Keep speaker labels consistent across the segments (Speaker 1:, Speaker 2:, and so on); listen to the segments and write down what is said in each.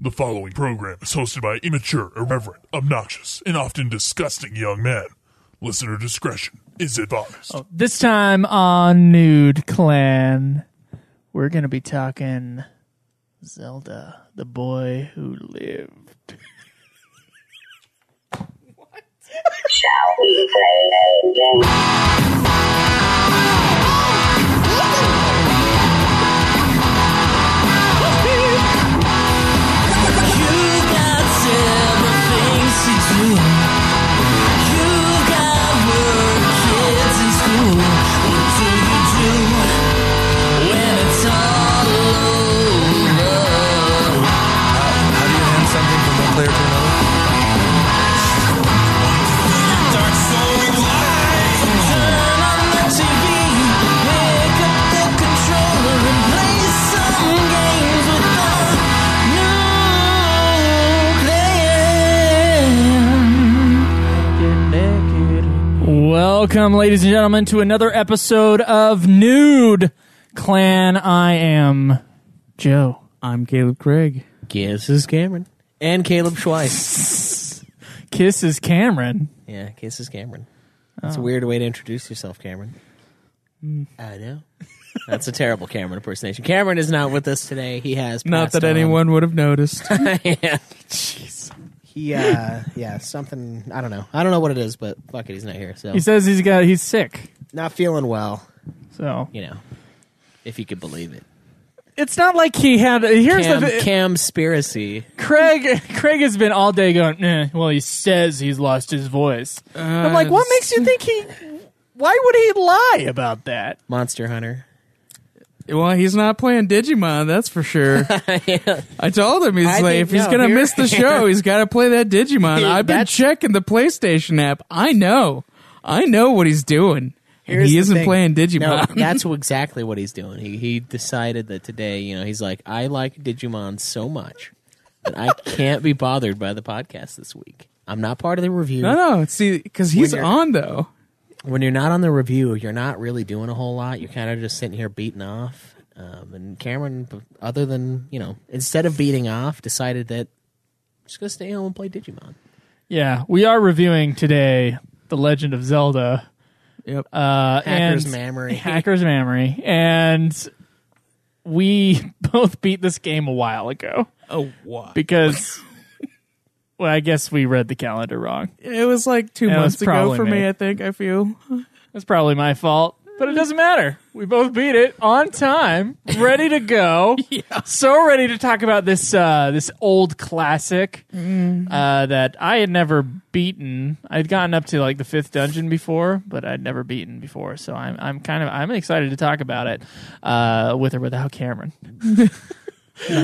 Speaker 1: The following program is hosted by immature, irreverent, obnoxious, and often disgusting young men. Listener discretion is advised.
Speaker 2: This time on Nude Clan, we're going to be talking Zelda, the boy who lived.
Speaker 3: Shall we play a game?
Speaker 4: You've got several things to do. You've got work, kids in school. What do you do when it's all over?
Speaker 5: How do you hand something from one player to another?
Speaker 4: Turn on the TV, pick up the controller and play some games with the new
Speaker 2: Welcome, ladies and gentlemen, to another episode of Nude Clan. I am Joe.
Speaker 6: I'm Caleb Craig. This is Cameron. And Caleb Schweiss.
Speaker 2: Kiss is Cameron.
Speaker 6: yeah, this is Cameron. It's a weird way to introduce yourself, Cameron. I know. That's a terrible Cameron impersonation. Cameron is not with us today. He has
Speaker 7: Not
Speaker 6: passed
Speaker 7: that
Speaker 6: on.
Speaker 7: anyone would have noticed.
Speaker 6: yeah. He uh yeah, something I don't know. I don't know what it is, but fuck it, he's not here. So
Speaker 2: He says he's got he's sick.
Speaker 6: not feeling well,
Speaker 2: So
Speaker 6: you know. If you could believe it.
Speaker 2: it's not like he had. Here's
Speaker 6: Cam,
Speaker 2: the thi-
Speaker 6: Camspiracy.
Speaker 2: Craig. Craig has been all day going. Eh, well, he says he's lost his voice.
Speaker 7: Uh,
Speaker 2: I'm like, what makes you think he? Why would he lie about that?
Speaker 6: Monster Hunter.
Speaker 7: well, he's not playing Digimon, that's for sure. I told him he's
Speaker 6: I
Speaker 7: like,
Speaker 6: think-
Speaker 7: if he's
Speaker 6: no,
Speaker 7: gonna
Speaker 6: here-
Speaker 7: miss the show, he's got to play that Digimon.
Speaker 6: Dude,
Speaker 7: I've been
Speaker 6: that's-
Speaker 7: checking the PlayStation app. I know, I know what he's doing. And
Speaker 6: Here's
Speaker 7: he
Speaker 6: the
Speaker 7: isn't
Speaker 6: thing.
Speaker 7: playing
Speaker 6: No,
Speaker 7: Digimon.
Speaker 6: that's exactly what he's doing. He he decided that today, you know, he's like, I like Digimon so much that I can't be bothered by the podcast this week. I'm not part of the review.
Speaker 7: no, no. See, because he's
Speaker 6: you're-
Speaker 7: on though.
Speaker 6: When you're not on the review, you're not really doing a whole lot. You're kind of just sitting here beating off. Um, and Cameron, b- other than you know, instead of beating off, decided that I'm just gonna stay home and play Digimon.
Speaker 2: Yeah, we are reviewing today The Legend of Zelda.
Speaker 7: Yep.
Speaker 2: Uh,
Speaker 6: Hacker's
Speaker 2: and-
Speaker 6: memory.
Speaker 2: Hacker's memory, and we both beat this game a while ago
Speaker 7: Oh, what?
Speaker 2: because. Well, I guess we read the calendar wrong.
Speaker 7: It was like two
Speaker 2: That was
Speaker 7: months ago
Speaker 2: probably
Speaker 7: for me.
Speaker 2: me.
Speaker 7: I think. I feel.
Speaker 2: That's probably my fault, but it doesn't matter. We both beat it on time, ready to go. So ready to talk about this uh, this old classic uh, that I had never beaten. I'd gotten up to like the fifth dungeon before, but I'd never beaten before. So I'm I'm kind of I'm excited to talk about it uh, with or without Cameron.
Speaker 7: Not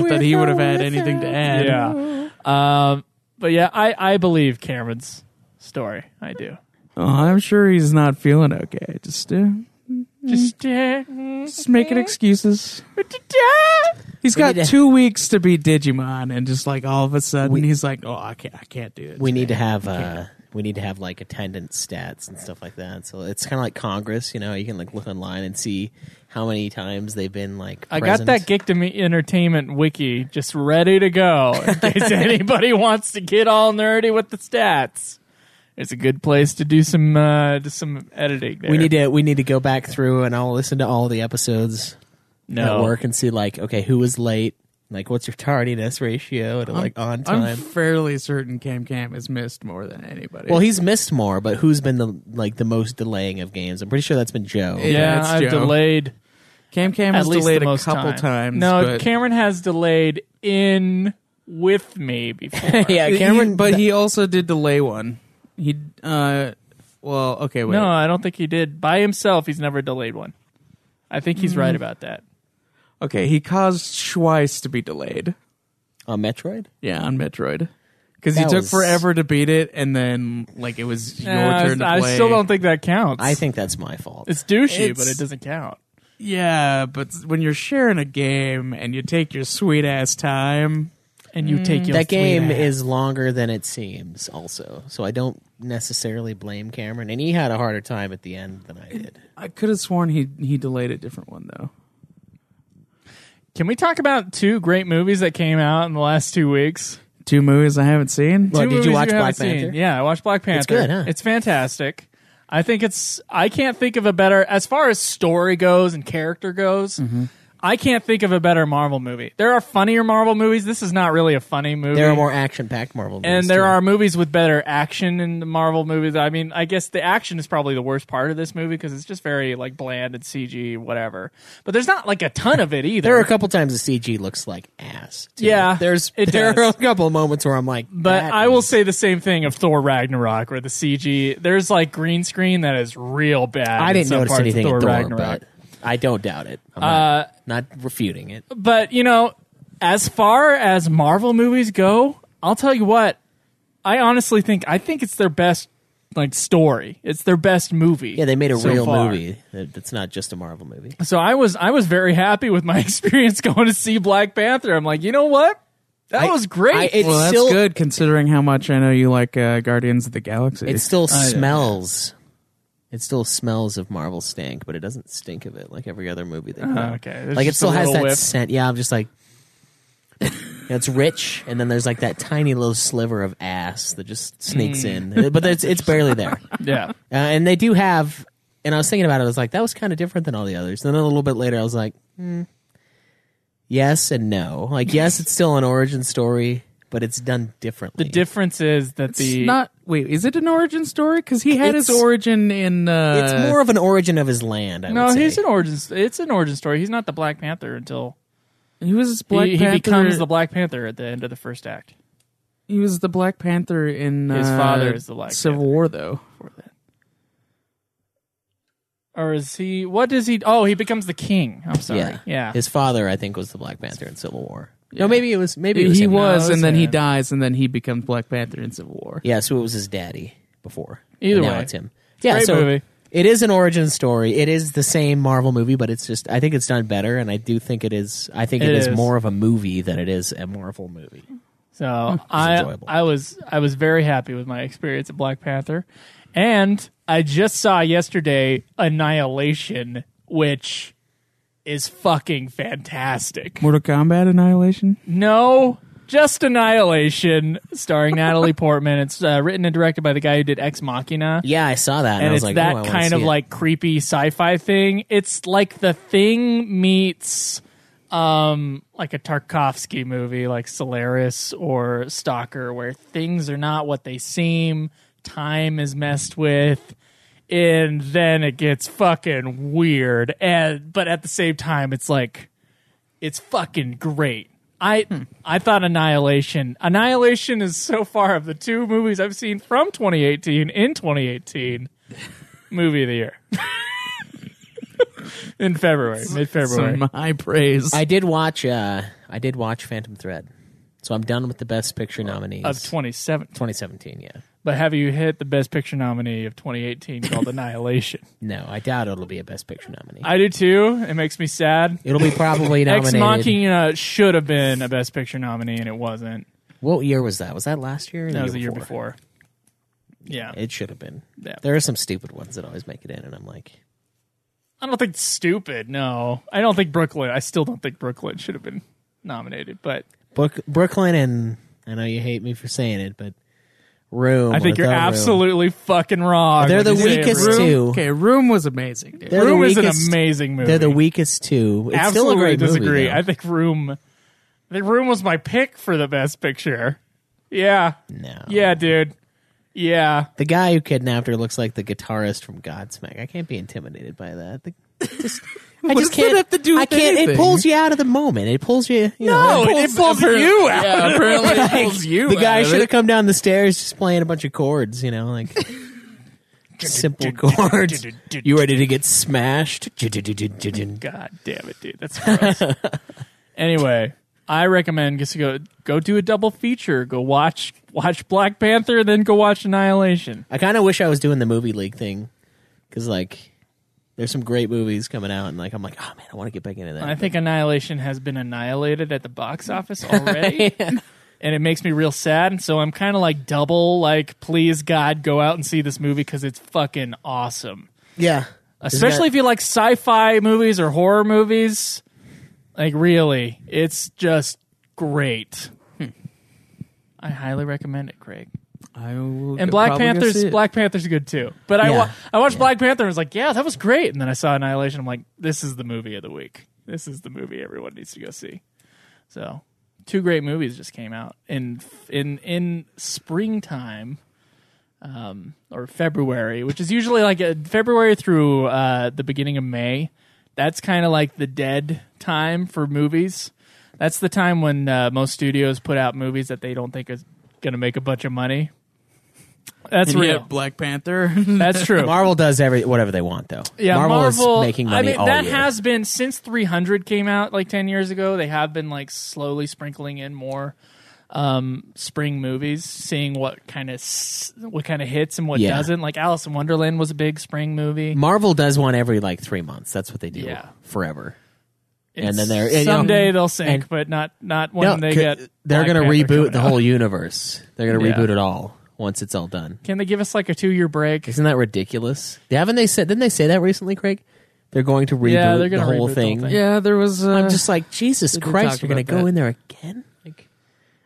Speaker 7: that he would have had anything to add.
Speaker 2: Yeah. Um, but yeah, I I believe Cameron's story. I do.
Speaker 7: Oh, I'm sure he's not feeling okay. Just, uh,
Speaker 2: Just uh,
Speaker 7: just making excuses. He's
Speaker 6: We
Speaker 7: got
Speaker 6: need to-
Speaker 7: two weeks to beat Digimon, and just like all of a sudden, he's like, "Oh, I can't, I can't do it."
Speaker 6: we need to have uh, we need to have like attendance stats and stuff like that. So it's kind of like Congress, you know. You can like look online and see how many times they've been like.
Speaker 2: I got
Speaker 6: present.
Speaker 2: that Geek to Me Entertainment wiki just ready to go in case anybody wants to get all nerdy with the stats. It's a good place to do some uh, do some editing. There.
Speaker 6: We need to we need to go back through and I'll listen to all the episodes
Speaker 2: no
Speaker 6: at work and see like okay who was late, like what's your tardiness ratio and like on
Speaker 7: I'm
Speaker 6: time.
Speaker 7: fairly certain Cam Cam has missed more than anybody.
Speaker 6: well, he's missed more, but who's been the like the most delaying of games? I'm pretty sure that's been Joe.
Speaker 2: Yeah,
Speaker 7: that's
Speaker 2: I've
Speaker 7: Joe.
Speaker 2: delayed
Speaker 7: Cam Cam
Speaker 2: at
Speaker 7: has
Speaker 2: least
Speaker 7: delayed
Speaker 2: the
Speaker 7: a
Speaker 2: most
Speaker 7: couple
Speaker 2: time.
Speaker 7: times.
Speaker 2: No,
Speaker 7: but,
Speaker 2: Cameron has delayed in with me before.
Speaker 6: yeah,
Speaker 7: He-
Speaker 6: Cameron.
Speaker 7: but he also did delay one. He, uh, well, okay, wait.
Speaker 2: no, I don't think he did by himself. He's never delayed one. I think he's
Speaker 6: Mm.
Speaker 2: right about that.
Speaker 7: okay, he caused Schweiss to be delayed.
Speaker 6: on Oh, Metroid.
Speaker 7: Yeah, on Metroid. Because he
Speaker 6: That
Speaker 7: took
Speaker 6: was-
Speaker 7: forever to beat it, and then like it was your
Speaker 2: Nah,
Speaker 7: turn to
Speaker 2: Uh, I,
Speaker 7: play.
Speaker 2: I still don't think that counts.
Speaker 6: I think that's my fault.
Speaker 2: it's douchey,
Speaker 7: It's-
Speaker 2: but it doesn't count.
Speaker 7: Yeah, but when you're sharing a game and you take your sweet ass time,
Speaker 2: And you take your
Speaker 6: that
Speaker 2: sweet
Speaker 6: game
Speaker 2: ass.
Speaker 6: is longer than it seems also so i don't necessarily blame cameron and he had a harder time at the end than i did
Speaker 7: I could have sworn he he delayed a different one though.
Speaker 2: Can we talk about two great movies that came out in the last two weeks?
Speaker 7: Two movies I haven't seen.
Speaker 6: Well,
Speaker 2: Two
Speaker 6: Oh, did
Speaker 2: movies
Speaker 6: you watch
Speaker 2: haven't
Speaker 6: Black
Speaker 2: seen.
Speaker 6: Panther?
Speaker 2: Yeah, I watched Black Panther.
Speaker 6: good, huh?
Speaker 2: It's fantastic. I think it's. I can't think of a better as far as story goes and character goes.
Speaker 6: Mm-hmm.
Speaker 2: I can't think of a better Marvel movie. There are funnier Marvel movies. This is not really a funny movie.
Speaker 6: There are more action-packed Marvel movies.
Speaker 2: and there
Speaker 6: too.
Speaker 2: are movies with better action in the Marvel movies. I mean, I guess the action is probably the worst part of this movie because it's just very like bland and CG, whatever. But there's not like a ton of it either.
Speaker 6: There are a couple times the CG looks like ass. too.
Speaker 2: Yeah,
Speaker 6: there's
Speaker 2: it
Speaker 6: there
Speaker 2: does.
Speaker 6: are a couple of moments where I'm like,
Speaker 2: But
Speaker 6: that
Speaker 2: I will
Speaker 6: is-
Speaker 2: say the same thing of Thor Ragnarok, where the CG there's like green screen that is real bad.
Speaker 6: I
Speaker 2: in
Speaker 6: didn't
Speaker 2: some
Speaker 6: notice
Speaker 2: parts of
Speaker 6: anything
Speaker 2: Thor
Speaker 6: in Thor,
Speaker 2: Ragnarok. Uh,
Speaker 6: but I don't doubt it. I'm not, not refuting it.
Speaker 2: But you know, as far as Marvel movies go, I'll tell you what. I honestly think I think it's their best like story. It's their best movie.
Speaker 6: Yeah, they made a
Speaker 2: so
Speaker 6: real
Speaker 2: far.
Speaker 6: movie. That- That's not just a Marvel movie.
Speaker 2: So I was I was very happy with my experience going to see Black Panther. I'm like, you know what? That
Speaker 6: I-
Speaker 2: was great.
Speaker 6: I- it's
Speaker 7: well, that's
Speaker 6: still
Speaker 7: good considering how much I know you like uh, Guardians of the Galaxy.
Speaker 6: it still smells. It still smells of Marvel stank, but it doesn't stink of it like every other movie they put out.
Speaker 2: okay. There's
Speaker 6: like it
Speaker 2: just a
Speaker 6: still has
Speaker 2: little
Speaker 6: that
Speaker 2: whiff.
Speaker 6: scent. Yeah, I'm just like, You know, it's rich, and then there's like that tiny little sliver of ass that just sneaks
Speaker 2: Mm.
Speaker 6: in, but it's it's barely there. Uh,
Speaker 2: yeah.
Speaker 6: and they do have. And I was thinking about it. I was like, that was kind of different than all the others. And then a little bit later, I was like, hmm, yes and no. Like, yes, it's still an origin story, but it's done differently.
Speaker 2: The difference is that
Speaker 7: It's
Speaker 2: the
Speaker 7: not wait. Is it an origin story? Because he had his
Speaker 6: It's-
Speaker 7: origin in. Uh,
Speaker 6: it's more of an origin of his land. I
Speaker 2: No,
Speaker 6: would say.
Speaker 2: he's an origin. It's an origin story. He's not the Black Panther until
Speaker 7: He was Black
Speaker 2: he, he
Speaker 7: Panther.
Speaker 2: becomes the Black Panther at the end of the first act.
Speaker 7: He was the Black Panther in
Speaker 2: His
Speaker 7: uh,
Speaker 2: father is the Black
Speaker 7: Civil
Speaker 2: Panther.
Speaker 7: War, though.
Speaker 2: Before that, or is he? What does he? Oh, he becomes the king. I'm sorry.
Speaker 6: Yeah,
Speaker 2: Yeah,
Speaker 6: His father, I think, was the Black Panther in Civil War. No, maybe it was. Maybe it was
Speaker 7: he
Speaker 6: him.
Speaker 7: was,
Speaker 2: No,
Speaker 7: and then
Speaker 2: it's
Speaker 7: he
Speaker 2: him.
Speaker 7: dies, and then he becomes Black Panther in Civil War.
Speaker 6: Yeah, so it was his daddy before.
Speaker 2: Either
Speaker 6: And now
Speaker 2: way.
Speaker 6: it's him. yeah,
Speaker 2: great
Speaker 6: so
Speaker 2: movie.
Speaker 6: it is an origin story. It is the same Marvel movie, but it's just I think it's done better, and I do think it is. I think
Speaker 2: It
Speaker 6: it is.
Speaker 2: is.
Speaker 6: more of a movie than it is a Marvel movie.
Speaker 2: So I,
Speaker 6: enjoyable.
Speaker 2: I was, I was very happy with my experience at Black Panther, and I just saw yesterday Annihilation, which is fucking fantastic.
Speaker 7: Mortal Kombat Annihilation.
Speaker 2: No, just Annihilation, starring Natalie Portman. It's uh, written and directed by the guy who did Ex Machina.
Speaker 6: Yeah, I saw that, and, I
Speaker 2: And
Speaker 6: was
Speaker 2: it's
Speaker 6: like,
Speaker 2: that
Speaker 6: "Ooh, I wanna
Speaker 2: kind of
Speaker 6: see it."
Speaker 2: like creepy sci-fi thing. It's like the thing meets um like a Tarkovsky movie like Solaris or Stalker where things are not what they seem, time is messed with, and then it gets fucking weird. And but at the same time it's like it's fucking great. I I thought Annihilation. Annihilation is so far of the two movies I've seen from 2018 in 2018 movie of the year. in February, mid February.
Speaker 7: Some high praise.
Speaker 6: I did watch. Uh, I did watch Phantom Thread, so I'm done with the Best Picture nominees
Speaker 2: Of 2017.
Speaker 6: 2017. Yeah,
Speaker 2: But have you hit the best picture nominee of 2018 called Annihilation?
Speaker 6: no, I doubt it'll be a Best Picture nominee.
Speaker 2: I do too. It makes me sad.
Speaker 6: it'll be probably
Speaker 2: Ex
Speaker 6: nominated.
Speaker 2: Machina should have been a best picture nominee and it wasn't.
Speaker 6: What year was that? Was that last year? or
Speaker 2: That was the year before. Yeah.
Speaker 6: It should have been.
Speaker 2: Yeah.
Speaker 6: There are some stupid ones that always make it in, and I'm like,
Speaker 2: I don't think it's stupid. No, I don't think Brooklyn. I still don't think Brooklyn should have been nominated. But
Speaker 6: Brook- Brooklyn and I know you hate me for saying it, but Room.
Speaker 2: I think
Speaker 6: or
Speaker 2: you're
Speaker 6: The Room.
Speaker 2: absolutely fucking wrong.
Speaker 6: They're
Speaker 2: when
Speaker 6: the
Speaker 2: you say
Speaker 6: weakest
Speaker 2: Room.
Speaker 6: two.
Speaker 7: Okay, Room was amazing, dude.
Speaker 6: They're the
Speaker 2: Room is an
Speaker 6: weakest.
Speaker 2: amazing movie.
Speaker 6: They're the weakest two. It's
Speaker 2: Absolutely
Speaker 6: still a great
Speaker 2: disagree.
Speaker 6: movie. though.
Speaker 2: I think Room. I think Room was my pick for the best picture. Yeah.
Speaker 6: no.
Speaker 2: Yeah, dude. Yeah.
Speaker 6: The guy who kidnapped her looks like the guitarist from Godsmack. I can't be intimidated by that. The- just- I
Speaker 7: What
Speaker 6: just
Speaker 7: does that
Speaker 6: can't.
Speaker 7: have to do with
Speaker 6: I can't.
Speaker 7: anything?
Speaker 6: It pulls you out of the moment. It pulls you. you
Speaker 2: No,
Speaker 6: know,
Speaker 2: it pulls, you out.
Speaker 7: Yeah, apparently it pulls you.
Speaker 6: the guy
Speaker 7: out of
Speaker 6: should
Speaker 7: it.
Speaker 6: have come down the stairs just playing a bunch of chords. You know, like simple chords. You ready to get smashed?
Speaker 2: God damn it, dude. That's gross. anyway, I recommend just go go do a double feature. Go watch watch Black Panther, then go watch Annihilation.
Speaker 6: I kind of wish I was doing the movie league thing because like there's some great movies coming out and like I'm like oh man I want to get back into that.
Speaker 2: I think Annihilation has been annihilated at the box office already. And it makes me real sad, and so I'm kind of like double, like, please God, go out and see this movie because it's fucking awesome.
Speaker 6: yeah,
Speaker 2: Especially if you like sci-fi movies or horror movies. Like really, it's just great. I highly recommend it, Craig.
Speaker 7: I will
Speaker 2: And Black Panther's Black Panther's good too. But I wa-
Speaker 6: Yeah.
Speaker 2: I watched Black Panther and was like, yeah, that was great. And then I saw Annihilation. I'm like, this is the movie of the week. This is the movie everyone needs to go see. So, two great movies just came out in in in springtime. Um, or February, which is usually like uh February through uh, the beginning of May. That's kind of like the dead time for movies. That's the time when uh, most studios put out movies that they don't think is going to make a bunch of money. That's
Speaker 7: and
Speaker 2: real.
Speaker 7: yet Black Panther.
Speaker 2: That's true.
Speaker 6: Marvel does every whatever they want, though.
Speaker 2: yeah,
Speaker 6: Marvel,
Speaker 2: Marvel,
Speaker 6: is making money
Speaker 2: I mean,
Speaker 6: all
Speaker 2: that
Speaker 6: year.
Speaker 2: has been since 300 came out like 10 years ago. They have been like slowly sprinkling in more um, spring movies, seeing what kind of s- what kind of hits and what
Speaker 6: Yeah.
Speaker 2: doesn't. Like Alice in Wonderland was a big spring movie.
Speaker 6: Marvel does one every like three months. That's what they do.
Speaker 2: Yeah.
Speaker 6: forever. And then they're- you know-
Speaker 2: someday they'll sink,
Speaker 6: and-
Speaker 2: but not not when they
Speaker 6: c-
Speaker 2: get.
Speaker 6: they're
Speaker 2: Black
Speaker 6: gonna
Speaker 2: Panther coming
Speaker 6: reboot the
Speaker 2: out.
Speaker 6: whole universe. They're gonna
Speaker 2: Yeah.
Speaker 6: reboot it all once it's all done.
Speaker 2: Can they give us like a two year break?
Speaker 6: Isn't that ridiculous? Haven't they said? Didn't they say that recently, Craig? They're going to reboot
Speaker 2: Yeah, they're gonna
Speaker 6: the whole
Speaker 2: reboot the whole
Speaker 6: thing.
Speaker 2: thing.
Speaker 7: yeah, there was. Uh,
Speaker 6: I'm just like Jesus
Speaker 7: They did
Speaker 6: Christ!
Speaker 7: talk
Speaker 6: You're gonna
Speaker 7: about
Speaker 6: go
Speaker 7: that.
Speaker 6: in there again, like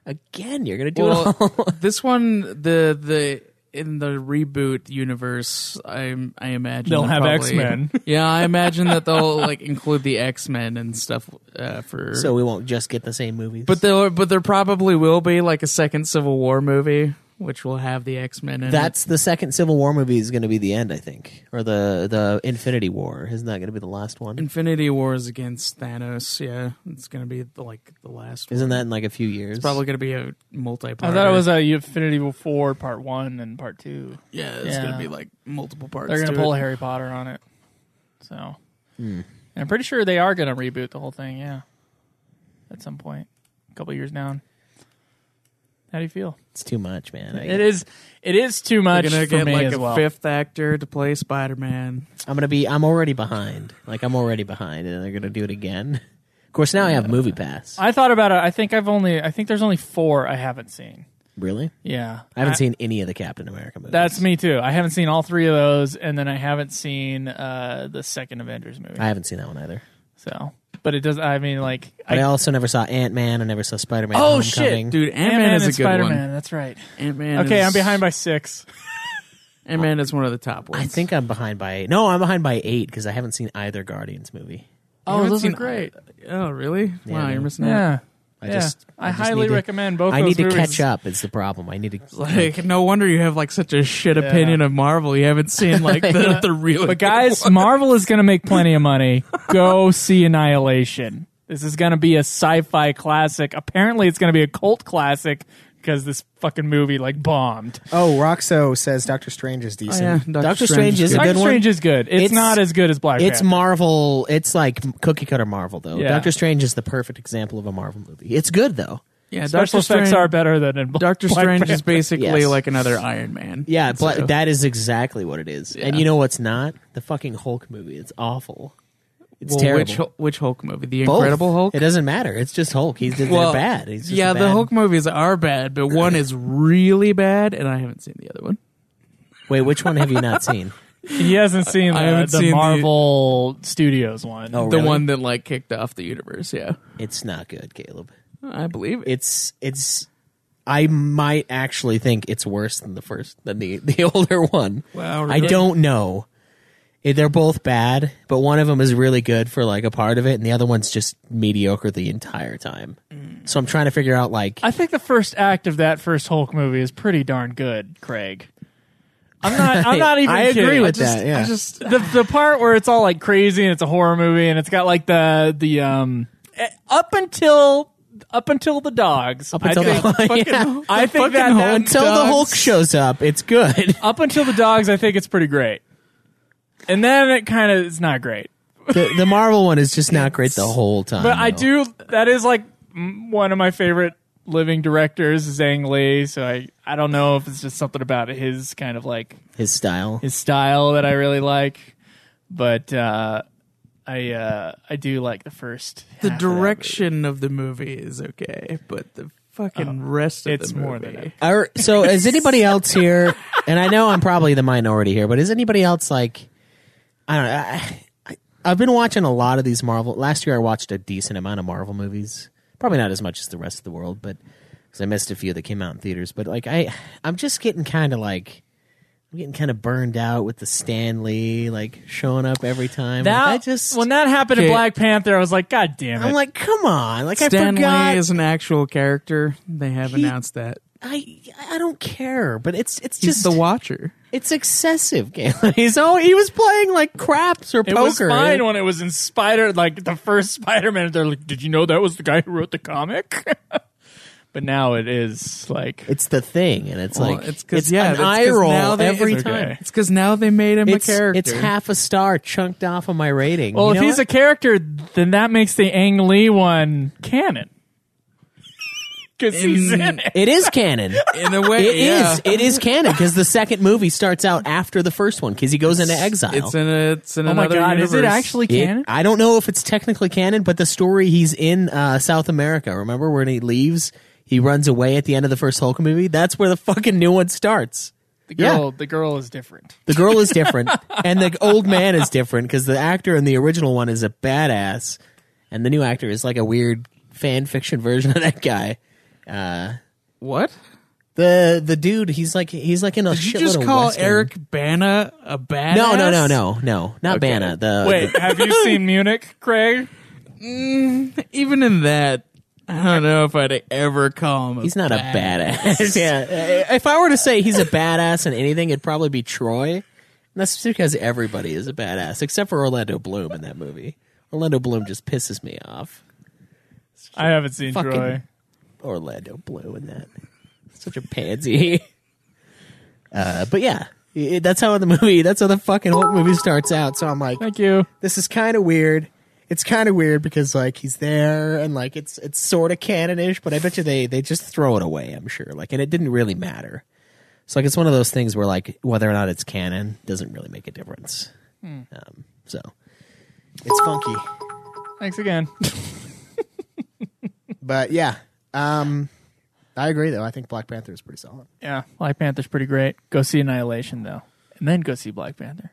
Speaker 6: again. You're gonna do it all.
Speaker 7: well, this one, the the in the reboot universe, I I imagine
Speaker 2: They'll have
Speaker 7: probably-
Speaker 2: X-Men.
Speaker 7: Yeah, I imagine that they'll like include the X Men and stuff uh, for.
Speaker 6: so we won't just get the same movies.
Speaker 7: but there, but there probably will be like a second Civil War movie, which will have the X Men. in
Speaker 6: that's the second Civil War movie is going to be the end, I think, or the the Infinity War. Isn't that going to be the last
Speaker 7: it.
Speaker 6: one?
Speaker 7: Infinity Wars against Thanos. Yeah, it's gonna be the, like the last.
Speaker 6: Isn't
Speaker 7: one.
Speaker 6: that in like a few years?
Speaker 7: It's probably gonna be a multi.
Speaker 2: I thought it was a Infinity War Part One and Part Two.
Speaker 7: Yeah, it's
Speaker 2: Yeah.
Speaker 7: gonna be like multiple parts.
Speaker 2: They're gonna
Speaker 7: to
Speaker 2: pull
Speaker 7: it. Hmm.
Speaker 2: Harry Potter on it, so and I'm pretty sure they are gonna reboot the whole thing. Yeah, at some point, a couple years down. How do you feel?
Speaker 6: it's too much, man. I,
Speaker 2: It is, it is too much
Speaker 7: They're gonna
Speaker 2: for
Speaker 7: get
Speaker 2: me
Speaker 7: like
Speaker 2: as
Speaker 7: a
Speaker 2: well.
Speaker 7: fifth actor to play Spider Man.
Speaker 6: I'm gonna be. I'm already behind. Like I'm already behind, and they're gonna do it again. Of course, now I have Movie Pass.
Speaker 2: I thought about it. I think I've only, I think there's only four I haven't seen.
Speaker 6: really,
Speaker 2: Yeah,
Speaker 6: I haven't seen any of the Captain America movies.
Speaker 2: That's me too. I haven't seen all three of those, and then I haven't seen uh, the second Avengers movie.
Speaker 6: I haven't seen that one either.
Speaker 2: so, but it does. I mean, like,
Speaker 6: But I,
Speaker 2: I,
Speaker 6: also never saw Ant Man. I never saw Spider Man.
Speaker 2: Oh, shit,
Speaker 6: Homecoming.
Speaker 7: Dude, Ant Man
Speaker 2: Ant-Man
Speaker 7: is a
Speaker 2: and
Speaker 7: good
Speaker 2: Spider-Man.
Speaker 7: one.
Speaker 2: That's right.
Speaker 7: Ant Man.
Speaker 2: Okay, I'm behind by six.
Speaker 7: Ant Man is one of the top ones.
Speaker 6: I think I'm behind by no, I'm behind by eight because I haven't seen either Guardians movie.
Speaker 7: You haven't seen- Oh, really? wow,
Speaker 6: dude.
Speaker 7: you're missing out.
Speaker 2: Yeah.
Speaker 6: I
Speaker 2: yeah.
Speaker 6: just
Speaker 2: I,
Speaker 6: just
Speaker 2: highly
Speaker 6: need to-
Speaker 2: recommend both.
Speaker 6: I
Speaker 2: those
Speaker 6: need to
Speaker 2: movies.
Speaker 6: catch up. It's the problem. I need to
Speaker 7: Like, no wonder you have like such a shit opinion of Marvel. You haven't seen like the, the real.
Speaker 2: But guys, Marvel is going to make plenty of money. Go see Annihilation. This is going to be a sci-fi classic. Apparently, it's going to be a cult classic because this fucking movie like bombed.
Speaker 8: Oh, Roxo says Doctor Strange is
Speaker 7: Oh,
Speaker 8: decent.
Speaker 7: yeah,
Speaker 6: Doctor Strange is a
Speaker 7: good.
Speaker 2: Doctor
Speaker 6: good one.
Speaker 2: Strange is good. It's,
Speaker 6: It's-
Speaker 2: not as good as Black
Speaker 6: It's
Speaker 2: Panther.
Speaker 6: Marvel. It's like cookie cutter Marvel though.
Speaker 2: Yeah.
Speaker 6: Doctor Strange is the perfect example of a Marvel movie. It's good though.
Speaker 7: Yeah,
Speaker 2: Special
Speaker 7: Doctor
Speaker 2: effects
Speaker 7: Strange.
Speaker 2: are better than in Bla-
Speaker 7: Doctor
Speaker 2: Black
Speaker 7: Strange
Speaker 2: Panther.
Speaker 7: is basically
Speaker 6: Yes.
Speaker 7: like another Iron Man.
Speaker 6: Yeah,
Speaker 7: So-
Speaker 6: but that is exactly what it is. And you know what's not? The fucking Hulk movie. It's awful. It's
Speaker 7: Well,
Speaker 6: terrible.
Speaker 7: Which, Hul- which Hulk movie? The
Speaker 6: Both.
Speaker 7: Incredible Hulk.
Speaker 6: It doesn't matter. It's just Hulk. He's they're
Speaker 7: Well,
Speaker 6: bad. He's just
Speaker 7: yeah,
Speaker 6: a
Speaker 7: the
Speaker 6: bad-
Speaker 7: Hulk movies are bad, but one is really bad, and I haven't seen the other one.
Speaker 6: Wait, which one have you not seen?
Speaker 2: He hasn't seen
Speaker 7: I
Speaker 2: the,
Speaker 7: haven't
Speaker 2: the
Speaker 7: seen the-
Speaker 2: Marvel Studios one.
Speaker 6: Oh,
Speaker 7: The
Speaker 6: really?
Speaker 7: one that like kicked off the universe. Yeah,
Speaker 6: It's not good, Caleb.
Speaker 7: I believe it.
Speaker 6: It's it's. I might actually think it's worse than the first than the the older one.
Speaker 7: Wow,
Speaker 6: I
Speaker 7: really?
Speaker 6: don't know. Eh, They're both bad, but one of them is really good for like a part of it, and the other one's just mediocre the entire time.
Speaker 7: Mm.
Speaker 6: So I'm trying to figure out like
Speaker 2: I think the first act of that first Hulk movie is pretty darn good, Craig. I'm not. I'm not even.
Speaker 6: I agree
Speaker 2: kidding.
Speaker 6: with
Speaker 2: I just-
Speaker 6: that, yeah.
Speaker 2: I just the the part where it's all like crazy and it's a horror movie and it's got like the the um eh, up until up until the dogs. Up
Speaker 6: until
Speaker 2: I think,
Speaker 6: the- yeah.
Speaker 2: fucking, I think that,
Speaker 7: fucking
Speaker 2: that-
Speaker 7: Hulk
Speaker 6: until the Hulk shows up, it's good.
Speaker 2: up until the dogs, I think it's pretty great, and then it kind of is not great.
Speaker 6: the, the Marvel one is just not great the whole time.
Speaker 2: But I
Speaker 6: though.
Speaker 2: do. That is like m- one of my favorite living directors, Zhang Li. So I, I don't know if it's just something about his kind of like
Speaker 6: his style.
Speaker 2: his style that I really like. But uh, I, uh, I do like the first.
Speaker 7: the
Speaker 2: half of that movie.
Speaker 7: direction of the movie is okay, but the fucking rest of
Speaker 2: It's
Speaker 7: the
Speaker 2: more
Speaker 7: movie.
Speaker 2: than okay.
Speaker 6: Are, so is anybody else here? And I know I'm probably the minority here, but is anybody else like I don't know? I, I, I've been watching a lot of these Marvel. Last year, I watched a decent amount of Marvel movies. Probably not as much as the rest of the world, but because I missed a few that came out in theaters. But like I, I'm just getting kind of like. I'm getting kind of burned out with the Stan Lee like showing up every time.
Speaker 2: That
Speaker 6: like, I just
Speaker 2: when that happened
Speaker 7: Okay.
Speaker 2: in Black Panther, I was like, God damn it!
Speaker 6: I'm like, come on, like I
Speaker 7: Stanley
Speaker 6: forgot.
Speaker 7: is an actual character. They have
Speaker 6: He-
Speaker 7: announced that.
Speaker 6: I I don't care, but it's it's
Speaker 7: He's
Speaker 6: just
Speaker 7: the Watcher.
Speaker 6: it's excessive, Galen. He's all he was playing like craps or
Speaker 2: it
Speaker 6: poker.
Speaker 2: was fine when it was in Spider, like the first Spider-Man. They're like, Did you know that was the guy who wrote the comic? but now it is like
Speaker 6: It's the thing, and it's
Speaker 7: Well,
Speaker 6: like
Speaker 7: it's
Speaker 6: it's,
Speaker 7: 'cause, yeah,
Speaker 6: an
Speaker 7: it's 'cause
Speaker 6: eye roll
Speaker 7: now they-
Speaker 6: every
Speaker 7: it's-
Speaker 6: time.
Speaker 7: It's because now they made him
Speaker 6: It's,
Speaker 7: a character.
Speaker 6: it's half a star chunked off of my rating.
Speaker 2: Well,
Speaker 6: You
Speaker 2: if
Speaker 6: know
Speaker 2: he's
Speaker 6: what?
Speaker 2: a character, then that makes the Ang Lee one canon. Because he's
Speaker 7: In-
Speaker 2: in it.
Speaker 6: it is canon. It
Speaker 7: in a way.
Speaker 6: is.
Speaker 7: yeah.
Speaker 6: It is canon because the second movie starts out after the first one because he goes into exile.
Speaker 7: It's in a, it's in
Speaker 2: Oh my
Speaker 7: another
Speaker 2: god, is it
Speaker 7: universe.
Speaker 2: actually
Speaker 6: It-
Speaker 2: canon?
Speaker 6: I don't know if it's technically canon, but the story he's in uh, South America. Remember when he leaves, he runs away at the end of the first Hulk movie. That's where the fucking new one starts.
Speaker 2: The
Speaker 6: girl-
Speaker 2: the girl is different.
Speaker 6: The girl is different, and the old man is different because the actor in the original one is a badass, and the new actor is like a weird fan fiction version of that guy.
Speaker 7: What?
Speaker 6: The the dude, he's like he's like in a
Speaker 7: Did you
Speaker 6: shitload
Speaker 7: just
Speaker 6: of
Speaker 7: call
Speaker 6: Western-
Speaker 7: Eric Bana a badass?
Speaker 6: No, no, no, no, no, not Banna. The
Speaker 2: Wait, have you seen Munich, Craig?
Speaker 7: Mm, Even in that, I don't know if I'd ever call him. A
Speaker 6: He's not a badass. yeah. Uh, If I were to say he's a badass in anything, it'd probably be Troy. And that's just because everybody is a badass, except for Orlando Bloom in that movie. Orlando Bloom just pisses me off.
Speaker 2: I haven't seen
Speaker 6: Fucking-
Speaker 2: Troy.
Speaker 6: Orlando Bloom in that. Such a pansy. Uh, but yeah, it- that's how the movie, that's how the fucking whole movie starts out. So I'm like,
Speaker 2: Thank you.
Speaker 6: this is kind of weird. It's kind of weird because like he's there and like it's it's sort of canonish, but I bet you they they just throw it away. I'm sure. Like, and it didn't really matter. So like it's one of those things where like whether or not it's canon doesn't really make a difference. Um, so
Speaker 8: It's funky,
Speaker 2: Thanks again.
Speaker 8: but yeah. Um, I agree though. I think Black Panther is pretty solid.
Speaker 2: yeah, Black Panther's pretty great. Go see Annihilation though, and then go see Black Panther.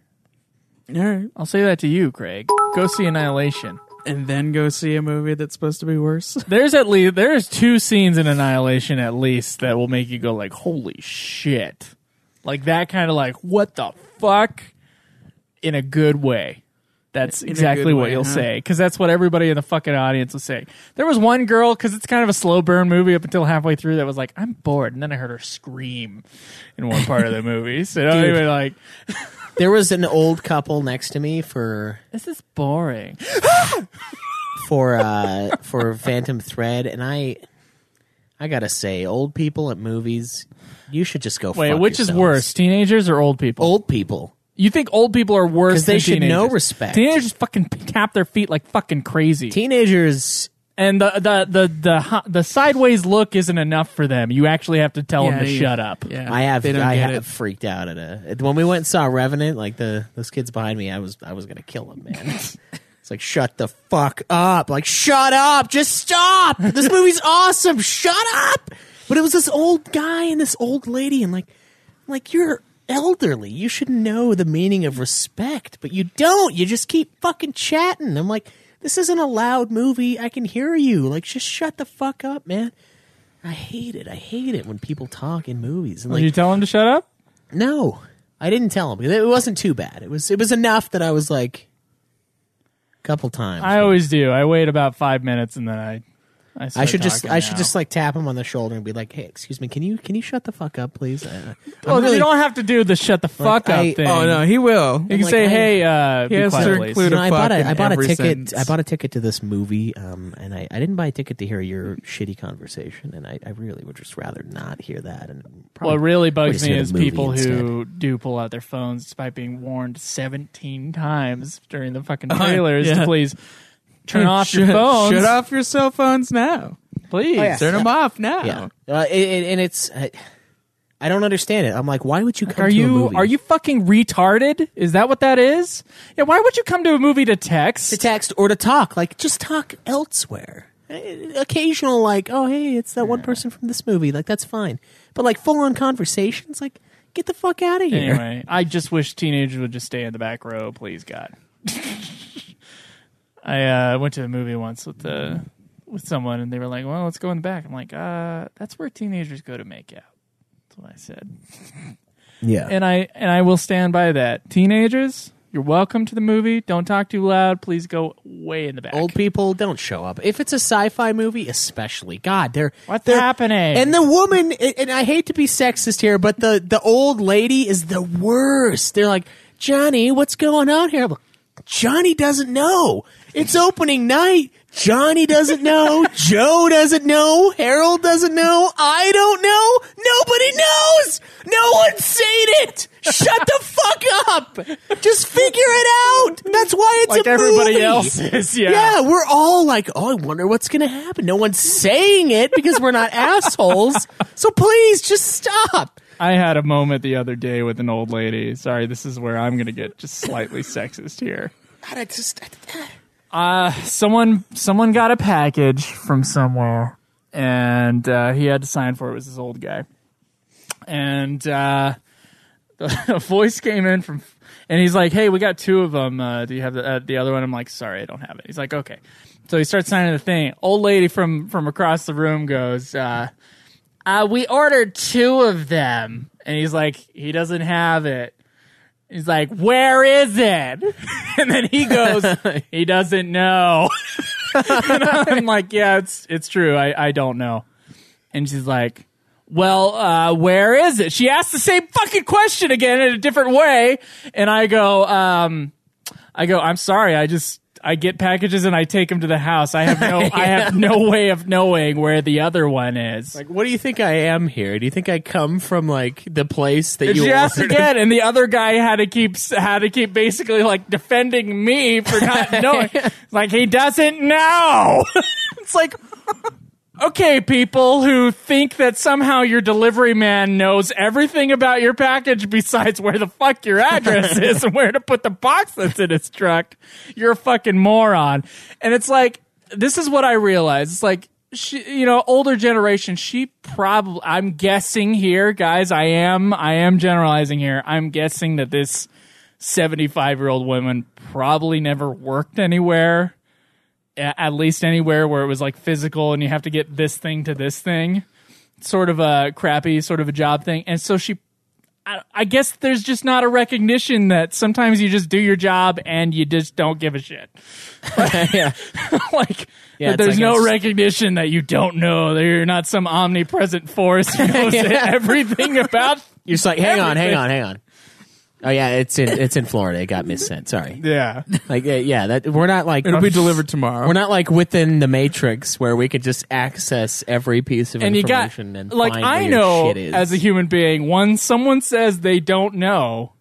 Speaker 7: All right.
Speaker 2: I'll say that to you, Craig. Go see Annihilation.
Speaker 7: And then go see a movie that's supposed to be worse.
Speaker 2: There's at least there's two scenes in Annihilation at least that will make you go like, holy shit, like that kind of like what the fuck, in a good way. That's
Speaker 7: a
Speaker 2: exactly
Speaker 7: good
Speaker 2: what
Speaker 7: way,
Speaker 2: you'll
Speaker 7: huh?
Speaker 2: say because that's what everybody in the fucking audience was saying. There was one girl because it's kind of a slow burn movie up until halfway through that was like, I'm bored, and then I heard her scream in one part of the movie. So I was like,
Speaker 6: there was an old couple next to me for
Speaker 2: this is boring.
Speaker 6: for uh for Phantom Thread, and I I gotta say, old people at movies, you should just go.
Speaker 2: Wait,
Speaker 6: fuck
Speaker 2: which is
Speaker 6: yourselves.
Speaker 2: worse, teenagers or old people?
Speaker 6: Old people.
Speaker 2: You think old people are worse?
Speaker 6: 'Cause they
Speaker 2: than
Speaker 6: should
Speaker 2: teenagers.
Speaker 6: know respect.
Speaker 2: Teenagers fucking tap their feet like fucking crazy,
Speaker 6: Teenagers
Speaker 2: and the the the the, ho- the sideways look isn't enough for them. You actually have to tell them to
Speaker 7: you-
Speaker 2: shut up.
Speaker 7: Yeah,
Speaker 6: I have
Speaker 7: They don't
Speaker 6: I
Speaker 7: get
Speaker 6: have freaked out at a when we went and saw Revenant, like the those kids behind me, I was I was gonna kill them, man. it's like shut the fuck up, like shut up, just stop. This movie's awesome, shut up. But it was this old guy and this old lady, and like I'm like you're elderly, you should know the meaning of respect, but you don't. You just keep fucking chatting. I'm like. This isn't a loud movie. I can hear you. Like, just shut the fuck up, man. I hate it. I hate it when people talk in movies. And
Speaker 2: Did
Speaker 6: like,
Speaker 2: you tell them to shut up?
Speaker 6: no, I didn't tell him. It wasn't too bad. It was it was enough that I was like, a couple times.
Speaker 2: I always do. I wait about five minutes and then I. I,
Speaker 6: I
Speaker 2: start
Speaker 6: should just
Speaker 2: talking
Speaker 6: I should
Speaker 2: now.
Speaker 6: just like tap him on the shoulder and be like, hey, excuse me, can you can you shut the fuck up, please? Uh, I,
Speaker 2: Well, you don't have to do the shut the fuck
Speaker 6: I-
Speaker 2: up thing.
Speaker 7: Oh no, he will.
Speaker 2: you can
Speaker 6: like,
Speaker 2: say,
Speaker 6: I-
Speaker 2: "Hey, uh, be
Speaker 7: has
Speaker 2: quiet,
Speaker 7: to
Speaker 2: please."
Speaker 7: include-
Speaker 6: I bought a I
Speaker 7: fucking
Speaker 6: bought a
Speaker 7: every
Speaker 6: ticket
Speaker 7: sentence.
Speaker 6: I bought a ticket to this movie, um, and I, I didn't buy a ticket to hear your shitty conversation, and I, I really would just rather not hear that. And probably,
Speaker 2: What really
Speaker 6: just
Speaker 2: bugs me
Speaker 6: hear the
Speaker 2: is
Speaker 6: movie
Speaker 2: people
Speaker 6: instead.
Speaker 2: who do pull out their phones despite being warned 17 times during the fucking trailers
Speaker 7: yeah.
Speaker 2: to please turn off
Speaker 7: shut,
Speaker 2: your phones.
Speaker 7: Shut off your cell phones now.
Speaker 2: Please.
Speaker 7: Turn them off now.
Speaker 6: yeah, uh, it, it- and it's I, I don't understand it. I'm like, why would you come
Speaker 2: Are
Speaker 6: to a
Speaker 2: you
Speaker 6: movie?
Speaker 2: are you fucking retarded? Is that what that is? Yeah, why would you come to a movie to text?
Speaker 6: to text or to talk. Like, just talk elsewhere. Eh, Occasional, like, oh, hey, it's that one person from this movie. Like, that's fine. But, like, full on conversations, like, get the fuck out of here.
Speaker 2: Anyway, I just wish teenagers would just stay in the back row, please God. I uh, went to a movie once with uh, with someone, and they were like, "Well, let's go in the back." I'm like, "Uh, that's where teenagers go to make out." That's what I said,
Speaker 6: Yeah.
Speaker 2: and I and I will stand by that. Teenagers, you're welcome to the movie. Don't talk too loud. Please go way in the back.
Speaker 6: Old people don't show up. If it's a sci-fi movie, especially, God, they're
Speaker 2: What's
Speaker 6: they're-
Speaker 2: happening?
Speaker 6: And the woman, and and I hate to be sexist here, but the the old lady is the worst. They're like, Johnny, what's going on here? I'm like, Johnny doesn't know. It's opening night. Johnny doesn't know. Joe doesn't know. Harold doesn't know. I don't know. Nobody knows. No one said it. Shut the fuck up. Just figure it out. That's why it's
Speaker 2: like
Speaker 6: a
Speaker 2: everybody
Speaker 6: movie.
Speaker 2: else is, yeah.
Speaker 6: Yeah, we're all like, oh, I wonder what's going to happen. No one's saying it because we're not assholes. So please just stop.
Speaker 2: I had a moment the other day with an old lady. Sorry, this is where I'm going to get just slightly sexist here.
Speaker 6: God, I just.
Speaker 2: Uh, someone someone got a package from somewhere, and uh, he had to sign for it. It was this old guy, and uh, a voice came in from, and he's like, "Hey, we got two of them. Uh, do you have the uh, the other one?" I'm like, "Sorry, I don't have it." He's like, "Okay." So he starts signing the thing. Old lady from from across the room goes, uh, uh, "We ordered two of them," and he's like, "He doesn't have it." He's like, "Where is it?" And then he goes, "He doesn't know." and I'm like, "Yeah, it's it's true. I I don't know." And she's like, "Well, uh, where is it?" She asked the same fucking question again in a different way, and I go, um, "I go, I'm sorry. I just I get packages and I take them to the house. I have no I have no way of knowing where the other one is."
Speaker 6: Like, what do you think I am here? Do you think I come from, like, the place that you
Speaker 2: Yes,
Speaker 6: ordered?
Speaker 2: again, and the other guy had to keep had to keep basically like defending me for not knowing. It's like he doesn't know. it's like okay, people who think that somehow your delivery man knows everything about your package besides where the fuck your address is and where to put the box that's in his truck, you're a fucking moron. And it's like, this is what I realize. It's like, she, you know, older generation, she probably, I'm guessing here, guys, I am, I am generalizing here. I'm guessing that this 75 year old woman probably never worked anywhere a- at least anywhere where it was like physical and you have to get this thing to this thing sort of a crappy sort of a job thing and so she I, I guess there's just not a recognition that sometimes you just do your job and you just don't give a shit
Speaker 6: yeah.
Speaker 2: like
Speaker 6: Yeah,
Speaker 2: that
Speaker 6: it's
Speaker 2: there's
Speaker 6: like
Speaker 2: no
Speaker 6: it's-
Speaker 2: recognition that you don't know that you're not some omnipresent force who knows everything about
Speaker 6: You're just like, hang on, hang on, hang on. Oh, yeah, it's in it's in Florida. It got missent. Sorry.
Speaker 2: yeah
Speaker 6: Like, uh, yeah, that we're not like
Speaker 7: It'll be delivered tomorrow.
Speaker 6: we're not like within the matrix where we could just access every piece of
Speaker 2: and you got
Speaker 6: information and
Speaker 2: like
Speaker 6: find where
Speaker 2: I
Speaker 6: your
Speaker 2: know
Speaker 6: shit is.
Speaker 2: as a human being when someone says they don't know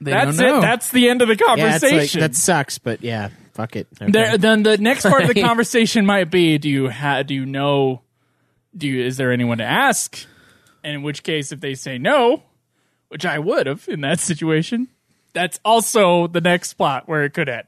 Speaker 7: They
Speaker 2: that's
Speaker 7: don't know.
Speaker 2: it that's the end of the
Speaker 6: yeah, it's like,
Speaker 2: conversation
Speaker 6: that sucks, but yeah, fuck it. Okay.
Speaker 2: There, then the next part of the conversation might be: Do you ha- do you know? Do you, is there anyone to ask? And in which case, if they say no, which I would have in that situation, that's also the next spot where it could end.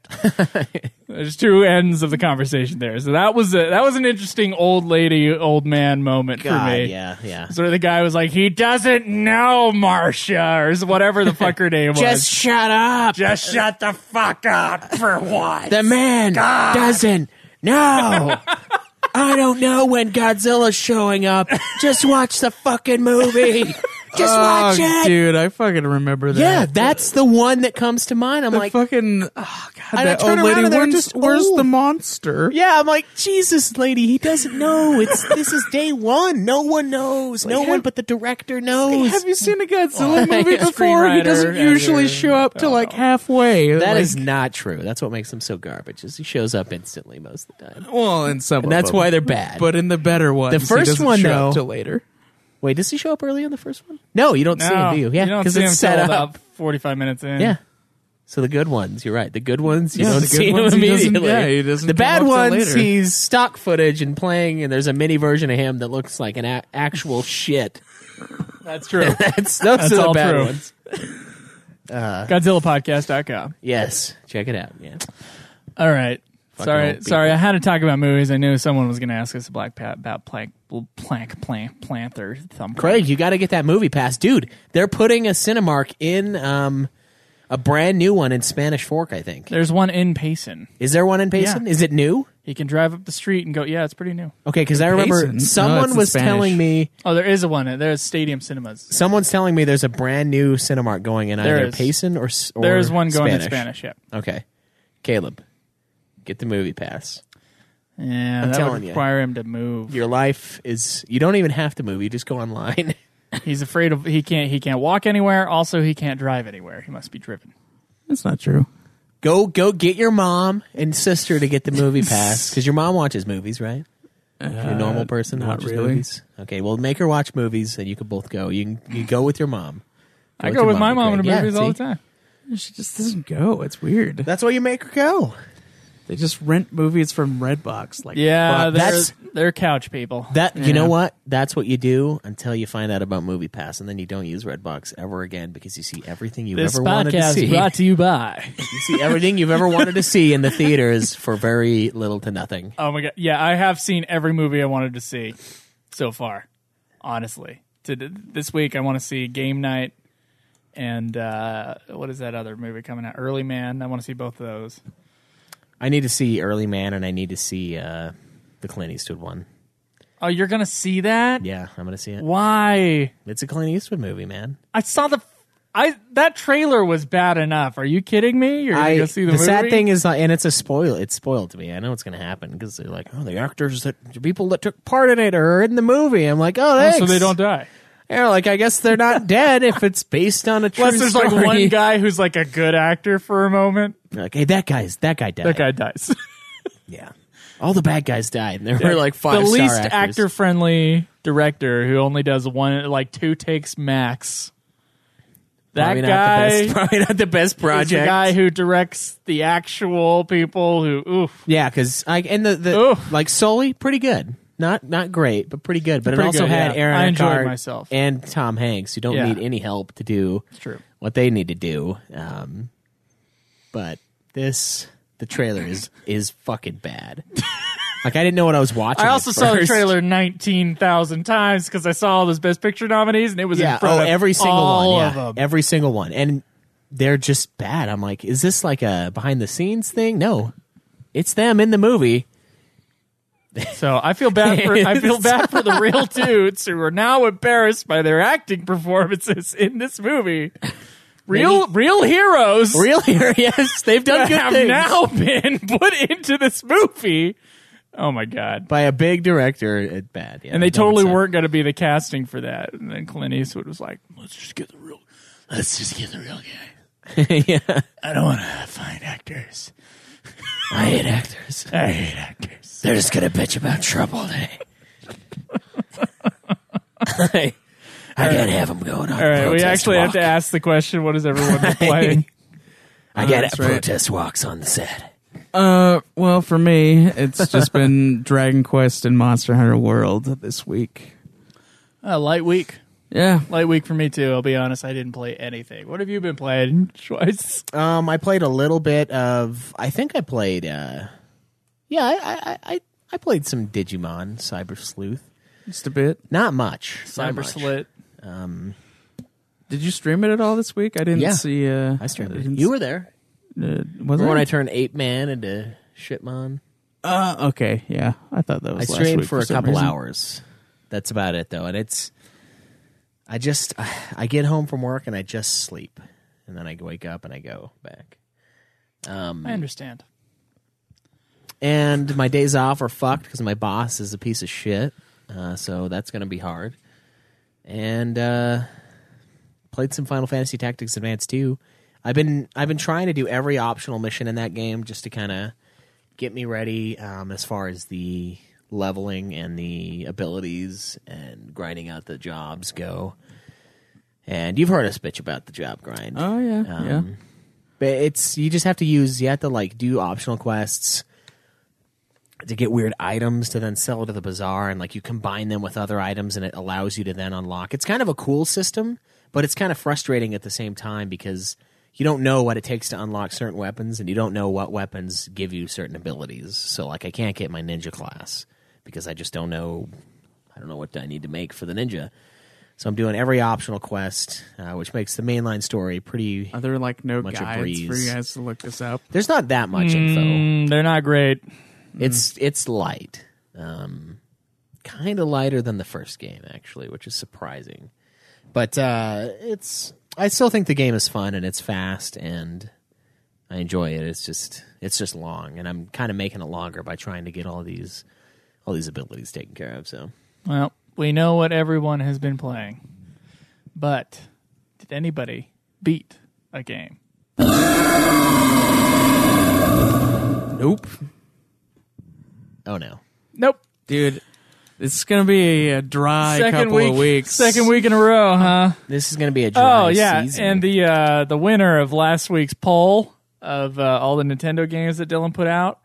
Speaker 2: There's two ends of the conversation there. So that was a, that was an interesting old lady, old man moment for
Speaker 6: God,
Speaker 2: me.
Speaker 6: yeah, yeah.
Speaker 2: So the guy was like, "He doesn't know Marcia or whatever the fuck her name
Speaker 6: Just
Speaker 2: was."
Speaker 6: shut up.
Speaker 2: Just shut the fuck up for what?
Speaker 6: The man doesn't know. I don't know when Godzilla's showing up. Just watch the fucking movie. Just watch
Speaker 7: Oh,
Speaker 6: it.
Speaker 7: dude, I fucking remember that.
Speaker 6: Yeah, that's the one that comes to mind. I'm
Speaker 7: The
Speaker 6: like,
Speaker 7: fucking oh god,
Speaker 6: And I
Speaker 7: that
Speaker 6: turn
Speaker 7: old
Speaker 6: around
Speaker 7: lady.
Speaker 6: and they're
Speaker 7: Where's,
Speaker 6: just
Speaker 7: where's
Speaker 6: old.
Speaker 7: the monster?
Speaker 6: yeah, I'm like, Jesus, lady, he doesn't know. It's this is day one. No one knows. No one but the director knows.
Speaker 7: Have you seen a Godzilla movie
Speaker 2: yeah.
Speaker 7: before? He doesn't
Speaker 2: Screenwriter,
Speaker 7: usually
Speaker 2: editor,
Speaker 7: show up till like
Speaker 2: know.
Speaker 7: halfway.
Speaker 6: That
Speaker 7: like,
Speaker 6: is not true. That's what makes him so garbage. Is he shows up instantly most of the time,
Speaker 7: well, in some,
Speaker 6: and that's why they're bad.
Speaker 7: But in the better ones,
Speaker 6: The
Speaker 7: he
Speaker 6: first
Speaker 7: doesn't
Speaker 6: one,
Speaker 7: show
Speaker 6: though-
Speaker 7: up till later.
Speaker 6: Wait, does he show up early on the first one? No, you don't see him, do you? Yeah,
Speaker 2: Oh, don't
Speaker 6: because
Speaker 2: see
Speaker 6: it's
Speaker 2: him
Speaker 6: set
Speaker 2: till
Speaker 6: up.
Speaker 2: about forty-five minutes in.
Speaker 6: Yeah. So the good ones, you're right. The good ones, you
Speaker 7: Yeah,
Speaker 6: don't
Speaker 7: the good
Speaker 6: see
Speaker 7: ones,
Speaker 6: him
Speaker 7: he doesn't-
Speaker 6: immediately.
Speaker 7: yeah, he doesn't
Speaker 6: the
Speaker 7: come
Speaker 6: bad
Speaker 7: up till
Speaker 6: ones,
Speaker 7: later.
Speaker 6: he's stock footage and playing, and there's a mini version of him that looks like an a- actual shit.
Speaker 2: that's true.
Speaker 6: That's those
Speaker 2: That's
Speaker 6: are the
Speaker 2: all
Speaker 6: bad
Speaker 2: true.
Speaker 6: ones.
Speaker 2: GodzillaPodcast.com.
Speaker 6: Yes, check it out. Yeah,
Speaker 2: All right.
Speaker 6: old
Speaker 2: sorry,
Speaker 6: people.
Speaker 2: sorry. I had to talk about movies. I knew someone was going to ask us about Pat, about Plank, Plank, Plank, Planther. Thumb.
Speaker 6: Craig, you got to get that movie pass, dude. They're putting a Cinemark in. Um, a brand new one in Spanish Fork, I think.
Speaker 2: There's one in Payson.
Speaker 6: Is there one in Payson?
Speaker 2: Yeah.
Speaker 6: Is it new?
Speaker 2: He can drive up the street and go. Yeah, it's pretty new.
Speaker 6: Okay, because I remember
Speaker 7: Payson? No,
Speaker 6: someone
Speaker 7: it's in
Speaker 6: was
Speaker 7: Spanish.
Speaker 6: telling me
Speaker 2: Oh, there is a one. There's Stadium Cinemas.
Speaker 6: someone's telling me there's a brand new Cinemark going in
Speaker 2: There
Speaker 6: either
Speaker 2: is.
Speaker 6: Payson or, s- or
Speaker 2: There is one going
Speaker 6: Spanish.
Speaker 2: in Spanish. Yeah.
Speaker 6: Okay, Caleb, get the movie pass.
Speaker 2: Yeah,
Speaker 6: I'm
Speaker 2: that
Speaker 6: telling
Speaker 2: would
Speaker 6: you.
Speaker 2: require him to move.
Speaker 6: Your life is you don't even have to move. You just go online.
Speaker 2: He's afraid of he can't he can't walk anywhere. Also, he can't drive anywhere. He must be driven.
Speaker 7: That's not true.
Speaker 6: go go get your mom and sister to get the movie pass because your mom watches movies, right? You're a
Speaker 2: Uh,
Speaker 6: normal person
Speaker 7: not
Speaker 6: watches
Speaker 7: really.
Speaker 6: movies. Okay, well make her watch movies, and you can both go. You can, you go with your mom.
Speaker 2: I go
Speaker 6: your
Speaker 2: with my
Speaker 6: it'd be
Speaker 2: mom to
Speaker 6: great. Yeah,
Speaker 2: movies all the
Speaker 6: see?
Speaker 2: time.
Speaker 7: She just doesn't go. It's weird.
Speaker 6: That's why you make her go.
Speaker 7: They just rent movies from Redbox. Like
Speaker 2: Yeah,
Speaker 7: fuck.
Speaker 2: they're,
Speaker 6: that's-
Speaker 2: they're couch people.
Speaker 6: That you know
Speaker 7: Yeah.
Speaker 6: what? That's what you do until you find out about Movie Pass, and then you don't use Redbox ever again because you see everything you've
Speaker 2: This
Speaker 6: ever wanted to
Speaker 2: podcast
Speaker 6: see.
Speaker 2: is brought to you by.
Speaker 6: you see everything you've ever wanted to see in the theaters for very little to nothing.
Speaker 2: Oh my god! Yeah, I have seen every movie I wanted to see so far. Honestly, to this week I want to see Game Night and uh, what is that other movie coming out? Early Man. I want to see both of those.
Speaker 6: I need to see Early Man, and I need to see uh, the Clint Eastwood one.
Speaker 2: Oh, you're gonna see that?
Speaker 6: Yeah, I'm gonna see it.
Speaker 2: Why?
Speaker 6: It's a Clint Eastwood movie, man.
Speaker 2: I saw the. I that trailer was bad enough. Are you kidding me? You're gonna go see the, movie?
Speaker 6: sad thing is, like, and it's a spoil. It's spoiled to me. I know it's going to happen because they're like, oh, the actors that the people that took part in it are in the movie. I'm like, oh,
Speaker 2: Oh,
Speaker 6: thanks.
Speaker 2: so they don't die.
Speaker 6: Yeah, like I guess they're not dead if it's based on a true
Speaker 2: Plus, there's like
Speaker 6: story.
Speaker 2: one guy who's like a good actor for a moment.
Speaker 6: They're like, hey, that guy's that guy died.
Speaker 2: That guy dies.
Speaker 6: yeah. All the bad guys died, and there were like five.
Speaker 2: the
Speaker 6: star
Speaker 2: least
Speaker 6: actors.
Speaker 2: actor friendly director who only does one like two takes max. That
Speaker 6: Probably
Speaker 2: guy
Speaker 6: not the best, probably not the best
Speaker 2: is the
Speaker 6: project.
Speaker 2: guy who directs the actual people who oof.
Speaker 6: Yeah, because like and the, the
Speaker 2: Oof.
Speaker 6: like Sully, pretty good. Not not great, but pretty good. But
Speaker 2: Pretty
Speaker 6: it also
Speaker 2: good,
Speaker 6: had
Speaker 2: yeah.
Speaker 6: Aaron
Speaker 2: I enjoyed
Speaker 6: Eckhart
Speaker 2: myself.
Speaker 6: and Tom Hanks, who don't
Speaker 2: Yeah.
Speaker 6: need any help to do
Speaker 2: true.
Speaker 6: what they need to do. Um, but this the trailer is is fucking bad. like I didn't know what I was watching.
Speaker 2: I
Speaker 6: at
Speaker 2: also saw the
Speaker 6: first.
Speaker 2: trailer 19,000 times because I saw all those Best Picture nominees and it was
Speaker 6: Yeah,
Speaker 2: in front
Speaker 6: oh,
Speaker 2: of
Speaker 6: every single
Speaker 2: all
Speaker 6: one.
Speaker 2: of
Speaker 6: Yeah,
Speaker 2: them.
Speaker 6: every single one, and they're just bad. I'm like, is this like a behind the scenes thing? No, it's them in the movie.
Speaker 2: So I feel bad for I feel bad for the real dudes who are now embarrassed by their acting performances in this movie. Real real heroes
Speaker 6: Really? yes, they've
Speaker 2: that
Speaker 6: done good
Speaker 2: have
Speaker 6: things.
Speaker 2: now been put into this movie. Oh my god.
Speaker 6: by a big director at bad. Yeah,
Speaker 2: And they
Speaker 6: that
Speaker 2: totally
Speaker 6: makes sense.
Speaker 2: weren't going to be the casting for that. And then Clint Eastwood was like, "Let's just get the real. Let's just get the real guy.
Speaker 6: yeah,
Speaker 2: I don't want to find actors.
Speaker 6: I hate actors.
Speaker 2: I hate actors."
Speaker 6: They're just gonna bitch about trouble today. I, I gotta have them going on.
Speaker 2: All right, we actually have to ask the question: What is everyone been playing?
Speaker 6: I gotta
Speaker 7: That's right.
Speaker 6: protest walks on the set.
Speaker 7: Uh, well, for me, it's just been Dragon Quest and Monster Hunter World this week.
Speaker 2: A Uh, light week.
Speaker 7: Yeah,
Speaker 2: Light week for me too. I'll be honest, I didn't play anything. What have you been playing, Schweiss?
Speaker 6: Um, I played a little bit of. I think I played. Uh, yeah, I, I, I, I played some Digimon Cyber Sleuth.
Speaker 7: just a bit.
Speaker 6: Not much. not
Speaker 2: Cyber
Speaker 6: much.
Speaker 2: Slit.
Speaker 7: Did you stream it at all this week? I didn't
Speaker 6: Yeah.
Speaker 7: see. Uh,
Speaker 6: I streamed it.
Speaker 7: didn't
Speaker 6: You were there. Mm-hmm.
Speaker 7: s- Uh, was
Speaker 6: Remember when I
Speaker 7: I?
Speaker 6: turned Ape Man into Shitmon?
Speaker 7: uh, okay, yeah. I thought that
Speaker 6: I
Speaker 7: was. last
Speaker 6: streamed
Speaker 7: week
Speaker 6: for a
Speaker 7: some
Speaker 6: couple
Speaker 7: reason.
Speaker 6: hours. That's about it though, and it's. I just I get home from work and I just sleep, and then I wake up and I go back.
Speaker 2: I understand.
Speaker 6: And my days off are fucked because my boss is a piece of shit, uh, so that's gonna be hard. And uh, played some Final Fantasy Tactics Advanced two. I've been I've been trying to do every optional mission in that game just to kind of get me ready um, as far as the leveling and the abilities and grinding out the jobs go. And you've heard us bitch about the job grind.
Speaker 7: Oh yeah, yeah.
Speaker 6: Um, But it's you just have to use you have to like do optional quests to get weird items to then sell to the bazaar and like you combine them with other items and it allows you to then unlock. It's kind of a cool system, but it's kind of frustrating at the same time because you don't know what it takes to unlock certain weapons and you don't know what weapons give you certain abilities. So like I can't get my ninja class because I just don't know I don't know what I need to make for the ninja. So I'm doing every optional quest, uh, which makes the mainline story pretty.
Speaker 7: Are there like no
Speaker 6: Much a
Speaker 7: guides for
Speaker 6: breeze.
Speaker 7: you guys to look this up?
Speaker 6: There's not that much info.
Speaker 2: Mm, they're not great.
Speaker 6: It's it's light, um, kind of lighter than the first game actually, which is surprising. But uh, it's I still think the game is fun and it's fast and I enjoy it. It's just it's just long, and I'm kind of making it longer by trying to get all these all these abilities taken care of. So
Speaker 2: Well, we know what everyone has been playing, but did anybody beat a game?
Speaker 7: Nope.
Speaker 6: oh no,
Speaker 2: Nope.
Speaker 7: Dude, it's going to be a dry
Speaker 2: second
Speaker 7: couple
Speaker 2: week,
Speaker 7: of weeks.
Speaker 2: second week in a row, huh?
Speaker 6: this is going to be a dry
Speaker 2: Oh yeah,
Speaker 6: season.
Speaker 2: and the uh, the winner of last week's poll of uh, all the Nintendo games that Dylan put out.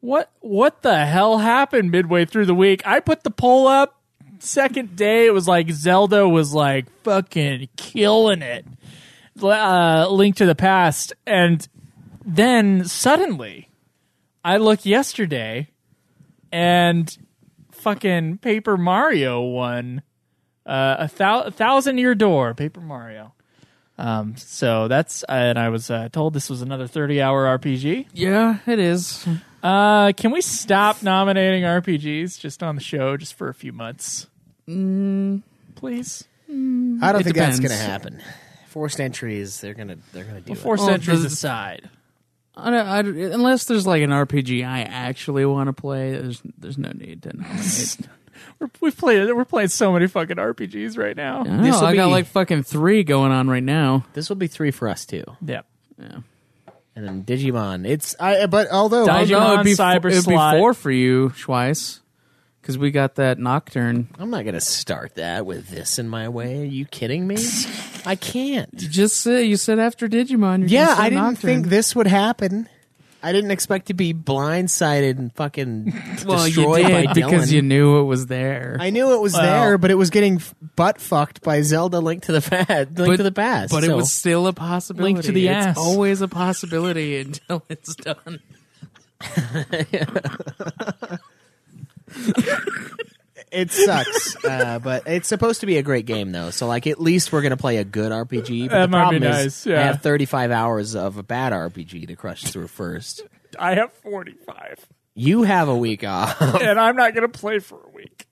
Speaker 2: What what the hell happened midway through the week? I put the poll up. Second day, it was like Zelda was like fucking killing it. Uh, Link to the Past, and then suddenly, I look yesterday, and fucking Paper Mario won uh, a, thou- a thousand year door paper mario um, so that's and i was uh, told this was another 30 hour rpg
Speaker 7: Yeah, it is.
Speaker 2: uh, can we stop nominating rpgs just on the show just for a few months please
Speaker 8: I don't
Speaker 7: It
Speaker 8: think
Speaker 6: It's
Speaker 7: depends.
Speaker 8: that's gonna
Speaker 6: gonna
Speaker 8: happen.
Speaker 6: happen. Forced entries, they're gonna they're gonna do it.
Speaker 2: four
Speaker 7: Well,
Speaker 2: centuries
Speaker 7: does-
Speaker 2: aside
Speaker 7: I, don't- I don't- unless there's like an RPG I actually want to play, there's there's no need to nominate.
Speaker 2: we're, we've played we're playing so many fucking rpgs right now
Speaker 7: I, don't know,
Speaker 6: This'll
Speaker 7: I got
Speaker 6: be-
Speaker 7: like fucking three going on right now.
Speaker 6: This will be three for us too,
Speaker 2: yeah
Speaker 6: and then Digimon. It's
Speaker 8: I but although
Speaker 2: Digimon,
Speaker 7: Although it'd be, fo-
Speaker 2: Cyber
Speaker 7: it'd be
Speaker 2: Slot.
Speaker 7: four for you, Schweiss, because we got that Nocturne.
Speaker 6: I'm not gonna start that with this in my way. Are you kidding me? I can't.
Speaker 7: You just said you said after Digimon. You're
Speaker 8: yeah,
Speaker 7: gonna say
Speaker 8: I didn't
Speaker 7: Nocturne.
Speaker 8: think this would happen.
Speaker 6: I didn't expect to be blindsided and fucking
Speaker 7: well,
Speaker 6: destroyed
Speaker 7: you did
Speaker 6: by
Speaker 7: because
Speaker 6: Dylan.
Speaker 7: you knew it was there.
Speaker 8: I knew it was there, but it was getting f- butt fucked by Zelda.
Speaker 6: the link to the past. Link
Speaker 7: But-
Speaker 6: to the past.
Speaker 7: but it
Speaker 6: So,
Speaker 7: was still a possibility.
Speaker 2: Link to the
Speaker 7: it's
Speaker 2: ass.
Speaker 7: always a possibility until it's done.
Speaker 8: It sucks.
Speaker 6: uh, but it's supposed to be a great game though. So like at least we're gonna play a good RPG. But
Speaker 2: That
Speaker 6: the
Speaker 2: might be
Speaker 6: problem is
Speaker 2: nice, yeah.
Speaker 6: I have 35 hours of a bad RPG to crush through first.
Speaker 2: i have 45
Speaker 6: You have a week off.
Speaker 2: and i'm not gonna play for a week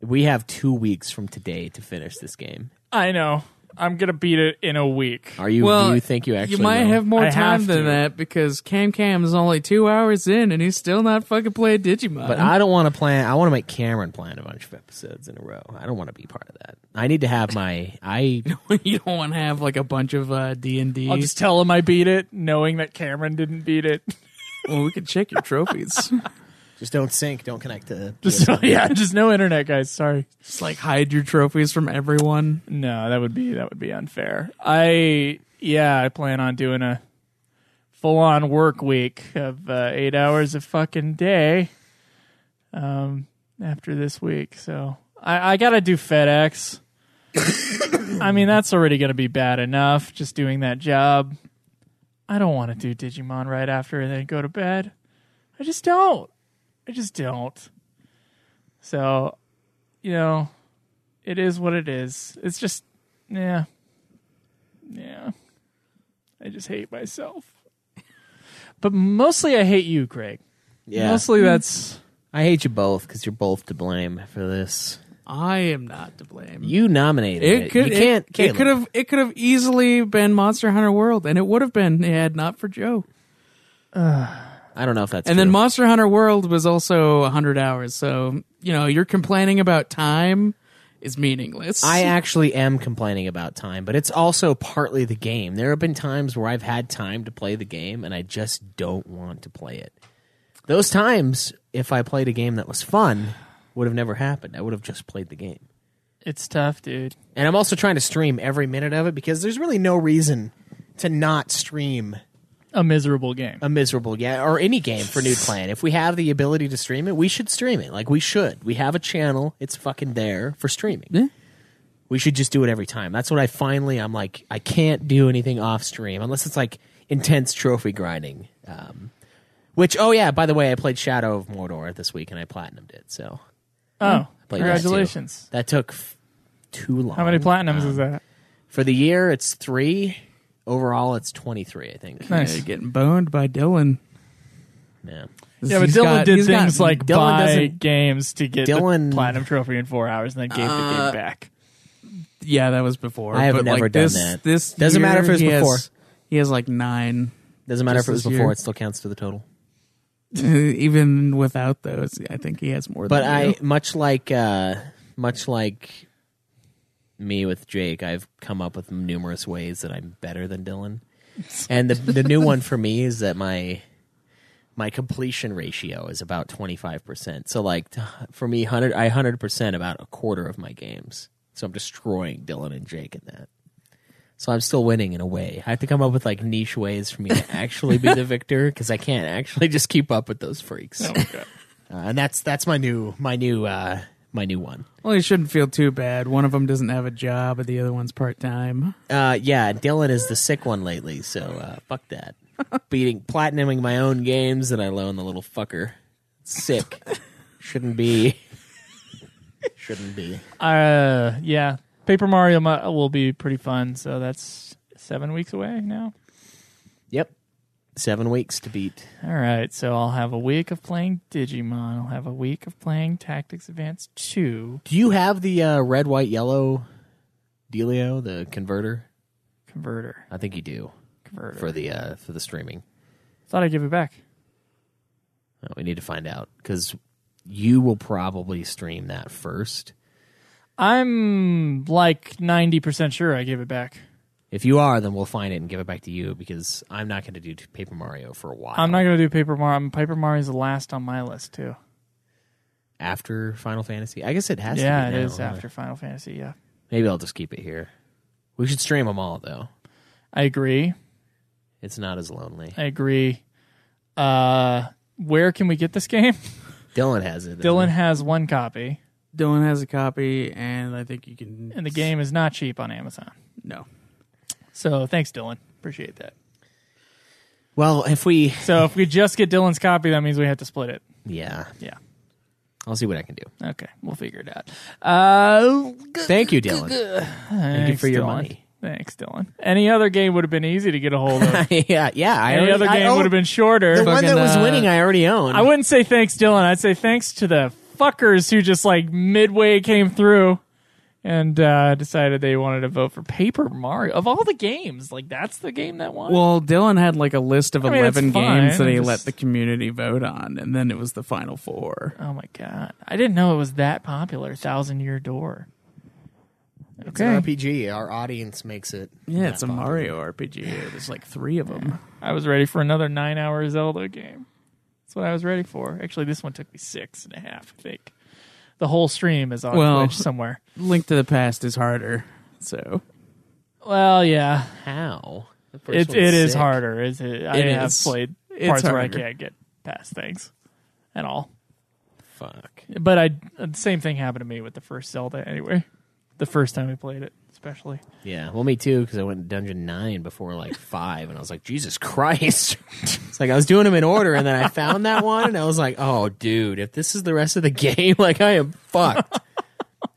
Speaker 6: we have two weeks from today to finish this game.
Speaker 2: i know i'm gonna beat it in a week
Speaker 6: Are you?
Speaker 7: Well,
Speaker 6: do you think you actually?
Speaker 7: you might
Speaker 6: will?
Speaker 7: have more
Speaker 2: I
Speaker 7: time
Speaker 2: have
Speaker 7: than
Speaker 2: to.
Speaker 7: that because Cam Cam is only two hours in and he's still not fucking playing Digimon.
Speaker 6: But I don't want to plan. I want to make Cameron plan a bunch of episodes in a row. I don't want to be part of that. I need to have my. I
Speaker 7: you don't want to have like a bunch of uh, D and
Speaker 2: I'll
Speaker 7: D.
Speaker 2: just tell him I beat it, knowing that Cameron didn't beat it.
Speaker 7: Well, we could check your trophies.
Speaker 8: Just don't sync. Don't connect to.
Speaker 2: Just yeah, just no internet, guys. Sorry.
Speaker 7: just like hide your trophies from everyone.
Speaker 2: No, that would be that would be unfair. I yeah, I plan on doing a full on work week of uh, eight hours a fucking day. Um, after this week, so I, I gotta do FedEx. I mean, that's already gonna be bad enough just doing that job. I don't want to do Digimon right after and then go to bed. I just don't. I just don't. So, you know, it is what it is. It's just, yeah, yeah. I just hate myself. But mostly, I hate you, Craig.
Speaker 6: yeah.
Speaker 2: Mostly, that's
Speaker 6: I hate you both because you're both to blame for this.
Speaker 7: I am not to blame.
Speaker 6: You nominated it.
Speaker 7: it could
Speaker 6: you can't.
Speaker 7: it, it
Speaker 6: Caleb.
Speaker 7: could have it could have easily been Monster Hunter World, and it would have been had not for Joe.
Speaker 6: I don't know if that's.
Speaker 7: And then
Speaker 6: true.
Speaker 7: Monster Hunter World was also 100 hours. So, you know, you're complaining about time is meaningless.
Speaker 6: I actually am complaining about time, but it's also partly the game. There have been times where I've had time to play the game and I just don't want to play it. Those times, if I played a game that was fun, would have never happened. I would have just played the game.
Speaker 2: it's tough, dude.
Speaker 6: And I'm also trying to stream every minute of it because there's really no reason
Speaker 8: To not stream.
Speaker 2: A miserable game.
Speaker 6: a miserable yeah or any game for Nude Clan. If we have the ability to stream it, we should stream it. Like we should. We have a channel. It's fucking there for streaming. We should just do it every time. That's what I finally I'm like I can't do anything off stream unless it's like intense trophy grinding. Um, which oh yeah, by the way, I played Shadow of Mordor this week and I platinumed it. So
Speaker 2: Oh,
Speaker 6: played that too.
Speaker 2: congratulations!
Speaker 6: that took f- too long.
Speaker 2: How many platinums is that?
Speaker 6: For the year, it's three. Overall, it's 23, I think.
Speaker 2: Nice.
Speaker 7: Yeah, getting boned by Dylan.
Speaker 6: Yeah.
Speaker 2: Yeah, but
Speaker 7: He's
Speaker 2: Dylan
Speaker 7: got-
Speaker 2: did
Speaker 7: he's got-
Speaker 2: things like
Speaker 6: Dylan
Speaker 2: buy
Speaker 6: doesn't-
Speaker 2: games to get
Speaker 6: Dylan-
Speaker 2: the platinum trophy in four hours, and then gave the game back.
Speaker 7: Yeah, that was before.
Speaker 6: I have
Speaker 7: but
Speaker 6: never
Speaker 7: like
Speaker 6: done
Speaker 7: this,
Speaker 6: that.
Speaker 7: This
Speaker 6: Doesn't matter if it
Speaker 7: year
Speaker 6: was
Speaker 7: he has-
Speaker 6: before.
Speaker 7: he has like nine.
Speaker 6: Doesn't matter
Speaker 7: Just
Speaker 6: if it was
Speaker 7: this
Speaker 6: before,
Speaker 7: year.
Speaker 6: it still counts to the total.
Speaker 7: Even without those, I think he has more.
Speaker 6: But
Speaker 7: than
Speaker 6: I,
Speaker 7: you.
Speaker 6: much like, uh, much like me with Jake, I've come up with numerous ways that I'm better than Dylan. And the the new one for me is that my my completion ratio is about 25%. So like t- for me 100 I 100% about a quarter of my games. So I'm destroying Dylan and Jake in that. So I'm still winning in a way. I have to come up with like niche ways for me to actually be the victor cuz I can't actually just keep up with those freaks. Uh, and that's that's my new my new uh my new one.
Speaker 7: Well, he shouldn't feel too bad. One of them doesn't have a job, and the other one's part time.
Speaker 6: Uh, yeah, Dylan is the sick one lately, so uh, fuck that. Beating platinuming my own games that I loan the little fucker. Sick. Shouldn't be. Shouldn't be.
Speaker 2: Uh, yeah, Paper Mario mu- will be pretty fun. So that's seven weeks away now.
Speaker 6: Yep. Seven weeks to beat.
Speaker 2: All right, so I'll have a week of playing Digimon. I'll have a week of playing Tactics Advance Two
Speaker 6: Do you have the uh, red, white, yellow Delio, the converter?
Speaker 2: Converter.
Speaker 6: I think you do
Speaker 2: Converter.
Speaker 6: for the uh, for the streaming.
Speaker 2: Thought I'd give it back.
Speaker 6: Uh, we need to find out because you will probably stream that first.
Speaker 2: I'm like ninety percent sure I gave it back.
Speaker 6: If you are, then we'll find it and give it back to you because I'm not going to do Paper Mario for a while.
Speaker 2: I'm not gonna do Paper Mario. Paper Mario's the last on my list too.
Speaker 6: after Final Fantasy. I guess it has.
Speaker 2: yeah,
Speaker 6: to
Speaker 2: it
Speaker 6: be
Speaker 2: is
Speaker 6: now, huh?
Speaker 2: after Final Fantasy. Yeah,
Speaker 6: Maybe I'll just keep it here. We should stream them all though.
Speaker 2: I agree.
Speaker 6: It's not as lonely.
Speaker 2: I agree. Uh, where can we get this game?
Speaker 6: Dylan has it.
Speaker 2: Dylan has one copy,
Speaker 7: Dylan has a copy, and I think you can.
Speaker 2: and the game is not cheap on Amazon.
Speaker 7: No,
Speaker 2: So thanks, Dylan. Appreciate that.
Speaker 6: Well, if we,
Speaker 2: So if we just get Dylan's copy, that means we have to split it.
Speaker 6: yeah,
Speaker 2: Yeah.
Speaker 6: I'll see what I can do.
Speaker 2: Okay, we'll figure it out. Uh,
Speaker 6: Thank you, Dylan.
Speaker 2: thank
Speaker 6: you for your money.
Speaker 2: Thanks, Dylan. Any other game would have been easy to get a hold of.
Speaker 6: yeah, yeah. I
Speaker 2: Any
Speaker 6: already-
Speaker 2: other
Speaker 6: I
Speaker 2: game
Speaker 6: own-
Speaker 2: would have been shorter.
Speaker 6: the one that
Speaker 7: fucking,
Speaker 6: was
Speaker 7: uh,
Speaker 6: winning. I already own.
Speaker 2: I wouldn't say thanks, Dylan. I'd say thanks to the fuckers who just like midway came through and uh, decided they wanted to vote for Paper Mario. Of all the games, like that's the game that won.
Speaker 7: Well, Dylan had like a list of
Speaker 2: I mean, that's
Speaker 7: eleven
Speaker 2: fine,
Speaker 7: games that
Speaker 2: I'm
Speaker 7: he
Speaker 2: just-
Speaker 7: let the community vote on, and then it was the final four.
Speaker 2: oh my god, I didn't know it was that popular. Thousand Year Door.
Speaker 8: It's an RPG. Our audience makes it.
Speaker 7: Yeah, it's a Mario RPG. There's like three of them.
Speaker 2: I was ready for another nine-hour Zelda game. That's what I was ready for. Actually, this one took me six and a half. I think the whole stream is on
Speaker 7: Well-
Speaker 2: Twitch somewhere.
Speaker 7: Link to the Past is harder. So
Speaker 2: Well, yeah,
Speaker 6: How? The first
Speaker 2: it
Speaker 6: one's
Speaker 2: it is
Speaker 6: sick.
Speaker 2: harder. It's, it, I
Speaker 7: It
Speaker 2: have
Speaker 7: is.
Speaker 2: played
Speaker 7: It's
Speaker 2: parts where I
Speaker 7: harder.
Speaker 2: can't get past things at all.
Speaker 6: Fuck.
Speaker 2: But I the same thing happened to me with the first Zelda anyway. The first time we played it, especially.
Speaker 6: Yeah. Well, me too. Because I went to dungeon nine before like five, and I was like, Jesus Christ! it's like I was doing them in order, and then I found that one, and I was like, Oh, dude, if this is the rest of the game, like I am fucked.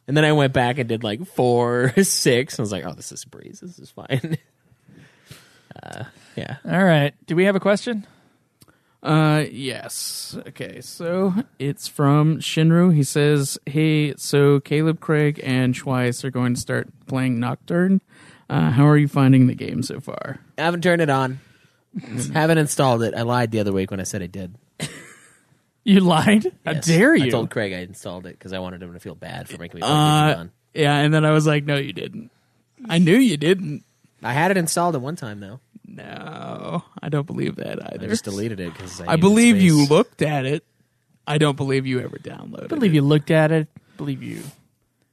Speaker 6: and then I went back and did like four, six, and I was like, Oh, this is a breeze. This is fine. Uh,
Speaker 2: All right. Do we have a question?
Speaker 7: Uh yes. Okay, so it's from Shinru. He says, Hey, so Caleb Craig and Schweiss are going to start playing Nocturne. Uh, how are you finding the game so far?
Speaker 6: I haven't turned it on. haven't installed it. I lied the other week when I said I did.
Speaker 2: You lied. How
Speaker 6: Yes.
Speaker 2: dare you?
Speaker 6: I told Craig I installed it because I wanted him to feel bad for making me play
Speaker 7: Uh
Speaker 6: Digimon.
Speaker 7: yeah, and then I was like, No, you didn't. I knew you didn't.
Speaker 6: I had it installed at one time though.
Speaker 7: No, I don't believe that
Speaker 6: I
Speaker 7: either.
Speaker 6: just deleted it because I,
Speaker 7: I
Speaker 6: needed
Speaker 7: believe you
Speaker 6: space.
Speaker 7: looked at it. I don't believe you ever downloaded.
Speaker 2: I believe
Speaker 7: it.
Speaker 2: you looked at it. I believe you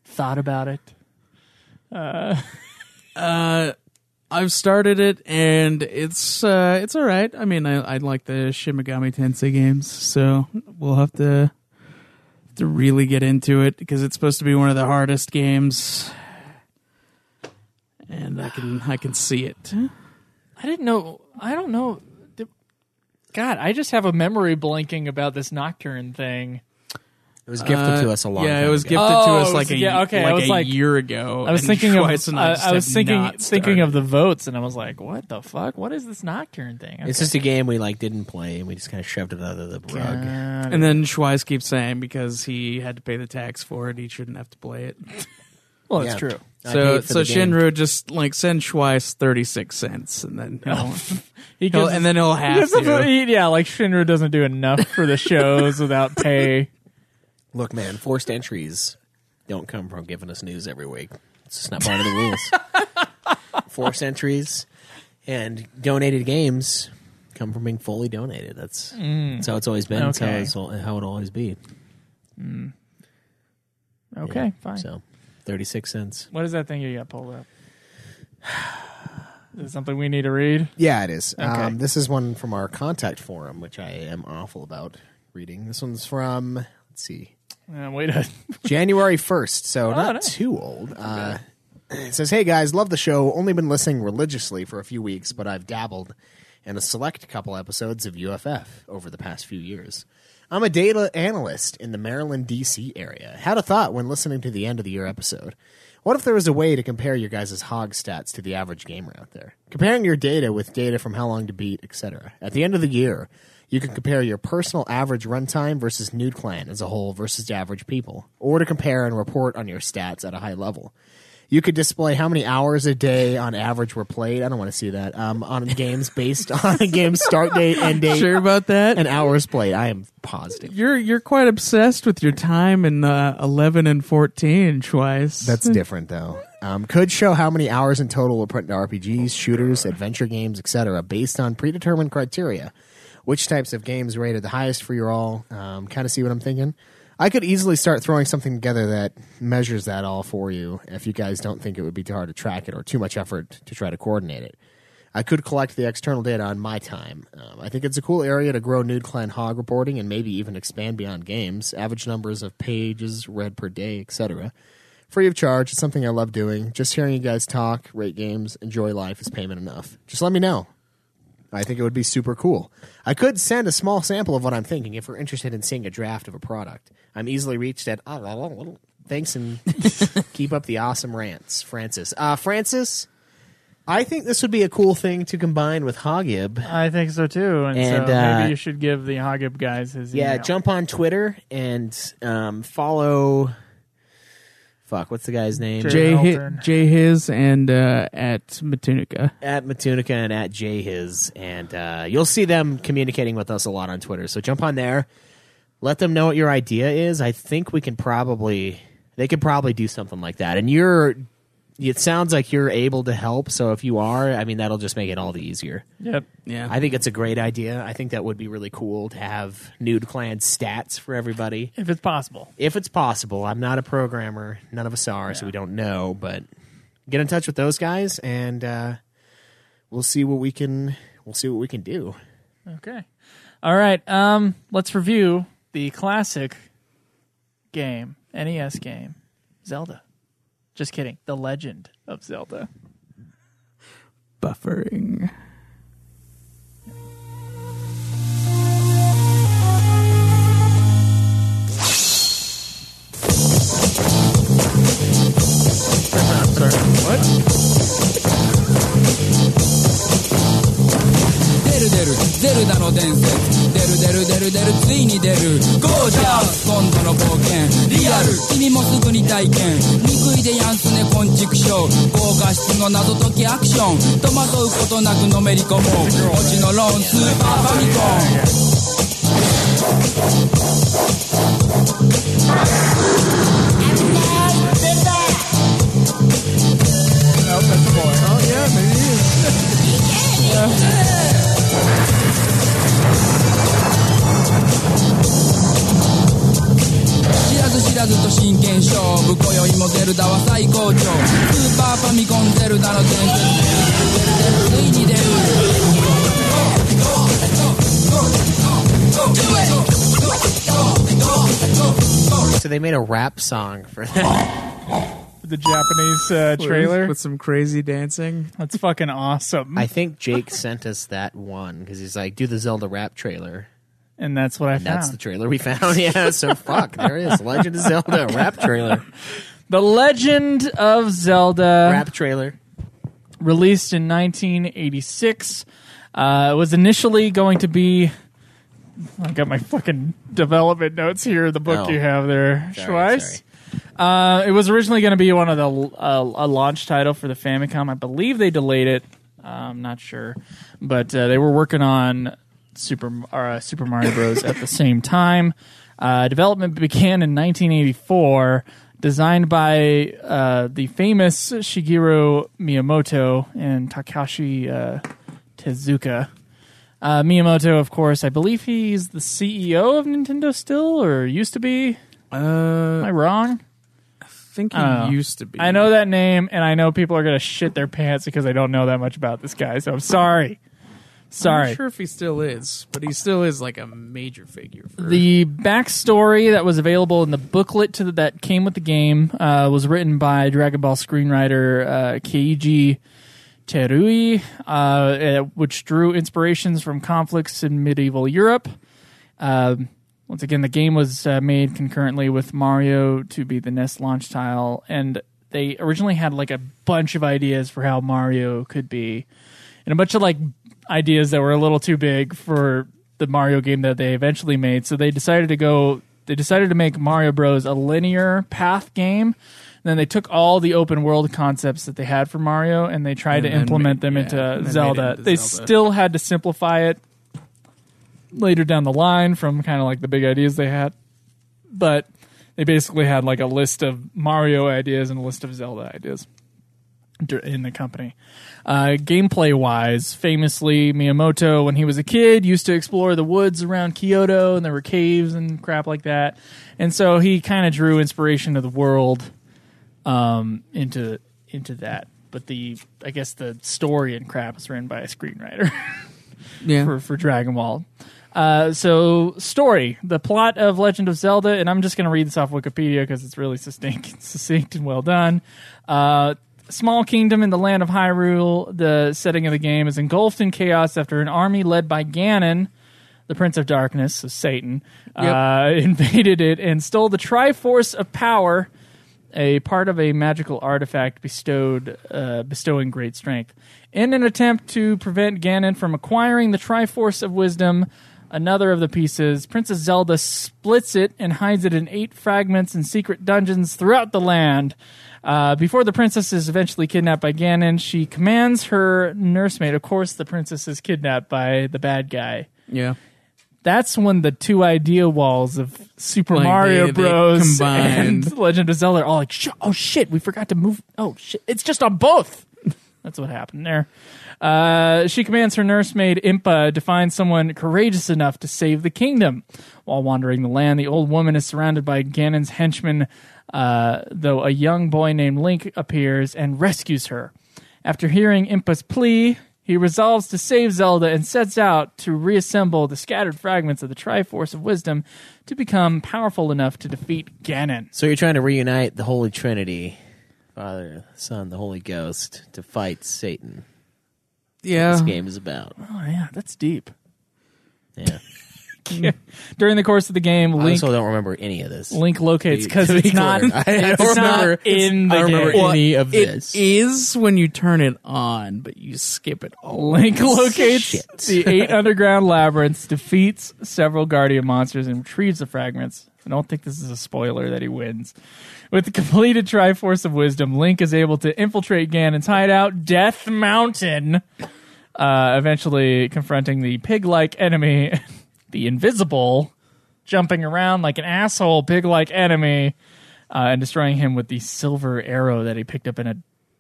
Speaker 2: thought about it.
Speaker 7: I've started it and it's uh, it's all right. I mean, I, I like the Shin Megami Tensei games, so we'll have to to really get into it because it's supposed to be one of the hardest games, and I can I can see it.
Speaker 2: I didn't know. I don't know. Did- God, I just have a memory blanking about this Nocturne thing.
Speaker 6: It was gifted
Speaker 7: Uh,
Speaker 6: to us a long
Speaker 7: yeah,
Speaker 6: time
Speaker 7: it was
Speaker 6: ago.
Speaker 7: gifted to
Speaker 2: Oh,
Speaker 7: us
Speaker 2: it
Speaker 7: like
Speaker 2: was-
Speaker 7: a
Speaker 2: yeah, okay, I
Speaker 7: like
Speaker 2: was
Speaker 7: a
Speaker 2: like-
Speaker 7: year ago.
Speaker 2: I was
Speaker 7: and
Speaker 2: thinking of
Speaker 7: Schweiss and
Speaker 2: I-
Speaker 7: just
Speaker 2: I was
Speaker 7: have
Speaker 2: thinking
Speaker 7: not
Speaker 2: thinking of
Speaker 7: started.
Speaker 2: the votes, and I was like, "What the fuck? What is this nocturne thing?"
Speaker 6: It's just a game we like didn't play, and we just kind of shoved it under the rug.
Speaker 2: Uh,
Speaker 7: and then Schweiss keeps saying because he had to pay the tax for it, he shouldn't have to play it.
Speaker 2: well, it's
Speaker 6: Yeah.
Speaker 2: true.
Speaker 6: I
Speaker 7: So
Speaker 6: paid for
Speaker 7: so
Speaker 6: the game.
Speaker 7: Shinru just like send Schweiss thirty six cents and then he'll,
Speaker 2: He
Speaker 7: he'll-
Speaker 2: gives
Speaker 7: and then he'll
Speaker 2: he
Speaker 7: have
Speaker 2: gives
Speaker 7: to.
Speaker 2: the- he- yeah, like Shinra doesn't do enough for the shows without pay.
Speaker 6: Look, man, forced entries don't come from giving us news every week. It's just not part of the rules. forced entries and donated games come from being fully donated. That's,
Speaker 7: Mm.
Speaker 6: that's how it's always been. That's
Speaker 2: Okay.
Speaker 6: how, it's, al- how it'll always be.
Speaker 2: Okay, fine.
Speaker 6: So, 36 cents.
Speaker 2: What is that thing you got pulled up? Is it something we need to read?
Speaker 8: Yeah, it is.
Speaker 2: Okay.
Speaker 8: Um, this is one from our contact forum, which I am awful about reading. This one's from, let's see,
Speaker 2: Uh, wait a
Speaker 8: January 1st, so not
Speaker 2: Oh, nice.
Speaker 8: too old. Uh, it says, Hey guys, love the show. Only been listening religiously for a few weeks, but I've dabbled in a select couple episodes of UFF over the past few years. I'm a data analyst in the Maryland, D.C. area. Had a thought when listening to the end of the year episode. What if there was a way to compare your guys' hog stats to the average gamer out there? Comparing your data with data from how long to beat, etc. At the end of the year, you can compare your personal average runtime versus Nude Clan as a whole versus average people, or to compare and report on your stats at a high level. You could display how many hours a day on average were played. I don't want to see that. Um, on games based on a game's start date, end date,
Speaker 7: Sure about that?
Speaker 8: and hours played. I am positive.
Speaker 7: You're you're quite obsessed with your time in uh, eleven and fourteen, twice.
Speaker 8: That's different though. Um, could show how many hours in total were put into RPGs, shooters, adventure games, etc., based on predetermined criteria. Which types of games rated the highest for your all? Um, kind of see what I'm thinking. I could easily start throwing something together that measures that all for you if you guys don't think it would be too hard to track it or too much effort to try to coordinate it. I could collect the external data on my time. Um, I think it's a cool area to grow Nude Clan Hog reporting and maybe even expand beyond games. Average numbers of pages read per day, etc. Free of charge. It's something I love doing. Just hearing you guys talk, rate games, enjoy life is payment enough. Just let me know. I think it would be super cool. I could send a small sample of what I'm thinking if we're interested in seeing a draft of a product. I'm easily reached at. ah, Thanks and keep up the awesome rants, Francis. Uh, Francis, I think this would be a cool thing to combine with Hogib.
Speaker 2: I think so too. And,
Speaker 6: And,
Speaker 2: so
Speaker 6: uh,
Speaker 2: maybe you should give the Hogib guys his
Speaker 6: Yeah,
Speaker 2: email.
Speaker 6: jump on Twitter and um, follow. Fuck, what's the guy's name?
Speaker 2: Jay-
Speaker 7: Jay hi-
Speaker 2: Alton.
Speaker 7: Jay His and uh, at Matunica.
Speaker 6: at Matunica and at Jay His, and uh, you'll see them communicating with us a lot on Twitter. So jump on there, let them know what your idea is. I think we can probably they could probably do something like that. And you're, it sounds like you're able to help. So if you are, I mean, that'll just make it all the easier.
Speaker 2: Yep.
Speaker 7: Yeah,
Speaker 6: I think it's a great idea. I think that would be really cool to have nude clan stats for everybody
Speaker 2: If it's possible.
Speaker 6: if it's possible. I'm not a programmer. None of us are, so we don't know. But get in touch with those guys, and uh, we'll see what we can. We'll see what we can do.
Speaker 2: Okay. All right. Um, let's review the classic game, NES game, Zelda. Just kidding. The Legend of Zelda.
Speaker 7: buffering.
Speaker 4: 出る出る出るだろ伝説出る出る出る出るついに出るゴージャス今度の冒険リアル君もすぐに体験憎いでやんすね昆虫ショー高画質の謎解きアクション戸惑うことなくのめり込もう落ちのローンスーパーファミコン知らず知らずと真剣勝負今宵もゼルダは最高潮スーパーファミコンゼルダの伝説ついに出る
Speaker 6: So they made a rap song for that.
Speaker 2: The Japanese uh, trailer.
Speaker 7: with some crazy dancing.
Speaker 2: That's fucking awesome.
Speaker 6: I think Jake sent us that one because he's like, "Do the Zelda rap trailer."
Speaker 2: and that's what I found.
Speaker 6: That's the trailer we found. Yeah, so fuck. There it is. Legend of Zelda rap trailer.
Speaker 2: The Legend of Zelda,
Speaker 6: Rap trailer.
Speaker 2: released in 1986, uh, was initially going to be. I got my fucking development notes here. The book
Speaker 6: Oh.
Speaker 2: you have there,
Speaker 6: Sorry,
Speaker 2: Schweiss. Uh, it was originally going to be one of the uh, a launch title for the Famicom. I believe they delayed it. Uh, I'm not sure, but uh, they were working on Super or, uh, Super Mario Bros. at the same time. Uh, development began in 1984, designed by uh, the famous Shigeru Miyamoto and Takashi uh, Tezuka. Uh, Miyamoto, of course, I believe he's the CEO of Nintendo still, or used to be.
Speaker 7: Uh,
Speaker 2: Am I
Speaker 7: I
Speaker 2: wrong?
Speaker 7: think he
Speaker 2: Oh.
Speaker 7: used to be.
Speaker 2: I know that name, and I know people are gonna shit their pants because they don't know that much about this guy. So I'm sorry,
Speaker 7: I'm
Speaker 2: sorry.
Speaker 7: not sure if he still is, but he still is like a major figure. For
Speaker 2: The backstory that was available in the booklet to the, that came with the game uh, was written by Dragon Ball screenwriter uh, Keiji Terui, uh, uh, which drew inspirations from conflicts in medieval Europe. Um once again, the game was uh, made concurrently with Mario to be the NES launch tile, and they originally had like a bunch of ideas for how Mario could be, and a bunch of like ideas that were a little too big for the Mario game that they eventually made. So they decided to go. They decided to make Mario Bros. a linear path game. And then they took all the open world concepts that they had for Mario and they tried
Speaker 7: And
Speaker 2: to
Speaker 7: then
Speaker 2: implement
Speaker 7: made-
Speaker 2: them
Speaker 7: yeah, and then
Speaker 2: into
Speaker 7: made it
Speaker 2: Zelda.
Speaker 7: into
Speaker 2: they
Speaker 7: Zelda.
Speaker 2: still had to simplify it later down the line from kind of like the big ideas they had. But they basically had like a list of Mario ideas and a list of Zelda ideas dur- in the company. Uh, gameplay wise, famously, Miyamoto, when he was a kid, used to explore the woods around Kyoto and there were caves and crap like that. And so he kind of drew inspiration of the world um, into into that. But the I guess the story and crap is written by a screenwriter
Speaker 7: yeah.
Speaker 2: for, for Dragon Ball. Uh, so, story the plot of Legend of Zelda, and I'm just going to read this off Wikipedia because it's really succinct, succinct and well done. Uh, small kingdom in the land of Hyrule, the setting of the game is engulfed in chaos after an army led by Ganon. The Prince of Darkness, so Satan, uh, invaded it and stole the Triforce of Power, a part of a magical artifact bestowed uh, bestowing great strength. In an attempt to prevent Ganon from acquiring the Triforce of Wisdom, another of the pieces, Princess Zelda splits it and hides it in eight fragments in secret dungeons throughout the land. Uh, before the princess is eventually kidnapped by Ganon, she commands her nursemaid. Of course, the princess is kidnapped by the bad guy.
Speaker 7: yeah.
Speaker 2: That's when the two idea walls of Super
Speaker 7: Like,
Speaker 2: Mario
Speaker 7: they- they
Speaker 2: Bros.
Speaker 7: combined.
Speaker 2: and Legend of Zelda are all like, "Sh- oh shit, we forgot to move. Oh shit, it's just on both. That's what happened there. Uh, she commands her nursemaid Impa to find someone courageous enough to save the kingdom. While wandering the land, the old woman is surrounded by Ganon's henchmen, uh, though a young boy named Link appears and rescues her. After hearing Impa's plea, he resolves to save Zelda and sets out to reassemble the scattered fragments of the Triforce of Wisdom to become powerful enough to defeat Ganon.
Speaker 6: So you're trying to reunite the Holy Trinity, Father, Son, the Holy Ghost, to fight Satan. This
Speaker 7: Yeah.
Speaker 6: game is about.
Speaker 2: Oh, yeah, that's deep.
Speaker 6: Yeah.
Speaker 2: During the course of the game,
Speaker 6: I
Speaker 2: Link
Speaker 6: also don't remember any of this.
Speaker 2: Link locates because
Speaker 6: To be
Speaker 2: it's not.
Speaker 6: clear, I- I
Speaker 2: it's
Speaker 6: don't
Speaker 2: not
Speaker 6: remember-
Speaker 2: in the
Speaker 6: I don't remember
Speaker 2: game.
Speaker 6: any of this.
Speaker 7: It is when you turn it on, but you skip it all.
Speaker 2: Link locates
Speaker 6: Shit.
Speaker 2: the eight underground labyrinths, defeats several guardian monsters, and retrieves the fragments. I don't think this is a spoiler that he wins. With the completed Triforce of Wisdom, Link is able to infiltrate Ganon's hideout, Death Mountain, uh, eventually confronting the pig like enemy, the invisible, jumping around like an asshole pig like enemy, uh, and destroying him with the silver arrow that he picked up in a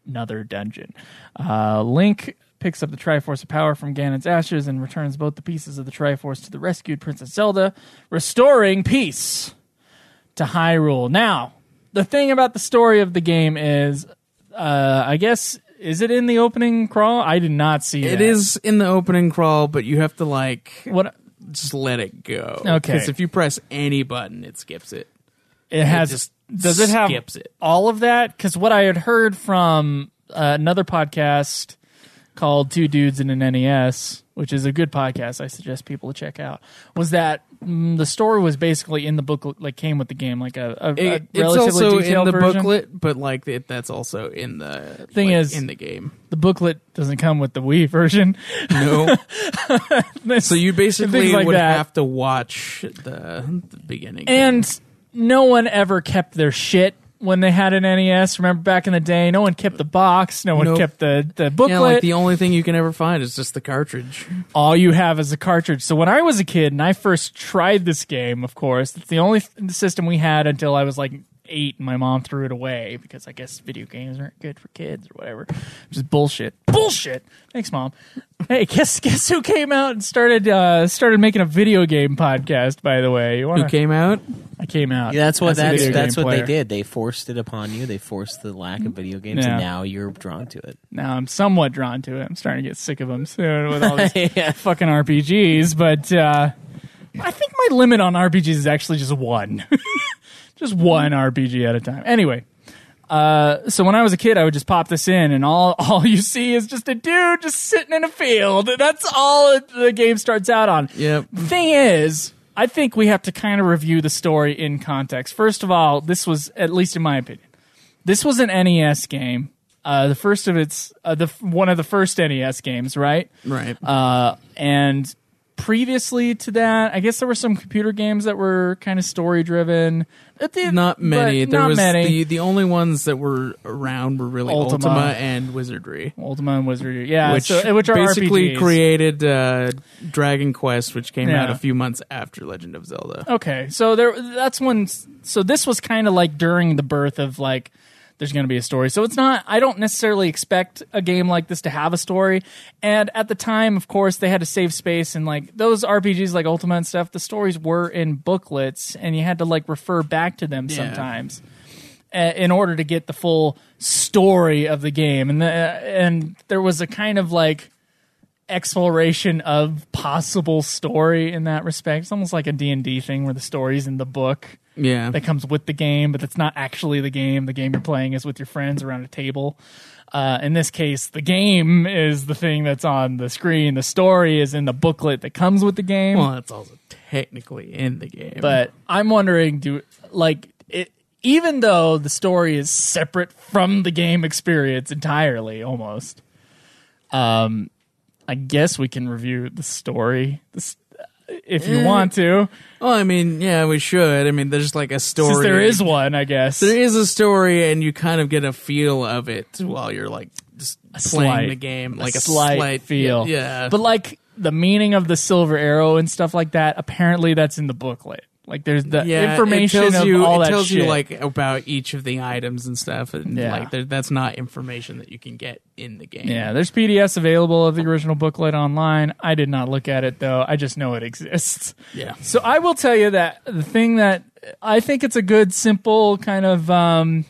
Speaker 2: another dungeon. Uh, Link picks up the Triforce of Power from Ganon's ashes and returns both the pieces of the Triforce to the rescued Princess Zelda, restoring peace to Hyrule. Now, the thing about the story of the game is, uh, I guess, is it in the opening crawl? I did not see
Speaker 7: It
Speaker 2: that.
Speaker 7: is in the opening crawl, but you have to like
Speaker 2: What
Speaker 7: just let it go.
Speaker 2: Okay.
Speaker 7: Because if you press any button, it skips it.
Speaker 2: it has?
Speaker 7: just
Speaker 2: does it have
Speaker 7: skips it.
Speaker 2: all of that? Because what I had heard from uh, another podcast called Two Dudes in an NES which is a good podcast I suggest people to check out, was that mm, the story was basically in the booklet, like came with the game, like a, a, a
Speaker 7: It- it's
Speaker 2: relatively
Speaker 7: also in
Speaker 2: detailed
Speaker 7: the
Speaker 2: version.
Speaker 7: booklet, but like it, that's also in the
Speaker 2: Thing
Speaker 7: like,
Speaker 2: is-
Speaker 7: in the game.
Speaker 2: The booklet doesn't come with the Wii version.
Speaker 7: No, so you basically
Speaker 2: Things like
Speaker 7: would
Speaker 2: that.
Speaker 7: have to watch the, the beginning.
Speaker 2: And no one ever kept their shit when they had an NES. Remember back in the day, no one kept the box, no one
Speaker 7: Nope.
Speaker 2: kept the, the booklet.
Speaker 7: yeah, like the only thing you can ever find is just the cartridge.
Speaker 2: all you have is a cartridge. So when I was a kid and I first tried this game, of course, it's the only th- system we had until I was like eight and my mom threw it away because I guess video games aren't good for kids or whatever. Just bullshit. Bullshit. Thanks, mom. Hey, guess guess who came out and started uh, started making a video game podcast, by the way. You
Speaker 7: Who
Speaker 2: wanna,
Speaker 7: came out?
Speaker 2: I came out.
Speaker 6: Yeah, that's
Speaker 2: as
Speaker 6: what
Speaker 2: a
Speaker 6: that's
Speaker 2: video
Speaker 6: that's
Speaker 2: game
Speaker 6: what they
Speaker 2: player.
Speaker 6: did. They forced it upon you. They forced the lack of video games,
Speaker 2: Yeah.
Speaker 6: and now you're drawn to it.
Speaker 2: Now I'm somewhat drawn to it. I'm starting to get sick of them soon with all these fucking RPGs, but uh, I think my limit on RPGs is actually just one, just one RPG at a time. Anyway, uh, so when I was a kid, I would just pop this in, and all all you see is just a dude just sitting in a field. That's all it- the game starts out on.
Speaker 7: Yep.
Speaker 2: The thing is, I think we have to kind of review the story in context. First of all, this was, at least in my opinion, this was an NES game. Uh, the first of its, uh, the f- one of the first NES games, right?
Speaker 7: Right.
Speaker 2: Uh, and previously to that, I guess there were some computer games that were kind of story driven.
Speaker 7: not many. There
Speaker 2: not
Speaker 7: was
Speaker 2: many.
Speaker 7: the the only ones that were around were really
Speaker 2: Ultima.
Speaker 7: Ultima, and Wizardry,
Speaker 2: Ultima and Wizardry, yeah,
Speaker 7: which
Speaker 2: so, which are
Speaker 7: basically
Speaker 2: RPGs.
Speaker 7: created uh, Dragon Quest, which came out
Speaker 2: Yeah.
Speaker 7: a few months after Legend of Zelda.
Speaker 2: Okay, so there. That's when. So this was kind of like during the birth of like. There's going to be a story, so it's not. I don't necessarily expect a game like this to have a story. And at the time, of course, they had to save space, and like those RPGs, like Ultima and stuff, the stories were in booklets, and you had to like refer back to them sometimes uh, in order to get the full story of the game. And the, and there was a kind of like exploration of possible story in that respect. It's almost like a D&D thing where the story's in the book
Speaker 7: Yeah,
Speaker 2: that comes with the game, but that's not actually the game. The game you're playing is with your friends around a table. Uh, in this case, the game is the thing that's on the screen. The story is in the booklet that comes with the game.
Speaker 7: well, that's also technically in the game,
Speaker 2: But I'm wondering, do like it, even though the story is separate from the game experience entirely, almost. Um, I guess we can review the story this, if
Speaker 7: Eh,
Speaker 2: you want to,
Speaker 7: well, I mean, yeah, we should. I mean, there's like a story.
Speaker 2: since there is one. I guess
Speaker 7: there is a story, and you kind of get a feel of it while you're like just playing
Speaker 2: slight-
Speaker 7: the game,
Speaker 2: a
Speaker 7: like a
Speaker 2: slight feel.
Speaker 7: Yeah,
Speaker 2: but like the meaning of the silver arrow and stuff like that. Apparently, that's in the booklet. Like there's the information
Speaker 7: it tells
Speaker 2: of
Speaker 7: you,
Speaker 2: all
Speaker 7: it
Speaker 2: that
Speaker 7: tells
Speaker 2: shit.
Speaker 7: you like about each of the items and stuff and
Speaker 2: Yeah.
Speaker 7: like there, that's not information that you can get in the game
Speaker 2: Yeah, there's PDFs available of the original booklet online. I did not look at it though. I just know it exists.
Speaker 7: yeah
Speaker 2: So I will tell you that the thing that I think it's a good, simple kind of um,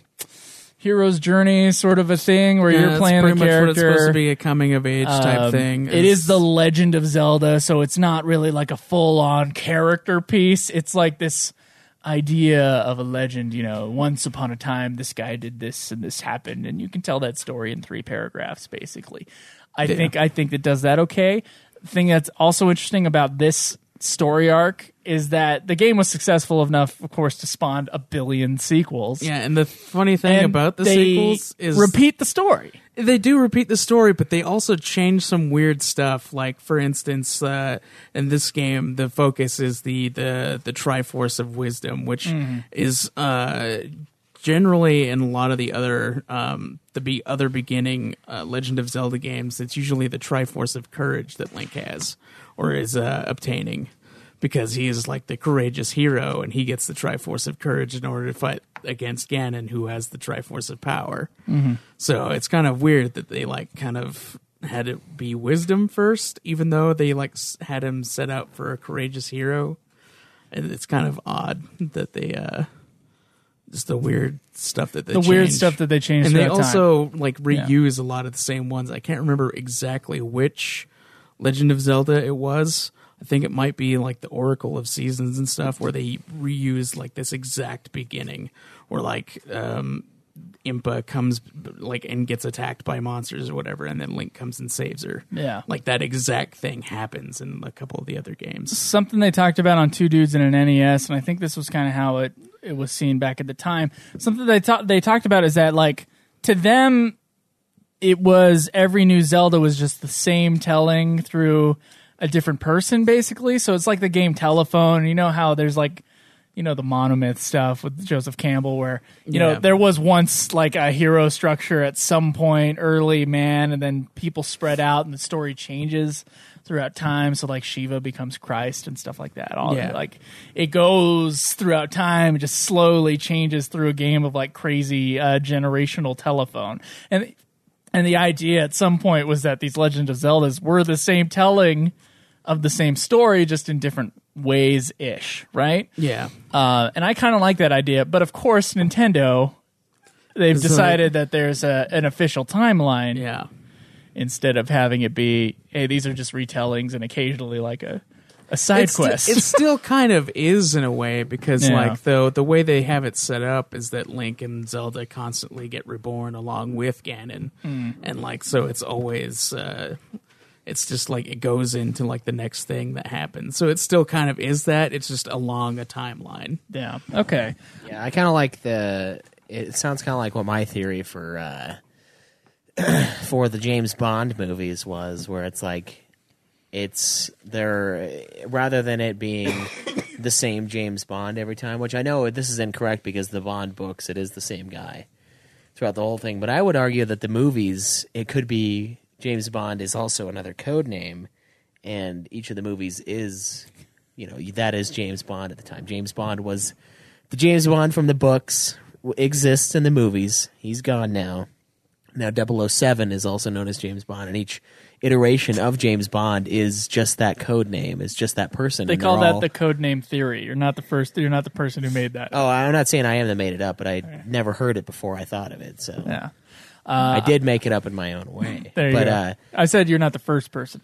Speaker 2: hero's journey sort of a thing where
Speaker 7: Yeah,
Speaker 2: you're
Speaker 7: that's
Speaker 2: playing the
Speaker 7: pretty much
Speaker 2: character.
Speaker 7: what it's supposed to be a coming of age
Speaker 2: Um,
Speaker 7: type thing
Speaker 2: It is the Legend of Zelda, so it's not really like a full on character piece. It's like this idea of a legend, you know, once upon a time this guy did this and this happened and you can tell that story in three paragraphs basically. I think I think that does that okay. The thing that's also interesting about this story arc is that the game was successful enough of course to spawn a billion sequels.
Speaker 7: yeah and the funny thing
Speaker 2: And
Speaker 7: about the
Speaker 2: they
Speaker 7: sequels is
Speaker 2: repeat the story.
Speaker 7: they do repeat the story, but they also change some weird stuff. Like for instance, uh, in this game, the focus is the the the Triforce of Wisdom, which is uh, generally in a lot of the other um, the be other beginning uh, Legend of Zelda games. It's usually the Triforce of Courage that Link has or is uh, obtaining. Because he is like the courageous hero, and he gets the Triforce of Courage in order to fight against Ganon, who has the Triforce of Power. So it's kind of weird that they like kind of had it be wisdom first, even though they like s- had him set out for a courageous hero. And it's kind of odd that they uh just the weird stuff that they
Speaker 2: The weird
Speaker 7: changed.
Speaker 2: stuff that they changed
Speaker 7: and they
Speaker 2: throughout time.
Speaker 7: also like reuse a lot of the same ones. I can't remember exactly which Legend of Zelda it was. I think it might be like the Oracle of Seasons and stuff, where they reuse like this exact beginning, where like um, Impa comes like and gets attacked by monsters or whatever, and then Link comes and saves her.
Speaker 2: Yeah.
Speaker 7: like that exact thing happens in a couple of the other games.
Speaker 2: something they talked about on Two Dudes in an NES, and I think this was kind of how it, it was seen back at the time. Something they ta- they talked about is that like to them, it was every new Zelda was just the same telling through a different person, basically. So it's like the game Telephone. You know how there's like you know the monomyth stuff with Joseph Campbell, where you know
Speaker 7: Yeah.
Speaker 2: there was once like a hero structure at some point early man, and then people spread out and the story changes throughout time. So like Shiva becomes Christ and stuff like that. All
Speaker 7: Yeah.
Speaker 2: like it goes throughout time, and just slowly changes through a game of like crazy uh, generational telephone and. And the idea at some point was that these Legend of Zeldas were the same telling of the same story, just in different ways ish, right?
Speaker 7: Yeah,
Speaker 2: Uh, and I kind of like that idea, but of course, Nintendo they've
Speaker 7: So-
Speaker 2: decided that there's a, an official timeline
Speaker 7: yeah,
Speaker 2: instead of having it be, hey, these are just retellings and occasionally like a, a side
Speaker 7: it's
Speaker 2: quest.
Speaker 7: Still, it still kind of is in a way because
Speaker 2: Yeah.
Speaker 7: like though the way they have it set up is that Link and Zelda constantly get reborn along with Ganon,
Speaker 2: Hmm.
Speaker 7: and like so it's always. Uh, it's just like it goes into like the next thing that happens. So it still kind of is that. It's just along a timeline.
Speaker 2: yeah. Okay.
Speaker 6: Yeah, I kind of like the. It sounds kind of like what my theory for uh, for the James Bond movies was, where it's like it's they're rather than it being the same James Bond every time, which I know this is incorrect because the Bond books it is the same guy throughout the whole thing. But I would argue that the movies it could be James Bond is also another code name, and each of the movies is you know that is James Bond at the time. James Bond was the James Bond from the books w- exists in the movies. He's gone now. Now 007 is also known as James Bond, and each iteration of James Bond is just that code name, is just that person.
Speaker 2: They
Speaker 6: and
Speaker 2: call
Speaker 6: they're
Speaker 2: that
Speaker 6: all-
Speaker 2: the code name theory. You're not the first. You're not the person who made that.
Speaker 6: Oh, I'm not saying I am that made it up, but I never heard it before I thought of it. So
Speaker 7: Uh,
Speaker 2: Yeah.
Speaker 6: I did make it up in my own way.
Speaker 2: There you
Speaker 6: but
Speaker 2: go.
Speaker 6: Uh,
Speaker 2: I said you're not the first person.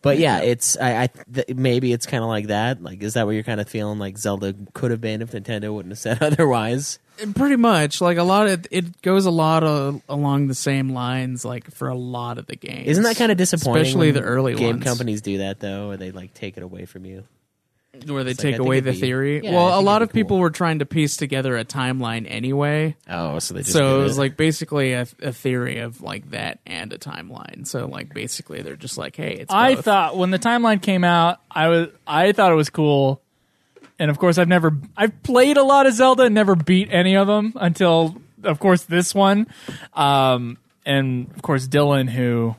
Speaker 6: but yeah, it's I, I th- maybe it's kind of like that. Like, is that what you're kind of feeling? Like Zelda could have been if Nintendo wouldn't have said otherwise.
Speaker 7: And pretty much like a lot of it goes a lot of, along the same lines like for a lot of the games.
Speaker 6: Isn't that kind of disappointing?
Speaker 7: Especially
Speaker 6: when
Speaker 7: the early
Speaker 6: game
Speaker 7: ones.
Speaker 6: companies do that though, where they like take it away from you.
Speaker 7: where they
Speaker 6: It's like, I
Speaker 7: take
Speaker 6: think
Speaker 7: away
Speaker 6: it'd
Speaker 7: the
Speaker 6: be-
Speaker 7: theory.
Speaker 6: yeah, I
Speaker 7: well, a
Speaker 6: think
Speaker 7: lot
Speaker 6: it'd
Speaker 7: of
Speaker 6: be
Speaker 7: people
Speaker 6: cool.
Speaker 7: were trying to piece together a timeline anyway.
Speaker 6: Oh, so they just
Speaker 7: so
Speaker 6: did
Speaker 7: it was like basically a, a theory of like that and a timeline. So like basically they're just like, hey, it's
Speaker 2: I
Speaker 7: both.
Speaker 2: thought when the timeline came out, I was I thought it was cool, and of course I've never I've played a lot of Zelda, and never beat any of them until of course this one, um, and of course Dylan who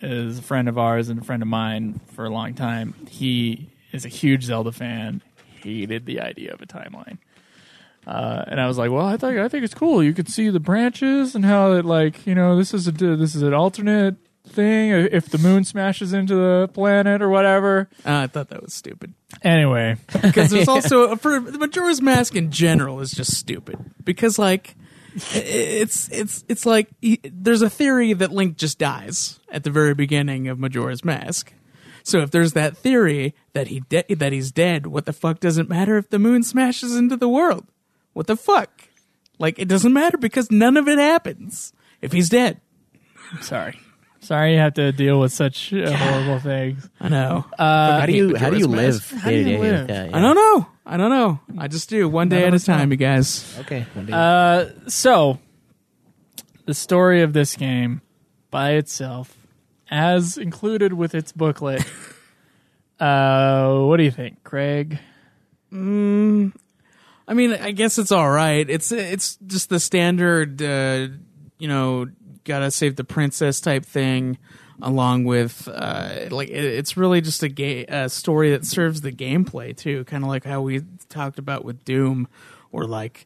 Speaker 2: is a friend of ours and a friend of mine for a long time. He is a huge Zelda fan. Hated the idea of a timeline. Uh, and I was like, well, I think I think it's cool. You could see the branches and how it like you know this is a this is an alternate thing uh, if the moon smashes into the planet or whatever.
Speaker 7: Uh, I thought that was stupid
Speaker 2: Anyway,
Speaker 7: because there's also for the Majora's Mask in general is just stupid because like i- it's it's it's like he, there's a theory that Link just dies at the very beginning of Majora's Mask. So if there's that theory that he de- that he's dead, what the fuck does it matter if the moon smashes into the world? What the fuck? Like it doesn't matter because none of it happens if he's dead.
Speaker 2: sorry, sorry you have to deal with such uh, horrible things.
Speaker 7: I know.
Speaker 6: How do you
Speaker 7: hate
Speaker 6: how do you live
Speaker 7: Majora's Mask.
Speaker 2: do
Speaker 6: day
Speaker 2: you
Speaker 6: to day
Speaker 2: live?
Speaker 6: with that?
Speaker 7: I don't know. I don't know. I just do one day at a
Speaker 2: us know.
Speaker 7: time, you guys.
Speaker 6: Okay. One day.
Speaker 2: So, the story of this game by itself, as included with its booklet. uh, what do you think, Craig?
Speaker 7: I mean, I guess it's all right. It's it's just the standard, uh, you know, gotta save the princess type thing, along with uh, like it, it's really just a ga- a story that serves the gameplay too, kind of like how we talked about with Doom, or like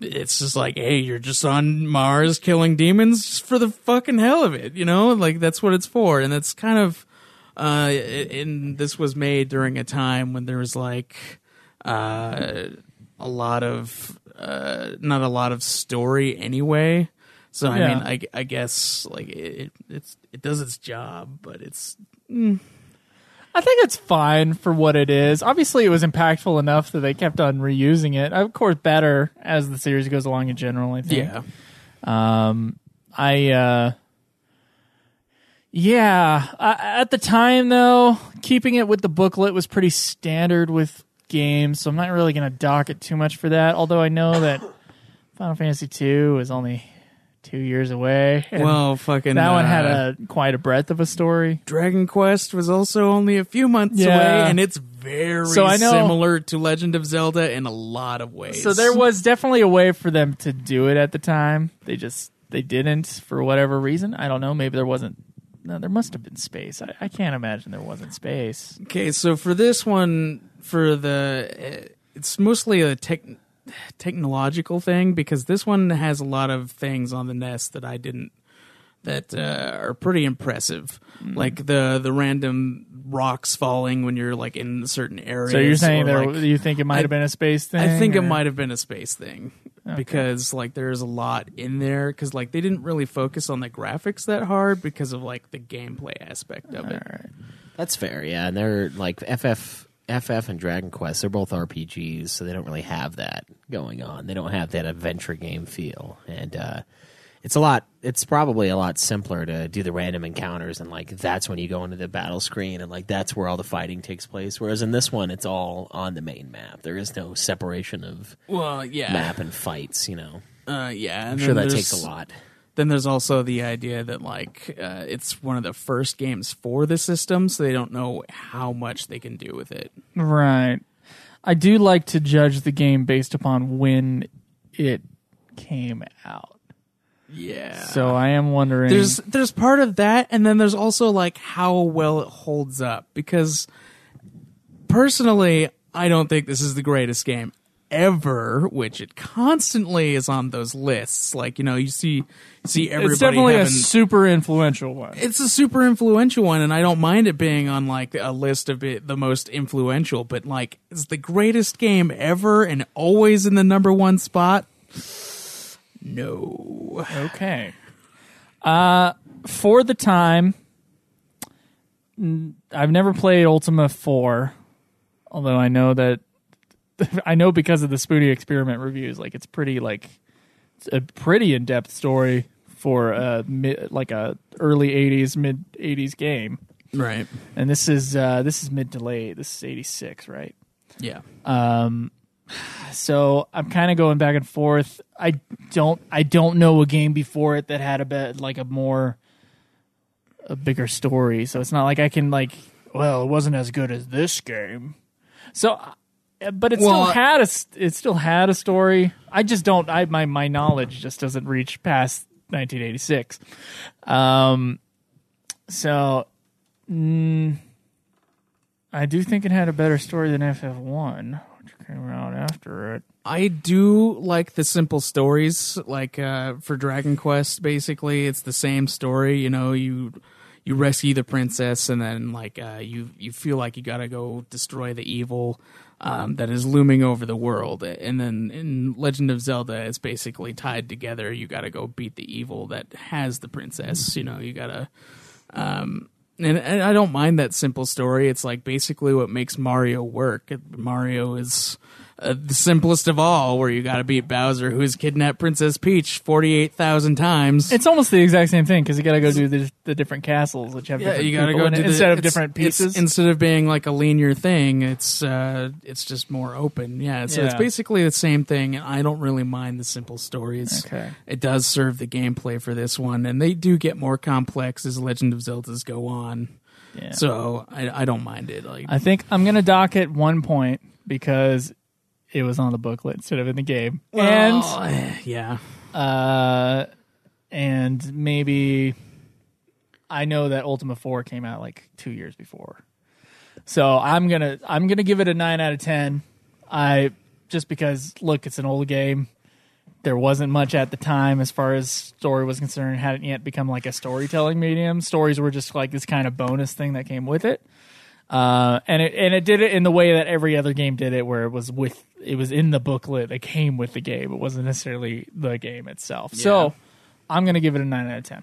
Speaker 7: it's just like, hey, you're just on Mars killing demons just for the fucking hell of it, you know? Like that's what it's for, and that's kind of. Uh, and this was made during a time when there was like uh, a lot of uh, not a lot of story anyway. So I
Speaker 2: Yeah.
Speaker 7: mean, I, I guess like it, it's it does its job, but it's
Speaker 2: I think it's fine for what it is. Obviously, it was impactful enough that they kept on reusing it. Of course, better as the series goes along in general. I think. Um, I, uh, yeah, I, at the time though, keeping it with the booklet was pretty standard with games, so I'm not really going to dock it too much for that. Although I know that Final Fantasy II is only two years away. and
Speaker 7: Well, fucking
Speaker 2: that one had
Speaker 7: uh,
Speaker 2: a quite a breadth of a story.
Speaker 7: Dragon Quest was also only a few months
Speaker 2: Yeah.
Speaker 7: away, and it's very
Speaker 2: So I know-
Speaker 7: similar to Legend of Zelda in a lot of ways.
Speaker 2: So there was definitely a way for them to do it at the time. They just they didn't for whatever reason. I don't know. Maybe there wasn't. No, there must have been space. I, I can't imagine there wasn't space.
Speaker 7: Okay, so for this one, for the uh, it's mostly a tech, technological thing because this one has a lot of things on the nest that I didn't that uh, are pretty impressive,
Speaker 2: Mm-hmm.
Speaker 7: like the the random rocks falling when you're like in certain areas.
Speaker 2: So you're saying
Speaker 7: or,
Speaker 2: there?
Speaker 7: like-
Speaker 2: you think it might
Speaker 7: I-
Speaker 2: have been a space thing?
Speaker 7: I think
Speaker 2: or-
Speaker 7: it might have been a space thing because like there's a lot in there because like they didn't really focus on the graphics that hard because of like the gameplay aspect of it.
Speaker 6: That's fair, yeah. And they're like FF, FF, and Dragon Quest. They're both RPGs, so they don't really have that going on. They don't have that adventure game feel, and uh, it's a lot. It's probably a lot simpler to do the random encounters, and like that's when you go into the battle screen, and like that's where all the fighting takes place. Whereas in this one, it's all on the main map. There is no separation of
Speaker 7: Well, yeah,
Speaker 6: map and fights. You know,
Speaker 7: Uh, yeah, and
Speaker 6: I'm sure
Speaker 7: then
Speaker 6: that
Speaker 7: there's-
Speaker 6: takes a lot.
Speaker 7: Then there's also the idea that like uh, it's one of the first games for the system, so they don't know how much they can do with it.
Speaker 2: Right. I do like to judge the game based upon when it came out.
Speaker 7: Yeah.
Speaker 2: So I am wondering.
Speaker 7: there's there's part of that and then there's also like how well it holds up because personally i don't think this is the greatest game ever which it constantly is on those lists like you know you see see everybody
Speaker 2: it's definitely a
Speaker 7: having-
Speaker 2: super influential one.
Speaker 7: it's a super influential one and i don't mind it being on like a list of it, the most influential but like it's the greatest game ever and always in the number one spot no
Speaker 2: Okay. Uh, for the time, n- I've never played Ultima 4, although I know that I know because of the Spoody experiment reviews, like it's pretty like it's a pretty in depth story for a mid, like a early '80s, mid '80s game.
Speaker 7: right
Speaker 2: And this is uh, this is mid to late. This is '86, right?
Speaker 7: yeah
Speaker 2: so I'm kind of going back and forth. I don't I don't know a game before it that had a bit like a more a bigger story. So it's not like I can like well, it wasn't as good as this game. So uh, but it
Speaker 7: Well,
Speaker 2: still had a s- it still had a story. I just don't I my my knowledge just doesn't reach past 1986. Um so mm, I do think it had a better story than FF1, which came out after it.
Speaker 7: I do like the simple stories, like uh, for Dragon Quest. Basically, it's the same story. You know, you you rescue the princess, and then like uh, you you feel like you gotta go destroy the evil um, that is looming over the world. And then in Legend of Zelda, it's basically tied together. You gotta go beat the evil that has the princess. You know, you gotta and, and I don't mind that simple story. It's like basically what makes Mario work. Mario is uh, the simplest of all, where you got to beat Bowser, who has kidnapped Princess Peach forty-eight thousand times.
Speaker 2: It's almost the exact same thing because you got to go do the, the different castles, which have
Speaker 7: yeah,
Speaker 2: different
Speaker 7: you got to
Speaker 2: people
Speaker 7: go
Speaker 2: in it,
Speaker 7: do the-
Speaker 2: instead of
Speaker 7: it's-
Speaker 2: different
Speaker 7: it's-
Speaker 2: pieces.
Speaker 7: instead of being like a linear thing, it's uh, it's just more open. Yeah, so it's
Speaker 2: Yeah.
Speaker 7: basically the same thing. And I don't really mind the simple stories.
Speaker 2: Okay.
Speaker 7: it does serve the gameplay for this one, and they do get more complex as Legend of Zeldas go on.
Speaker 2: Yeah.
Speaker 7: So I, I don't mind it. Like
Speaker 2: I think I'm gonna dock it one point because it was on the booklet instead of in the game,
Speaker 7: Well, eh, yeah,
Speaker 2: and uh, and maybe I know that Ultima Four came out like two years before, so I'm gonna I'm gonna give it a nine out of ten. I just because look, it's an old game. There wasn't much at the time as far as story was concerned. It hadn't yet become like a storytelling medium. Stories were just like this kind of bonus thing that came with it. Uh, and it and it did it in the way that every other game did it, where it was with it was in the booklet that came with the game. It wasn't necessarily the game itself. So I'm gonna give it a nine out of ten.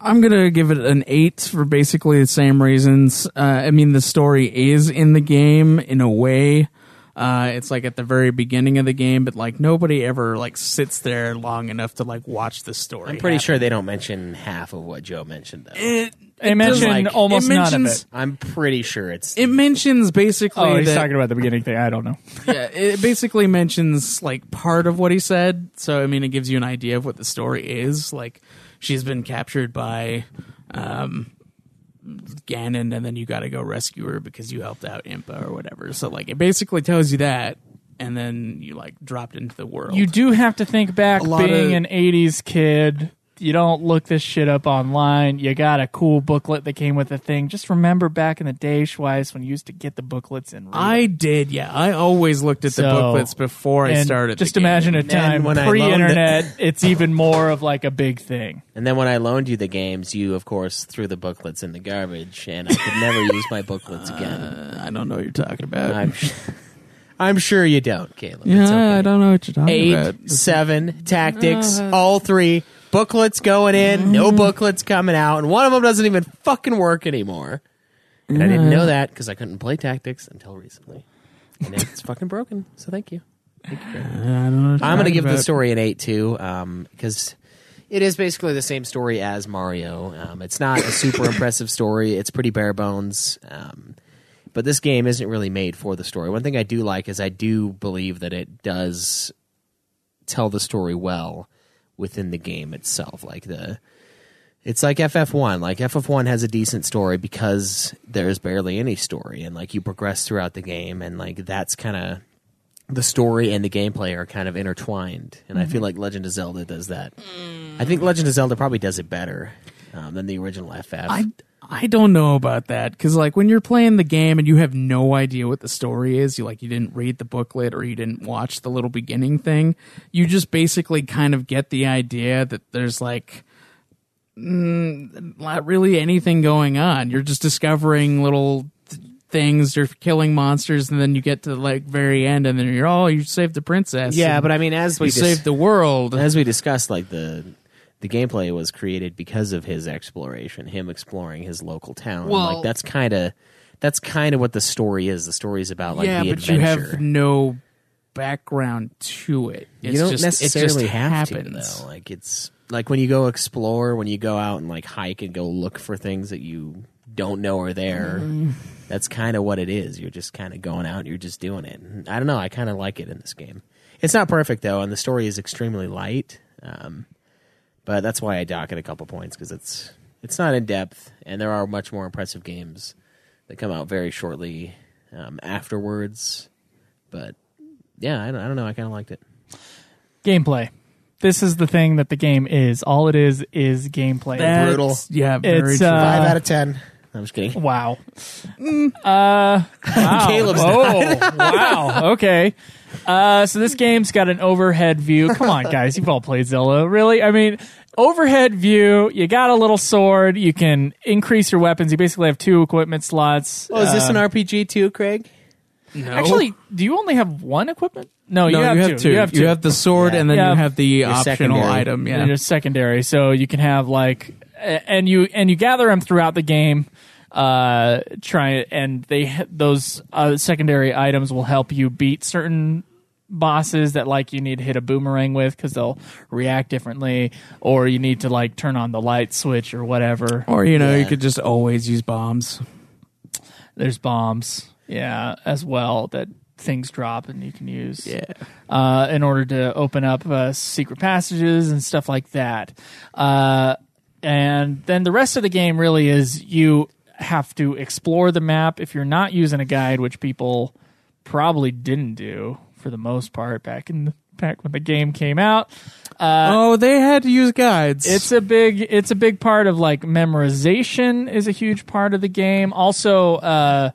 Speaker 7: I'm gonna give it an eight for basically the same reasons. Uh, I mean, the story is in the game in a way. Uh, it's like at the very beginning of the game, but like nobody ever like sits there long enough to like watch the story.
Speaker 6: I'm pretty sure they don't mention half of what Joe mentioned, though.
Speaker 7: it,
Speaker 2: They mention
Speaker 7: does-
Speaker 2: almost
Speaker 7: it
Speaker 2: none of
Speaker 7: mentions-
Speaker 2: it.
Speaker 6: I'm pretty sure it's.
Speaker 7: It mentions basically
Speaker 2: Oh, he's
Speaker 7: that,
Speaker 2: talking about the beginning thing. I don't know.
Speaker 7: yeah, it basically mentions like part of what he said. So I mean, it gives you an idea of what the story is. Like she's been captured by um, Ganon, and then you got to go rescue her because you helped out Impa or whatever. So like, it basically tells you that, and then you like dropped into the world.
Speaker 2: You do have to think back
Speaker 7: lot
Speaker 2: being
Speaker 7: of-
Speaker 2: an 80s kid. You don't look this shit up online. You got a cool booklet that came with the thing. Just remember back in the day, Schweiss, when you used to get the booklets and read.
Speaker 7: I did, yeah. I always looked at the
Speaker 2: So-
Speaker 7: booklets before I
Speaker 2: and
Speaker 7: started. the
Speaker 2: Just
Speaker 7: game.
Speaker 2: imagine a time
Speaker 6: when I loaned it-
Speaker 2: pre-internet. it's even more of like a big thing.
Speaker 6: And then when I loaned you the games, you of course threw the booklets in the garbage, and I could never use my booklets again.
Speaker 7: I don't know what you're talking about.
Speaker 6: I'm, I'm sure you don't, Caleb.
Speaker 7: yeah,
Speaker 6: it's okay.
Speaker 7: I don't know what you're talking about.
Speaker 6: Eight, seven tactics, all three booklets going in, no
Speaker 7: Mm-hmm.
Speaker 6: booklets coming out, and one of them doesn't even fucking work anymore. And I didn't know that because I couldn't play tactics until recently, and it's fucking broken. So thank you.
Speaker 7: I don't know. What you're
Speaker 6: I'm going to
Speaker 7: talking
Speaker 6: give the
Speaker 7: about.
Speaker 6: story an eight too, because it is basically the same story as Mario. Um, it's not a super impressive story. It's pretty bare bones. Um, but this game isn't really made for the story. One thing I do like is I do believe that it does tell the story well within the game itself. Like the it's like FF1. Like FF1 has a decent story because there's barely any story and like you progress throughout the game and like that's kind of the story and the gameplay are kind of intertwined. And I feel like Legend of Zelda does that. I think Legend of Zelda probably does it better um, than the original FF.
Speaker 7: I I don't know about that because like when you're playing the game and you have no idea what the story is, you like you didn't read the booklet or you didn't watch the little beginning thing. You just basically kind of get the idea that there's like mm, not really anything going on. You're just discovering little th- things. You're killing monsters, and then you get to the like very end, and then you're oh you saved the princess.
Speaker 6: yeah,
Speaker 7: and
Speaker 6: but I mean, as we
Speaker 7: you saved the world.
Speaker 6: as we discussed, like the the gameplay was created because of his exploration, him exploring his local town.
Speaker 7: Well-
Speaker 6: like that's kind of that's kind of what the story is. The story is about like
Speaker 7: yeah,
Speaker 6: the
Speaker 7: but
Speaker 6: adventure.
Speaker 7: you have no background to it.
Speaker 6: You
Speaker 7: It's
Speaker 6: don't
Speaker 7: just,
Speaker 6: necessarily
Speaker 7: it just
Speaker 6: have
Speaker 7: happens.
Speaker 6: to though. Like it's like when you go explore, when you go out and like hike and go look for things that you don't know are there.
Speaker 7: Mm.
Speaker 6: That's kind of what it is. You're just kind of going out. and You're just doing it. And I don't know. I kind of like it in this game. It's not perfect though, and the story is extremely light. Um, but that's why I dock it a couple points because it's it's not in depth, and there are much more impressive games that come out very shortly um, afterwards. But yeah, I don't, I don't know. I kind of liked it.
Speaker 2: Gameplay. This is the thing that the game is. All it is is gameplay.
Speaker 7: That's-
Speaker 8: Brutal.
Speaker 7: Yeah, very
Speaker 2: It's,
Speaker 7: true.
Speaker 2: uh,
Speaker 8: Five out of ten.
Speaker 6: I'm just kidding.
Speaker 2: Wow. Uh, wow.
Speaker 6: Caleb's
Speaker 2: oh, wow. Okay. Uh, so this game's got an overhead view. Come on, guys. You've all played Zelda. Really? I mean, overhead view, you got a little sword. You can increase your weapons. You basically have two equipment slots.
Speaker 6: Oh, is this
Speaker 8: Uh,
Speaker 6: an RPG too, Craig?
Speaker 2: Actually, do you only have one equipment? No,
Speaker 7: no,
Speaker 2: you, have two. You have two.
Speaker 7: the sword, and then
Speaker 2: Yeah.
Speaker 7: you have the optional
Speaker 6: secondary.
Speaker 7: item.
Speaker 2: and
Speaker 7: Yeah,
Speaker 2: they're just secondary. So you can have like, a- and you and you gather them throughout the game. Uh, try and they those uh, secondary items will help you beat certain bosses that like you need to hit a boomerang with because they'll react differently, or you need to like turn on the light switch or whatever.
Speaker 7: or you know, you could just always use bombs.
Speaker 2: There's bombs, yeah, as well that things drop and you can use. Yeah. uh, in order to open up uh, secret passages and stuff like that. Uh, and then the rest of the game really is you have to explore the map if you're not using a guide, which people probably didn't do for the most part back in the, back when the game came out.
Speaker 7: oh, they had to use guides.
Speaker 2: It's a big it's a big part of like memorization is a huge part of the game. Also, uh,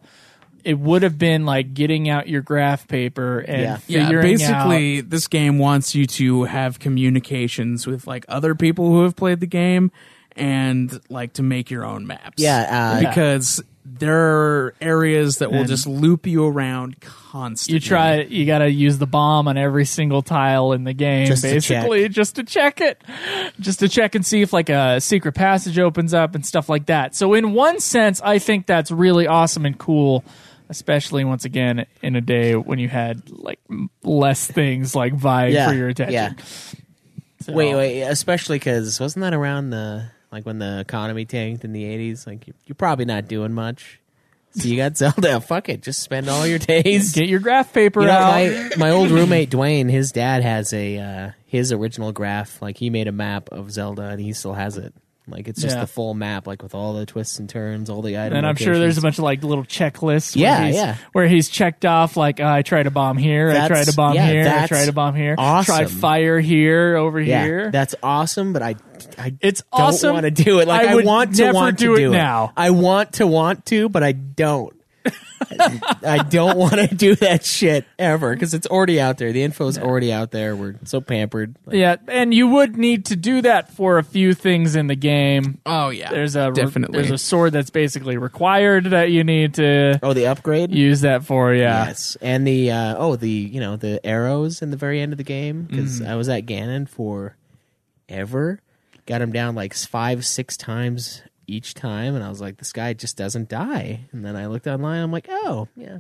Speaker 2: it would have been like getting out your graph paper and
Speaker 6: Yeah.
Speaker 7: yeah,
Speaker 2: figuring out
Speaker 7: basically, this game wants you to have communications with like other people who have played the game, and like to make your own maps.
Speaker 6: Yeah, uh,
Speaker 7: because there are areas that will
Speaker 2: And-
Speaker 7: just loop you around constantly.
Speaker 2: you try you got to use the bomb on every single tile in the game
Speaker 6: Just to
Speaker 2: basically just to check it just to check and see if like a secret passage opens up and stuff like that so in one sense i think that's really awesome and cool especially once again in a day when you had like m- less things like vying
Speaker 8: Yeah,
Speaker 2: for your attention.
Speaker 8: yeah.
Speaker 2: So-
Speaker 8: Wait, wait, especially because wasn't that around the like when the economy tanked in the eighties? Like you- you're probably not doing much, so you got Zelda. Fuck it, just spend all your days.
Speaker 2: Get your graph paper
Speaker 8: You know,
Speaker 2: out.
Speaker 8: my my old roommate Dwayne, his dad has a uh, his original graph. Like he made a map of Zelda, and he still has it. Like it's just
Speaker 2: Yeah.
Speaker 8: the full map, like with all the twists and turns, all the items.
Speaker 2: and I'm sure there's a bunch of like little checklists. Where
Speaker 8: Yeah,
Speaker 2: he's,
Speaker 8: yeah.
Speaker 2: Where he's checked off like uh, I tried to bomb here, I
Speaker 8: That's-
Speaker 2: tried to bomb
Speaker 8: yeah,
Speaker 2: here, I
Speaker 8: that's
Speaker 2: tried to bomb here,
Speaker 8: awesome.
Speaker 2: tried fire here, over
Speaker 8: yeah,
Speaker 2: here.
Speaker 8: that's awesome. But I, I
Speaker 2: it's
Speaker 8: don't
Speaker 2: awesome.
Speaker 8: want to do it. Like I,
Speaker 2: would
Speaker 8: want to
Speaker 2: never
Speaker 8: want
Speaker 2: do
Speaker 8: to
Speaker 2: it
Speaker 8: do it
Speaker 2: now.
Speaker 8: I want to want to, but I don't. I don't want to do that shit ever because it's already out there. The info's already out there. We're so pampered. Like,
Speaker 2: Yeah, and you would need to do that for a few things in the game.
Speaker 7: Oh yeah,
Speaker 2: There's a
Speaker 7: definitely.
Speaker 2: there's a sword that's basically required that you need to
Speaker 8: Oh, the upgrade.
Speaker 2: use that for. Yeah,
Speaker 8: Yes, and the uh, oh the you know the arrows in the very end of the game because
Speaker 2: Mm.
Speaker 8: I was at Ganon for ever, got him down like s- five six times each time, and I was like, this guy just doesn't die. And then I looked online, I'm like, oh yeah.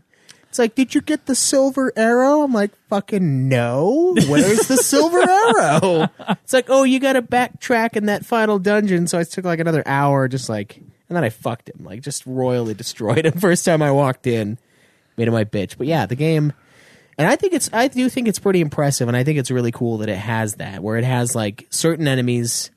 Speaker 8: It's like, did you get the silver arrow? I'm like, fucking no. Where's the silver arrow? It's like, oh, you got to backtrack in that final dungeon. So I took like another hour, just like, and then I fucked him, like, just royally destroyed him first time I walked in made it my bitch. But yeah, the game, and I think it's I do think it's pretty impressive, and I think it's really cool that it has that where it has like certain enemies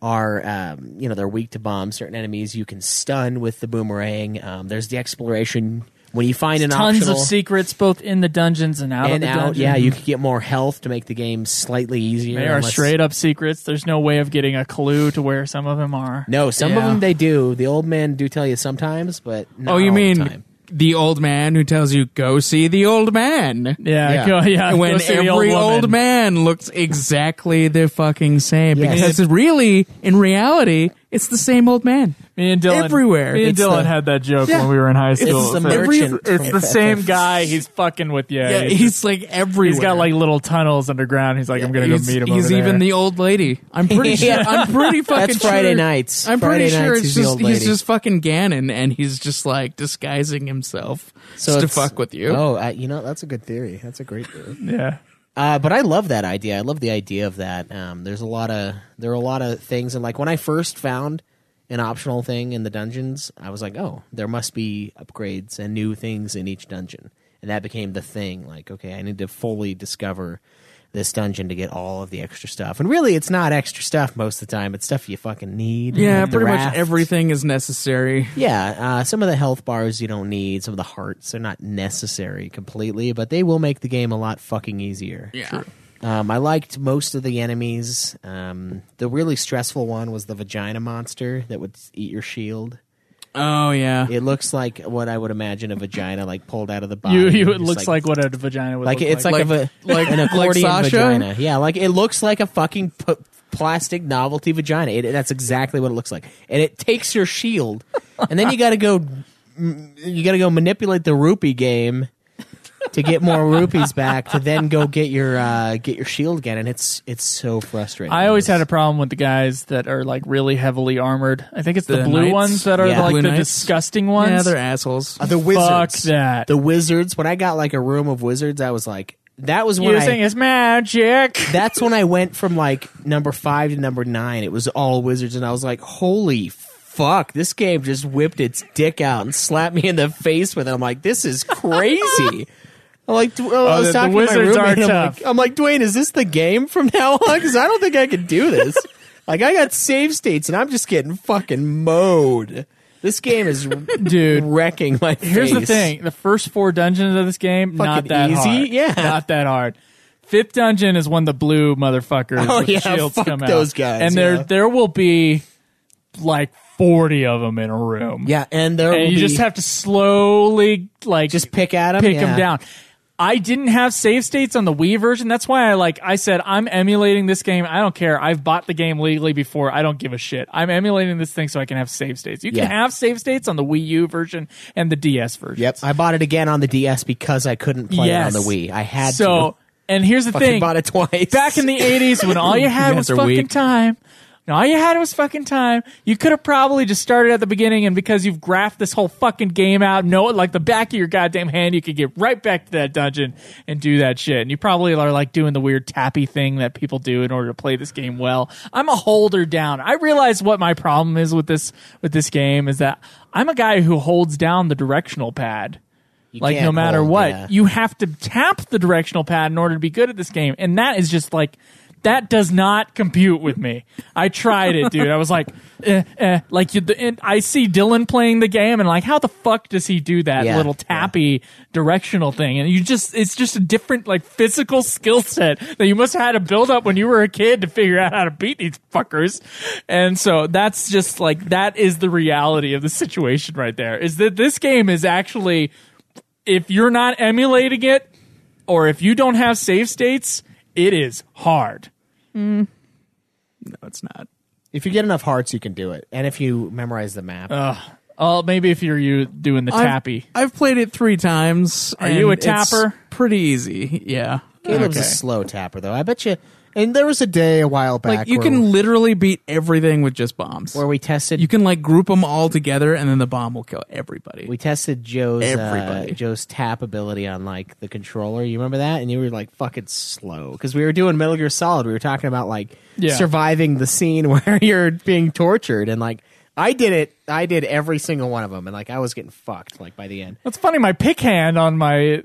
Speaker 8: are um, you know they're weak to bombs. Certain enemies you can stun with the boomerang. Um, there's the exploration when you find an
Speaker 2: tons
Speaker 8: optional
Speaker 2: of secrets both in the dungeons and out of
Speaker 8: and
Speaker 2: the
Speaker 8: out.
Speaker 2: dungeon.
Speaker 8: Yeah, you can get more health to make the game slightly easier.
Speaker 2: They are
Speaker 8: unless-
Speaker 2: straight up secrets. There's no way of getting a clue to where some of them are.
Speaker 8: No, some of
Speaker 7: Yeah.
Speaker 8: them they do. The old men do tell you sometimes, but not
Speaker 7: oh, you
Speaker 8: all the
Speaker 7: mean
Speaker 8: time.
Speaker 7: the old man who tells you go see the old man?
Speaker 2: Yeah,
Speaker 8: Yeah.
Speaker 2: Go, yeah. go
Speaker 7: when
Speaker 2: see the
Speaker 7: every old,
Speaker 2: old, woman.
Speaker 7: man looks exactly the fucking same
Speaker 8: Yes.
Speaker 7: because it's really in reality it's the same old man
Speaker 2: me and Dylan
Speaker 7: everywhere.
Speaker 2: Me and
Speaker 7: It's
Speaker 2: Dylan
Speaker 7: the-
Speaker 2: had that joke
Speaker 7: Yeah.
Speaker 2: when we were in high school.
Speaker 8: the
Speaker 2: It's,
Speaker 8: merchant
Speaker 2: the- it's
Speaker 8: from
Speaker 2: the
Speaker 8: FF.
Speaker 2: same guy. He's fucking with you.
Speaker 7: yeah,
Speaker 2: He's-
Speaker 7: he's like everywhere.
Speaker 2: he's got like little tunnels underground. He's like, I'm gonna go
Speaker 7: he's,
Speaker 2: meet him.
Speaker 7: he's
Speaker 2: over
Speaker 7: even
Speaker 2: there.
Speaker 7: the old lady. I'm pretty sure.
Speaker 8: Yeah.
Speaker 7: I'm pretty fucking.
Speaker 8: That's Friday
Speaker 7: sure-
Speaker 8: nights.
Speaker 7: I'm pretty
Speaker 8: Friday
Speaker 7: sure
Speaker 8: nights
Speaker 7: it's
Speaker 8: he's the
Speaker 7: just
Speaker 8: old
Speaker 7: he's
Speaker 8: lady.
Speaker 7: just fucking Ganon, and he's just like disguising himself just
Speaker 8: So
Speaker 7: to
Speaker 8: it's-
Speaker 7: fuck with you.
Speaker 8: Oh, I, you know that's a good theory. That's a great theory.
Speaker 2: yeah.
Speaker 8: Uh, but I love that idea. I love the idea of that. Um, there's a lot of there are a lot of things, and like when I first found an optional thing in the dungeons, I was like, oh, there must be upgrades and new things in each dungeon, and that became the thing. Like, okay, I need to fully discover this dungeon to get all of the extra stuff. And really, it's not extra stuff most of the time. It's stuff you fucking need.
Speaker 7: yeah,
Speaker 8: Like the
Speaker 7: pretty much
Speaker 8: raft.
Speaker 7: everything is necessary.
Speaker 8: Yeah, uh, some of the health bars you don't need. Some of the hearts are not necessary completely, but they will make the game a lot fucking easier.
Speaker 7: Yeah.
Speaker 8: Um, I liked most of the enemies. Um, the really stressful one was the vagina monster that would eat your shield.
Speaker 7: Oh yeah.
Speaker 8: It looks like what I would imagine a vagina like pulled out of the
Speaker 7: Oh,
Speaker 8: body.
Speaker 2: You, you. It
Speaker 8: Just,
Speaker 2: looks like, what a vagina would
Speaker 8: like
Speaker 2: look
Speaker 8: it's like,
Speaker 7: like-
Speaker 8: a va-
Speaker 7: like-
Speaker 8: an
Speaker 7: like
Speaker 8: accordion
Speaker 7: Sasha?
Speaker 8: vagina. Yeah, like it looks like a fucking p- plastic novelty vagina. It, that's exactly what it looks like, and it takes your shield, and then you got to go, you got to go manipulate the rupee game to get more rupees back to then go get your uh, get your shield again, and it's it's so frustrating.
Speaker 2: I always had a problem with the guys that are like really heavily armored. I think it's the,
Speaker 7: The
Speaker 2: blue
Speaker 7: knights?
Speaker 2: ones that are
Speaker 8: Yeah.
Speaker 2: like
Speaker 7: Blue
Speaker 2: the
Speaker 7: knights?
Speaker 2: disgusting ones.
Speaker 7: Yeah, they're assholes.
Speaker 8: Uh, the
Speaker 2: Fuck
Speaker 8: wizards.
Speaker 2: that.
Speaker 8: The wizards. When I got like a room of wizards, I was like, that was when I,
Speaker 2: Using his magic.
Speaker 8: that's when I went from like number five to number nine. It was all wizards, and I was like, holy fuck, this game just whipped its dick out and slapped me in the face with it. I'm like, this is crazy. I'm like, Dw- I was
Speaker 2: Oh, the- the
Speaker 8: talking to my
Speaker 2: wizards are
Speaker 8: roommate. and I'm,
Speaker 2: tough.
Speaker 8: like, I'm like, Dwayne, is this the game from now on? Because I don't think I could do this. like, I got save states, and I'm just getting fucking mowed. This game is
Speaker 2: Dude.
Speaker 8: wrecking my face.
Speaker 2: Here's the thing: the first four dungeons of this game, not
Speaker 8: Fucking
Speaker 2: that
Speaker 8: easy,
Speaker 2: hard.
Speaker 8: yeah.
Speaker 2: not that hard. Fifth dungeon is when the blue motherfuckers
Speaker 8: Oh,
Speaker 2: with the
Speaker 8: yeah,
Speaker 2: shields
Speaker 8: fuck
Speaker 2: come
Speaker 8: those
Speaker 2: out,
Speaker 8: guys,
Speaker 2: and there
Speaker 8: yeah.
Speaker 2: there will be like forty of them in a room.
Speaker 8: Yeah, and there will
Speaker 2: and you
Speaker 8: be-
Speaker 2: just have to slowly like
Speaker 8: just pick at them,
Speaker 2: pick them down. I didn't have save states on the Wii version. That's why I like I said I'm emulating this game. I don't care. I've bought the game legally before. I don't give a shit. I'm emulating this thing so I can have save states. You
Speaker 8: Yeah.
Speaker 2: can have save states on the Wii U version and the DS version.
Speaker 8: Yep, I bought it again on the DS because I couldn't play
Speaker 2: Yes.
Speaker 8: it on the Wii. I had
Speaker 2: so,
Speaker 8: to.
Speaker 2: and here's the
Speaker 8: Fucking
Speaker 2: thing:
Speaker 8: bought it twice.
Speaker 2: back in the '80s when all you had
Speaker 7: guys
Speaker 2: was
Speaker 7: are
Speaker 2: fucking
Speaker 7: weak.
Speaker 2: time, And all you had was fucking time. You could have probably just started at the beginning, and because you've graphed this whole fucking game out, know it like the back of your goddamn hand, you could get right back to that dungeon and do that shit. And you probably are like doing the weird tappy thing that people do in order to play this game well. I'm a holder down. I realize what my problem is with this with this game is that I'm a guy who holds down the directional pad like
Speaker 6: can't
Speaker 2: no matter
Speaker 6: hold,
Speaker 2: what
Speaker 6: yeah.
Speaker 2: you have to tap the directional pad in order to be good at this game and that is just like that does not compute with me i tried it dude i was like eh, eh. like you, and i see dylan playing the game and like how the fuck does he do that
Speaker 6: Yeah,
Speaker 2: little tappy directional thing and you just it's just a different like physical skill set that you must have had to build up when you were a kid to figure out how to beat these fuckers and so that's just like that is the reality of the situation right there is that this game is actually if you're not emulating it or if you don't have save states, it is hard.
Speaker 7: No, it's not.
Speaker 8: If you get enough hearts, you can do it. And if you memorize the map,
Speaker 2: Oh, maybe if you're you doing the
Speaker 7: I've-
Speaker 2: tappy.
Speaker 7: I've, played it three times.
Speaker 2: Are you a
Speaker 7: and it's
Speaker 2: tapper?
Speaker 7: pretty easy. Yeah.
Speaker 8: Caleb's a
Speaker 2: okay.
Speaker 8: slow tapper, though. I bet you. And there was a day a while back
Speaker 7: Like you
Speaker 8: where,
Speaker 7: can literally beat everything with just bombs.
Speaker 6: where we tested
Speaker 7: you can like group them all together, and then the bomb will kill everybody.
Speaker 6: we tested Joe's uh,
Speaker 7: Everybody.
Speaker 6: Joe's tap ability on like the controller. You remember that? And you were like fucking slow because we were doing Metal Gear Solid. We were talking about like
Speaker 2: Yeah.
Speaker 6: surviving the scene where you're being tortured and like. I did it. I did every single one of them, and like I was getting fucked like by the end.
Speaker 2: That's funny. My pick hand on my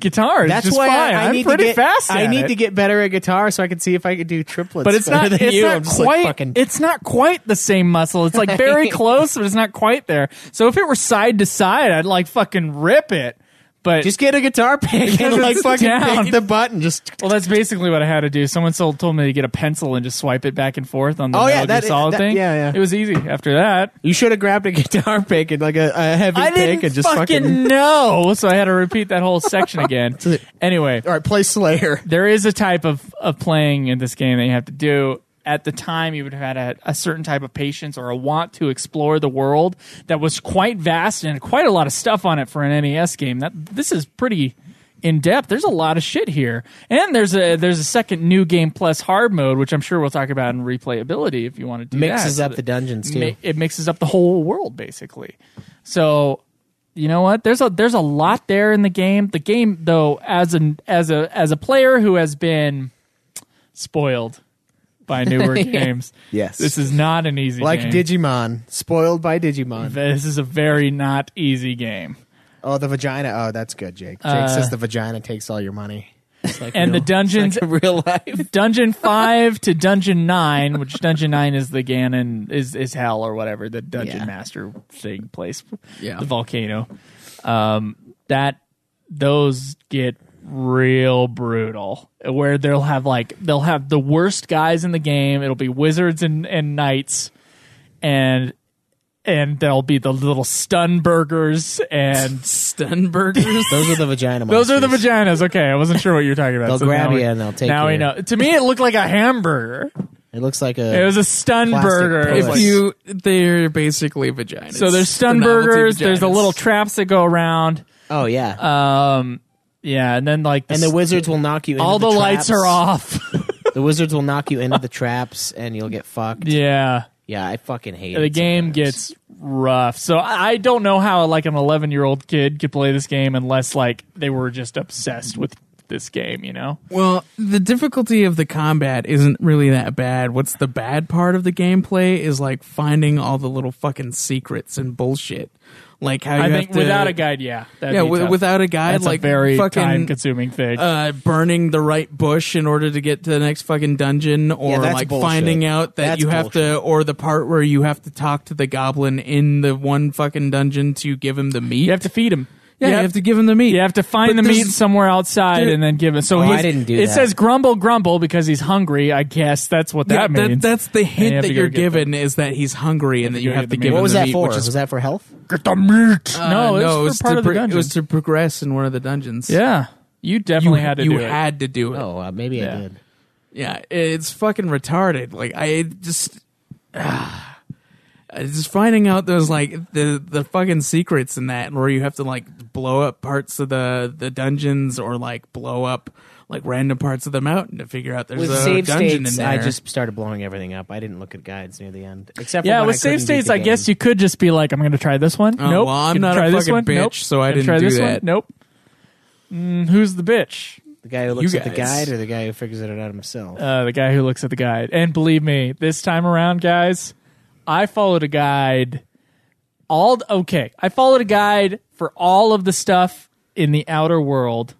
Speaker 2: guitar is
Speaker 6: That's
Speaker 2: just
Speaker 6: why
Speaker 2: fine.
Speaker 6: I, I
Speaker 2: am
Speaker 6: need
Speaker 2: pretty
Speaker 6: to get,
Speaker 2: fast.
Speaker 6: I
Speaker 2: at
Speaker 6: need
Speaker 2: it.
Speaker 6: to get better at guitar so I can see if I could do triplets.
Speaker 2: but it's
Speaker 6: better
Speaker 2: not.
Speaker 6: than
Speaker 2: It's
Speaker 6: you. I'm
Speaker 2: not
Speaker 6: just like,
Speaker 2: quite.
Speaker 6: fucking-
Speaker 2: It's not quite the same muscle. It's like very close, but it's not quite there. So if it were side to side, I'd like fucking rip it. But
Speaker 6: just get a guitar pick and
Speaker 2: Because
Speaker 6: like
Speaker 2: it's
Speaker 6: fucking
Speaker 2: down.
Speaker 6: pick the button. Just
Speaker 2: well, that's basically what I had to do. Someone sold, told me to get a pencil and just swipe it back and forth on the
Speaker 6: Oh, yeah,
Speaker 2: Metal Gear
Speaker 6: that-
Speaker 2: Solid
Speaker 6: that-
Speaker 2: thing.
Speaker 6: yeah, yeah.
Speaker 2: It was easy after that.
Speaker 6: you should have grabbed a guitar pick and like a, a heavy
Speaker 2: I
Speaker 6: pick
Speaker 2: didn't
Speaker 6: and just
Speaker 2: fucking, know, so I had to repeat that whole section again. Anyway,
Speaker 6: All right, play Slayer.
Speaker 2: there is a type of, of playing in this game that you have to do. At the time, you would have had a, a certain type of patience or a want to explore the world that was quite vast and quite a lot of stuff on it for an NES game. That this is pretty in depth. There's a lot of shit here, and there's a there's a second new game plus hard mode, which I'm sure we'll talk about in replayability if you want to do
Speaker 6: Mixes
Speaker 2: that.
Speaker 6: up the dungeons, too.
Speaker 2: Mi- it mixes up the whole world basically. So you know what? There's a there's a lot there in the game. The game though, as an as a as a player who has been spoiled by newer games,
Speaker 8: Yes.
Speaker 2: this is not an easy
Speaker 8: like
Speaker 2: game.
Speaker 8: Digimon, spoiled by Digimon.
Speaker 2: this is a very not easy game.
Speaker 8: Oh, the vagina. Oh, that's good, Jake. Jake
Speaker 6: Uh,
Speaker 8: says the vagina takes all your money.
Speaker 2: and the dungeons
Speaker 6: real life.
Speaker 2: dungeon five to dungeon nine, which dungeon nine is the Ganon is is hell or whatever the dungeon
Speaker 6: Yeah.
Speaker 2: master thing place,
Speaker 7: Yeah.
Speaker 2: the volcano. Um, that those get real brutal where they'll have like they'll have the worst guys in the game. It'll be wizards and and knights, and and there'll be the little stun burgers and
Speaker 7: Stunburgers.
Speaker 6: Those are the vagina.
Speaker 2: those are the
Speaker 6: monsters.
Speaker 2: vaginas. Okay, I wasn't sure what you were talking about.
Speaker 6: They'll
Speaker 2: now
Speaker 6: grab
Speaker 2: we-
Speaker 6: you and they'll take
Speaker 2: Now we
Speaker 6: you.
Speaker 2: know. To me, it looked like a hamburger.
Speaker 6: It looks like
Speaker 2: It
Speaker 6: a.
Speaker 2: was a stun
Speaker 6: Plastic
Speaker 2: burger.
Speaker 6: If
Speaker 7: If
Speaker 6: Nice.
Speaker 7: you, they're basically vaginas.
Speaker 2: so there's stun
Speaker 7: They're novelty
Speaker 2: burgers. There's the
Speaker 7: vaginas.
Speaker 2: little traps that go around.
Speaker 6: oh yeah,
Speaker 2: Um, yeah, and then like
Speaker 6: and the wizards will knock you. Into
Speaker 2: all the, lights
Speaker 6: traps.
Speaker 2: are off.
Speaker 6: The wizards will knock you into the traps, and you'll get fucked.
Speaker 2: yeah,
Speaker 6: Yeah, I fucking hate it.
Speaker 2: the game
Speaker 6: sometimes.
Speaker 2: gets rough. So I, I don't know how like an 11 year old kid could play this game unless like they were just obsessed with this game. You know?
Speaker 7: Well, the difficulty of the combat isn't really that bad. What's the bad part of the gameplay is like finding all the little fucking secrets and bullshit. Like how you
Speaker 2: I
Speaker 7: have
Speaker 2: think
Speaker 7: to-
Speaker 2: without a guide, yeah, that'd
Speaker 7: Yeah,
Speaker 2: be
Speaker 7: wi-
Speaker 2: tough.
Speaker 7: without a guide,
Speaker 2: That's
Speaker 7: like
Speaker 2: a very
Speaker 7: fucking
Speaker 2: time consuming thing.
Speaker 7: uh, burning the right bush in order to get to the next fucking dungeon, or
Speaker 8: Yeah, that's
Speaker 7: like
Speaker 8: bullshit.
Speaker 7: finding out that
Speaker 8: That's
Speaker 7: you have to, or the part where you have to talk to the goblin in the one fucking dungeon to give him the meat.
Speaker 2: you have to feed him.
Speaker 7: yeah, you have, to give him the meat.
Speaker 2: You have to find
Speaker 7: But
Speaker 2: the meat
Speaker 7: there's-
Speaker 2: somewhere outside
Speaker 7: there-
Speaker 2: and then give it. So
Speaker 6: Oh, I
Speaker 2: he's-
Speaker 6: didn't do
Speaker 2: It
Speaker 6: that.
Speaker 2: says grumble, grumble because he's hungry. I guess that's what that
Speaker 7: Yeah,
Speaker 2: means.
Speaker 7: that's the
Speaker 2: you
Speaker 7: hint
Speaker 2: have
Speaker 7: that
Speaker 2: to go
Speaker 7: you're
Speaker 2: get
Speaker 7: given is that he's hungry and that you
Speaker 2: go
Speaker 7: have
Speaker 2: get
Speaker 7: to
Speaker 2: the
Speaker 7: give
Speaker 2: meat.
Speaker 7: him
Speaker 8: What was
Speaker 7: the
Speaker 8: that
Speaker 7: meat,
Speaker 8: for?
Speaker 7: which is
Speaker 8: was that for health?
Speaker 1: Get the meat.
Speaker 7: Uh,
Speaker 2: no, it was for part
Speaker 7: to
Speaker 2: of the
Speaker 7: pro- It was
Speaker 2: dungeon.
Speaker 7: to progress in one of the dungeons.
Speaker 2: yeah, you definitely had to
Speaker 7: you
Speaker 2: do it.
Speaker 7: had to do it.
Speaker 6: Oh, uh, maybe I did.
Speaker 7: Yeah, it's fucking retarded. Like I just. ah. Just finding out those like the the fucking secrets in that, where you have to like blow up parts of the the dungeons or like blow up like random parts of the mountain to figure out there's
Speaker 6: With
Speaker 7: a
Speaker 6: save
Speaker 7: dungeon
Speaker 6: states,
Speaker 7: in there.
Speaker 6: I just started blowing everything up. I didn't look at guides near the end, except for
Speaker 2: Yeah,
Speaker 6: when
Speaker 2: with
Speaker 6: I
Speaker 2: save
Speaker 6: couldn't beat
Speaker 2: states,
Speaker 6: the
Speaker 2: I guess
Speaker 6: game.
Speaker 2: you could just be like, I'm going to try this one.
Speaker 7: Oh,
Speaker 2: nope.
Speaker 7: well, I'm
Speaker 2: Gonna
Speaker 7: not a
Speaker 2: try this
Speaker 7: fucking
Speaker 2: one.
Speaker 7: bitch,
Speaker 2: nope.
Speaker 7: so I
Speaker 2: Gonna
Speaker 7: didn't
Speaker 2: try
Speaker 7: do
Speaker 2: this One.
Speaker 7: that.
Speaker 2: Nope. Mm, who's the bitch?
Speaker 6: the guy who looks
Speaker 7: you
Speaker 6: at the
Speaker 7: guys.
Speaker 6: guide or the guy who figures it out himself.
Speaker 2: Uh, the guy who looks at the guide. And believe me, this time around, guys, I followed a guide. All okay, I followed a guide for all of the stuff in the outer world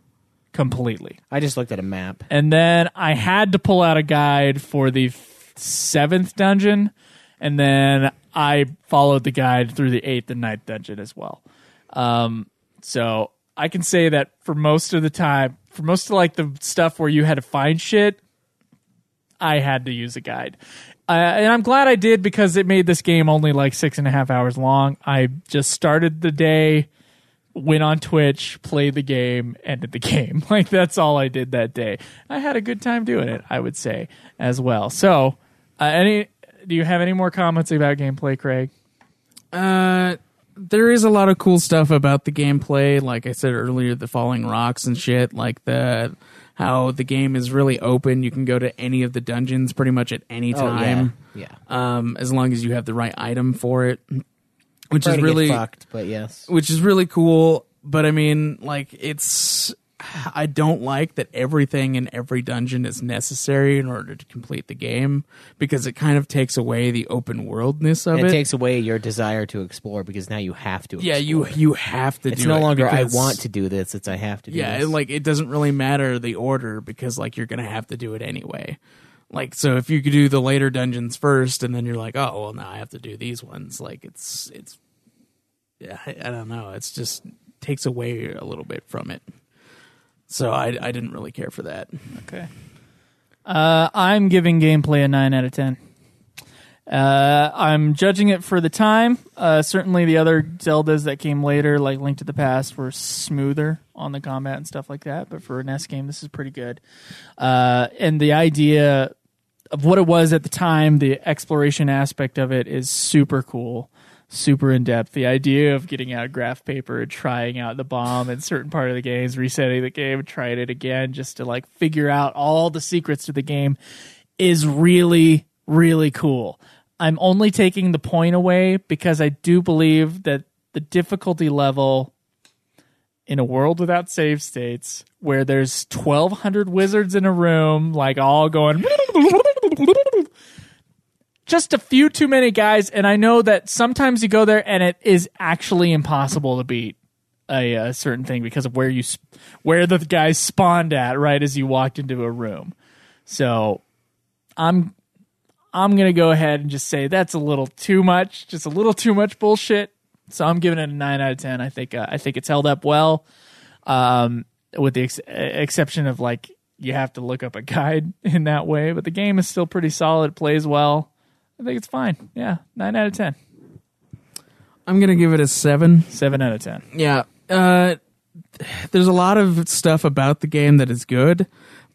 Speaker 2: completely.
Speaker 6: I just looked at a map.
Speaker 2: and then I had to pull out a guide for the f- seventh dungeon, and then I followed the guide through the eighth and ninth dungeon as well. Um, so I can say that for most of the time, for most of like the stuff where you had to find shit, I had to use a guide. Uh, and I'm glad I did because it made this game only like six and a half hours long. I just started the day, went on Twitch, played the game, ended the game. Like that's all I did that day. I had a good time doing it, I would say as well. So, uh, any do you have any more comments about gameplay, Craig?
Speaker 7: Uh, there is a lot of cool stuff about the gameplay. Like I said earlier, the falling rocks and shit. Like the how the game is really open. You can go to any of the dungeons pretty much at any
Speaker 6: Oh, yeah.
Speaker 7: time.
Speaker 6: Yeah.
Speaker 7: Um, as long as you have the right item for it, which
Speaker 6: Sorry to
Speaker 7: is
Speaker 6: get
Speaker 7: really
Speaker 6: fucked, but yes.
Speaker 7: which is really cool. But I mean, like, it's. I don't like that everything in every dungeon is necessary in order to complete the game because it kind of takes away the open worldness of
Speaker 6: And
Speaker 7: it.
Speaker 6: it takes away your desire to explore because now you have to.
Speaker 7: yeah, you
Speaker 6: explore.
Speaker 7: you have to.
Speaker 6: It's
Speaker 7: do
Speaker 6: no
Speaker 7: it
Speaker 6: longer
Speaker 7: because-
Speaker 6: I want to do this. It's I have to. do
Speaker 7: Yeah,
Speaker 6: this.
Speaker 7: and, like it doesn't really matter the order because like you're gonna have to do it anyway. Like so, if you could do the later dungeons first, and then you're like, oh well, now I have to do these ones. Like it's it's, yeah, I, I don't know. It's just takes away a little bit from it. So I I didn't really care for that.
Speaker 2: Okay. Uh, I'm giving gameplay a 9 out of 10. Uh, I'm judging it for the time. Uh, certainly, the other Zeldas that came later, like Link to the Past, were smoother on the combat and stuff like that. But for an NES game, this is pretty good. Uh, and the idea of what it was at the time, the exploration aspect of it is super cool, super in depth. The idea of getting out graph paper and trying out the bomb in certain part of the games, resetting the game, trying it again just to like figure out all the secrets to the game is really, really cool. I'm only taking the point away because I do believe that the difficulty level in a world without save states where there's 1200 wizards in a room like all going just a few too many guys and i know that sometimes you go there and it is actually impossible to beat a, uh certain thing because of where you s- where the guys spawned at right as you walked into a room so i'm i'm gonna go ahead and just say that's a little too much just a little too much bullshit so i'm giving it a 9 out of 10 i think uh, i think it's held up well um, with the ex- exception of like you have to look up a guide in that way. But the game is still pretty solid. Plays well. I think it's fine. Yeah, nine out of ten.
Speaker 7: I'm gonna give it a seven.
Speaker 2: Seven out of ten.
Speaker 7: Yeah. Uh, there's a lot of stuff about the game that is good,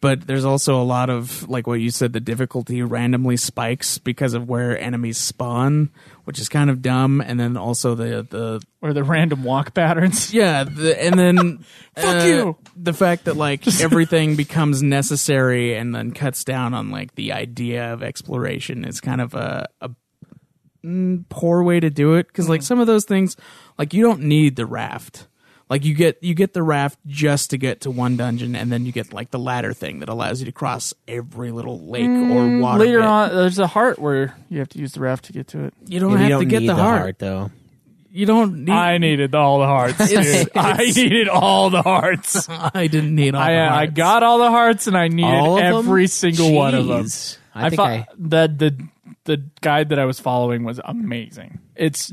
Speaker 7: but there's also a lot of, like what you said, the difficulty randomly spikes because of where enemies spawn, which is kind of dumb. And then also the, the
Speaker 2: Or the random walk patterns.
Speaker 7: yeah, the, and then uh,
Speaker 2: Fuck you.
Speaker 7: The fact that like everything becomes necessary and then cuts down on like the idea of exploration is kind of a, a mm, poor way to do it because
Speaker 2: Mm.
Speaker 7: like some of those things like you don't need the raft. Like you get you get the raft just to get to one dungeon, and then you get like the ladder thing that allows you to cross every little lake or water.
Speaker 2: Mm, Later
Speaker 7: bit.
Speaker 2: on, there's a heart where you have to use the raft to get to it.
Speaker 7: you don't
Speaker 6: You
Speaker 7: have
Speaker 6: don't
Speaker 7: to get
Speaker 6: need
Speaker 7: the heart.
Speaker 6: though.
Speaker 7: You don't need.
Speaker 2: I needed all the hearts, dude. I needed all the hearts. uh,
Speaker 7: I didn't need. All the
Speaker 2: I, I
Speaker 7: hearts.
Speaker 2: got all the hearts, and I needed
Speaker 6: All of them?
Speaker 2: every single one of them.
Speaker 6: Jeez. I think
Speaker 2: thought
Speaker 6: I-
Speaker 2: that the the guide that I was following was amazing. It's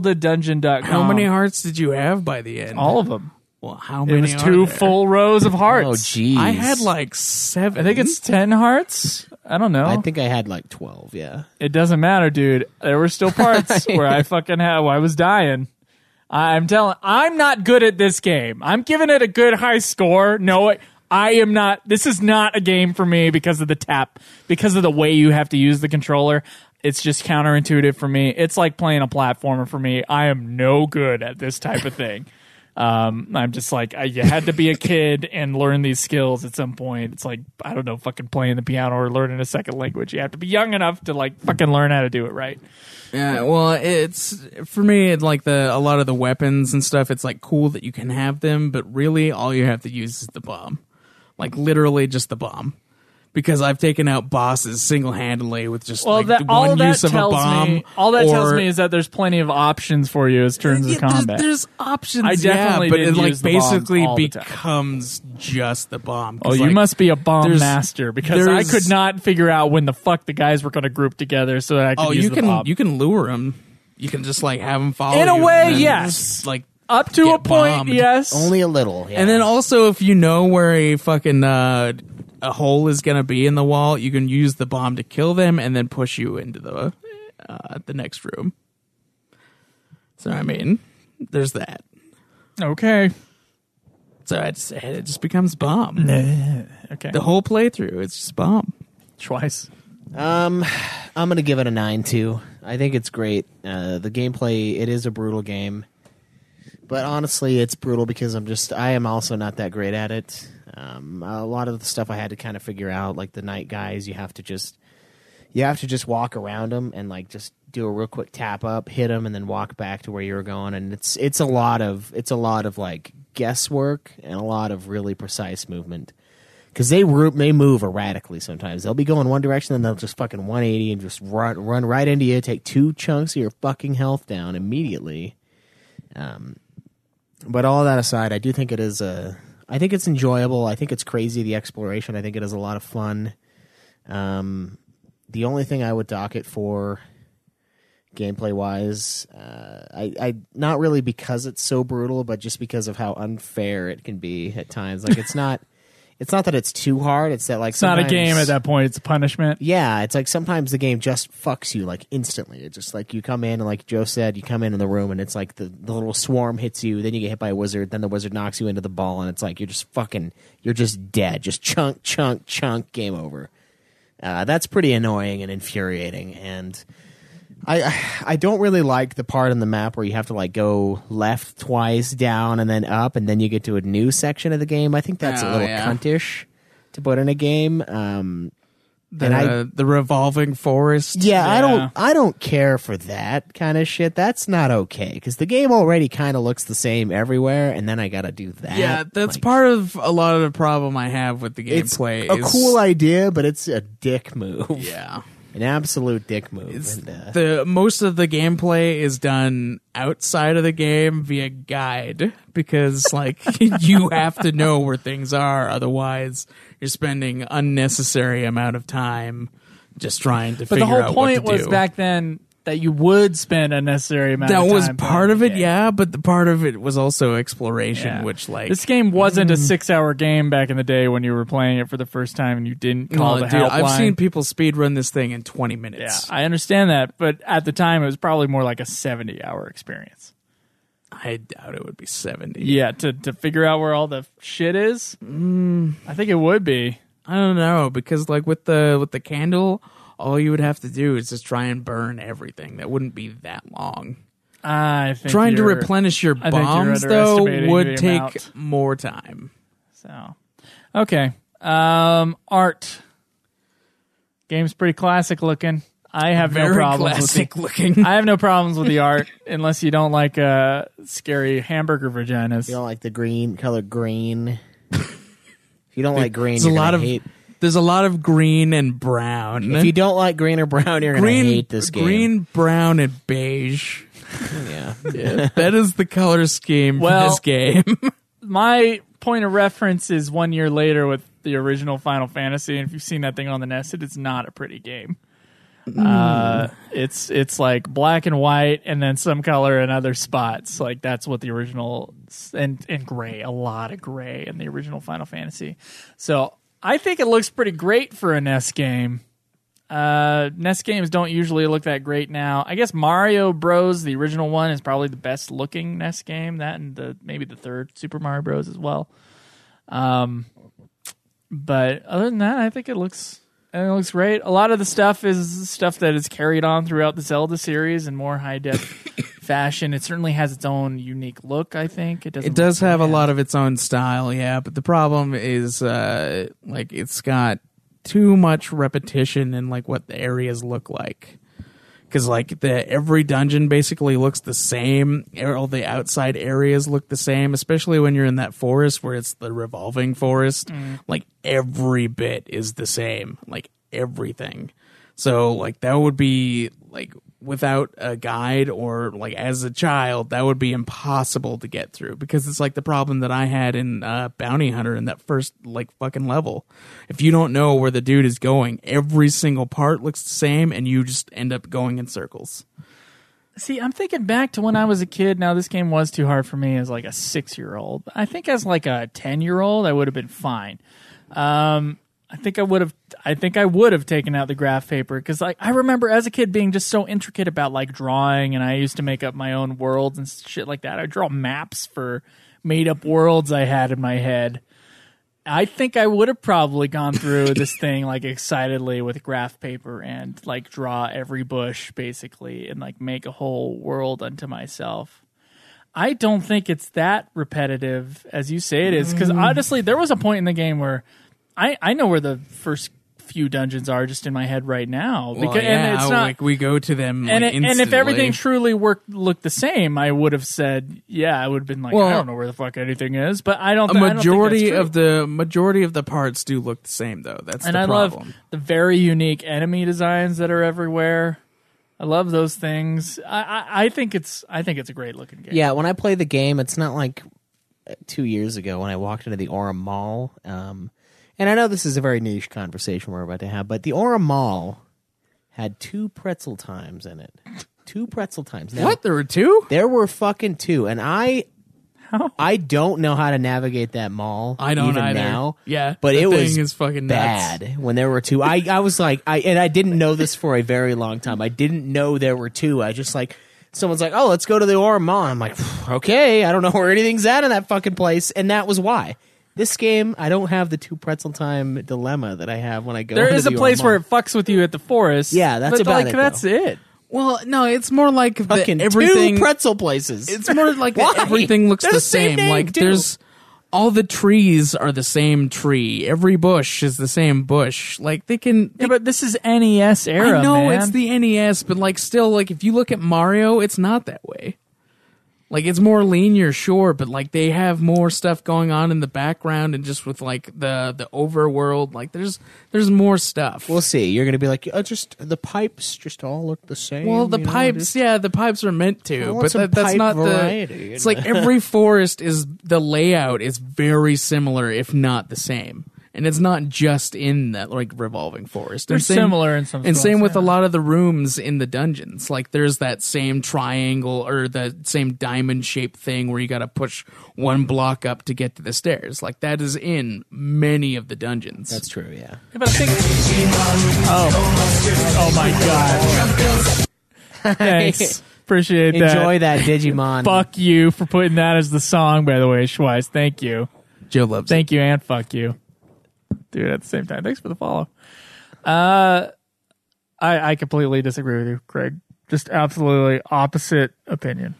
Speaker 2: ZeldaDungeon.com.
Speaker 7: How many hearts did you have by the end?
Speaker 2: Um, All of them.
Speaker 7: Well, how
Speaker 2: It
Speaker 7: many?
Speaker 2: was
Speaker 7: are
Speaker 2: two
Speaker 7: there?
Speaker 2: full rows of hearts.
Speaker 6: Oh, jeez.
Speaker 7: I had like seven.
Speaker 2: I think it's ten hearts. I don't know.
Speaker 6: I think I had like twelve. Yeah.
Speaker 2: it doesn't matter, dude. There were still parts where I fucking had. Where I was dying. I- I'm telling. I'm not good at this game. I'm giving it a good high score. No, I- I am not. This is not a game for me because of the tap, because of the way you have to use the controller. It's just counterintuitive for me. It's like playing a platformer for me. I am no good at this type of thing. Um, I'm just like I, you had to be a kid and learn these skills at some point. It's like I don't know, fucking playing the piano or learning a second language. You have to be young enough to like fucking learn how to do it right.
Speaker 7: Yeah, well, it's for me it, like the a lot of the weapons and stuff. It's like cool that you can have them, but really all you have to use is the bomb, like literally just the bomb. Because I've taken out bosses single handedly with just
Speaker 2: Well,
Speaker 7: like,
Speaker 2: that
Speaker 7: the
Speaker 2: all
Speaker 7: one
Speaker 2: that
Speaker 7: use of
Speaker 2: tells
Speaker 7: a bomb.
Speaker 2: me all that tells
Speaker 7: or-
Speaker 2: me is that there's plenty of options for you as terms
Speaker 7: Yeah,
Speaker 2: of combat.
Speaker 7: There's, there's options,
Speaker 2: I definitely
Speaker 7: yeah, but
Speaker 2: did
Speaker 7: it like
Speaker 2: use the bomb
Speaker 7: basically
Speaker 2: all the time.
Speaker 7: becomes just the bomb.
Speaker 2: Oh,
Speaker 7: 'Cause,
Speaker 2: you
Speaker 7: like,
Speaker 2: must be a bomb
Speaker 7: there's-
Speaker 2: master because I
Speaker 7: there's-
Speaker 2: could not figure out when the fuck the guys were going to group together so that I could
Speaker 7: Oh,
Speaker 2: use
Speaker 7: you
Speaker 2: the
Speaker 7: can
Speaker 2: bomb.
Speaker 7: you can lure them. You can just like have them follow.
Speaker 2: In a
Speaker 7: you and
Speaker 2: way,
Speaker 7: then
Speaker 2: yes.
Speaker 7: just, Like
Speaker 2: Up to
Speaker 7: get
Speaker 2: a point,
Speaker 7: bombed.
Speaker 2: yes.
Speaker 8: Only a little. Yeah.
Speaker 7: And then also, if you know where a fucking uh, a hole is gonna be in the wall, you can use the bomb to kill them and then push you into the uh, the next room. So I mean, there's that.
Speaker 2: okay,
Speaker 7: So I just, it just becomes bomb.
Speaker 2: okay,
Speaker 7: The whole playthrough, it's just bomb.
Speaker 2: twice.
Speaker 8: Um, I'm gonna give it a nine too. I think it's great. Uh, the gameplay, it is a brutal game, but honestly, it's brutal because I'm just I am also not that great at it.
Speaker 6: Uh,
Speaker 8: Um, a lot of the stuff I had to kind of figure out, like the night guys, you have to just you have to just walk around them and like just do a real quick tap up, hit them, and then walk back to where you were going. And it's it's a lot of it's a lot of like guesswork and a lot of really precise movement because they ro- they move erratically sometimes. They'll be going one direction, then they'll just fucking one eighty and just run run right into you, take two chunks of your fucking health down immediately. Um, but all that aside, I do think it is a. I think it's enjoyable. I think it's crazy the exploration. I think it is a lot of fun. Um, the only thing I would dock it for gameplay wise, uh, I, I not really because it's so brutal, but just because of how unfair it can be at times. Like it's not, it's not that it's too hard. It's that like
Speaker 2: It's not a game at that point. It's a punishment.
Speaker 8: Yeah, it's like sometimes the game just fucks you like instantly. It's just like you come in and like Joe said, you come in in the room and it's like the, the little swarm hits you, then you get hit by a wizard, then the wizard knocks you into the ball, and it's like you're just fucking, you're just dead, just chunk, chunk, chunk, game over. Uh, that's pretty annoying and infuriating, and I I- I don't really like the part on the map where you have to like go left twice, down, and then up, and then you get to a new section of the game. I think that's a
Speaker 7: Oh,
Speaker 8: little
Speaker 7: yeah.
Speaker 8: cuntish to put in a game. Um,
Speaker 7: The
Speaker 8: And I-
Speaker 7: Uh, the revolving forest.
Speaker 8: yeah, I
Speaker 2: Yeah.
Speaker 8: don't I don't care for that kind of shit. That's not okay because the game already kind of looks the same everywhere, and then I got to do that.
Speaker 7: Yeah, that's
Speaker 8: Like,
Speaker 7: part of a lot of the problem I have with the
Speaker 8: It's
Speaker 7: gameplay.
Speaker 8: a
Speaker 7: is-
Speaker 8: cool idea, but it's a dick move.
Speaker 7: Yeah.
Speaker 8: an absolute dick move.
Speaker 7: It's
Speaker 8: and, uh,
Speaker 7: the most of the gameplay is done outside of the game via guide because like you have to know where things are otherwise you're spending unnecessary amount of time just trying to
Speaker 2: But the
Speaker 7: figure
Speaker 2: whole
Speaker 7: out
Speaker 2: point
Speaker 7: what to
Speaker 2: was
Speaker 7: do.
Speaker 2: back then that you would spend unnecessary amount.
Speaker 7: that
Speaker 2: of
Speaker 7: was
Speaker 2: time
Speaker 7: part
Speaker 2: playing
Speaker 7: of
Speaker 2: the
Speaker 7: it,
Speaker 2: game.
Speaker 7: yeah, but the part of it was also exploration,
Speaker 2: Yeah.
Speaker 7: which like mm.
Speaker 2: this game wasn't a six-hour game back in the day when you were playing it for the first time and you didn't call
Speaker 7: Oh,
Speaker 2: the
Speaker 7: dude, I've
Speaker 2: helpline.
Speaker 7: seen people speed run this thing in twenty
Speaker 2: yeah,
Speaker 7: minutes.
Speaker 2: I understand that, but at the time it was probably more like a seventy-hour experience.
Speaker 7: I doubt it would be seventy.
Speaker 2: Yeah, to, to figure out where all the shit is,
Speaker 7: Mm.
Speaker 2: I think it would be.
Speaker 7: I don't know because like with the with the candle, all you would have to do is just try and burn everything. That wouldn't be that long.
Speaker 2: I think
Speaker 7: Trying to
Speaker 2: you're-
Speaker 7: replenish your
Speaker 2: I think you're
Speaker 7: bombs though
Speaker 2: underestimating the
Speaker 7: would take
Speaker 2: amount.
Speaker 7: more time.
Speaker 2: So, okay, um, art. Game's pretty classic looking. I have
Speaker 7: Very
Speaker 2: no problems
Speaker 7: classic
Speaker 2: with
Speaker 7: looking.
Speaker 2: the. I have no problems with the art unless you don't like uh, scary hamburger vaginas.
Speaker 8: you don't like the green color green. if you don't like green,
Speaker 7: There's a
Speaker 8: you're
Speaker 7: lot
Speaker 8: gonna
Speaker 7: of
Speaker 8: hate.
Speaker 7: there's a lot of green and brown.
Speaker 8: If you don't like green or brown, you're
Speaker 7: green,
Speaker 8: gonna hate this game.
Speaker 7: green, brown, and beige.
Speaker 8: yeah.
Speaker 7: Yeah, that is the color scheme
Speaker 2: Well-
Speaker 7: for this game.
Speaker 2: my point of reference is one year later with the original Final Fantasy, and if you've seen that thing on the Nest, it is not a pretty game. Uh, it's it's like black and white, and then some color in other spots. Like that's what the original and and gray, a lot of gray in the original Final Fantasy. So I think it looks pretty great for a NES game. Uh, NES games don't usually look that great now. I guess Mario Bros, the original one, is probably the best looking NES game. That and the maybe the third Super Mario Bros as well. Um, but other than that, I think it looks and it looks great. A lot of the stuff is stuff that is carried on throughout the Zelda series in more high def fashion. It certainly has its own unique look. I think it doesn't.
Speaker 7: It does have a lot of its own style, yeah, but the problem is uh like it's got too much repetition in like what the areas look like. Cuz like the every dungeon basically looks the same, all the outside areas look the same, especially when you're in that forest where it's the revolving forest. Like every bit is the same, like everything. So like that would be like without a guide or like as a child that would be impossible to get through because it's like the problem that I had in uh, Bounty Hunter in that first like fucking level. If you don't know where the dude is going, every single part looks the same and you just end up going in circles.
Speaker 2: See, I'm thinking back to when I was a kid. Now this game was too hard for me as like a six year old. I think as like a ten year old, I would have been fine. Um, I think I would have. I think I would have taken out the graph paper because like I remember as a kid being just so intricate about like drawing, and I used to make up my own worlds and shit like that. I draw maps for made up worlds I had in my head. I think I would have probably gone through this thing like excitedly with graph paper and like draw every bush basically and like make a whole world unto myself. I don't think it's that repetitive as you say it is because
Speaker 7: Mm.
Speaker 2: honestly, there was a point in the game where I I know where the first few dungeons are just in my head right now because and it's not
Speaker 7: like we go to them
Speaker 2: and, it- and if everything truly worked looked the same, I would have said, yeah, I would have been like, I
Speaker 7: Well-
Speaker 2: don't know where the fuck anything is, but I don't.
Speaker 7: a
Speaker 2: thi- I don't think that's
Speaker 7: majority
Speaker 2: true.
Speaker 7: of the majority of the parts do look the same though. That's
Speaker 2: and
Speaker 7: the
Speaker 2: I
Speaker 7: problem.
Speaker 2: love the very unique enemy designs that are everywhere. I love those things. I, I, I think it's I think it's a great looking game.
Speaker 6: Yeah, when I play the game, it's not like uh, two years ago when I walked into the Orem Mall. Um, and I know this is a very niche conversation we're about to have, but the Orem Mall had two pretzel times in it. Two pretzel times. Now,
Speaker 7: What there were two?
Speaker 6: There were fucking two, and I. I don't know how to navigate that mall.
Speaker 7: I don't
Speaker 6: even
Speaker 7: either.
Speaker 6: now.
Speaker 7: Yeah,
Speaker 6: but
Speaker 7: the
Speaker 6: it was
Speaker 7: thing is fucking nuts.
Speaker 6: bad when there were two. I, I was like, I and I didn't know this for a very long time. I didn't know there were two. I just like someone's like, oh, let's go to the Orem Mall. I'm like, okay, I don't know where anything's at in that fucking place, and that was why. This game, I don't have the two pretzel time dilemma that I have when I go.
Speaker 2: There
Speaker 6: into
Speaker 2: is a
Speaker 6: the Orem
Speaker 2: place where
Speaker 6: Mall.
Speaker 2: it fucks with you at the forest.
Speaker 6: Yeah, that's
Speaker 2: but
Speaker 6: about
Speaker 2: like
Speaker 6: it, though.
Speaker 2: that's it.
Speaker 7: Well, no, it's more like the
Speaker 6: fucking
Speaker 7: everything
Speaker 6: two pretzel places.
Speaker 7: It's more like that
Speaker 6: Why?
Speaker 7: everything looks
Speaker 6: They're
Speaker 7: the,
Speaker 6: the same
Speaker 7: same.
Speaker 6: name,
Speaker 7: like
Speaker 6: too.
Speaker 7: there's all the trees are the same tree. Every bush is the same bush. Like they can.
Speaker 2: Yeah, but this is NES era.
Speaker 7: I know it's
Speaker 2: man.
Speaker 7: the NES, but like still, like if you look at Mario, it's not that way. Like it's more linear, sure, but like they have more stuff going on in the background and just with like the the overworld. Like there's there's more stuff.
Speaker 6: We'll see. You're gonna be like, oh, just the pipes just all look the same.
Speaker 7: Well, the
Speaker 6: you know,
Speaker 7: pipes, yeah, the pipes are meant
Speaker 6: I
Speaker 7: to,
Speaker 6: want
Speaker 7: but
Speaker 6: some
Speaker 7: that, that's
Speaker 6: pipe
Speaker 7: not
Speaker 6: variety
Speaker 7: the.
Speaker 6: in
Speaker 7: It's like every forest is the layout is very similar, if not the same, and it's not just in that like revolving forest.
Speaker 2: They're similar in some
Speaker 7: and same
Speaker 2: spots,
Speaker 7: with a
Speaker 2: yeah.
Speaker 7: lot of the rooms in the dungeons. Like there's that same triangle or the same diamond shaped thing where you got to push one block up to get to the stairs. Like that is in many of the dungeons.
Speaker 6: That's true. Yeah.
Speaker 2: Yeah, but I think. Oh, oh my god! Thanks, appreciate that.
Speaker 6: Enjoy that Digimon.
Speaker 2: Fuck you for putting that as the song, by the way, Schweiss. Thank you.
Speaker 7: Joe loves.
Speaker 2: Thank you and fuck you. Dude, at the same time. Thanks for the follow. Uh I I completely disagree with you, Craig. Just absolutely opposite opinion.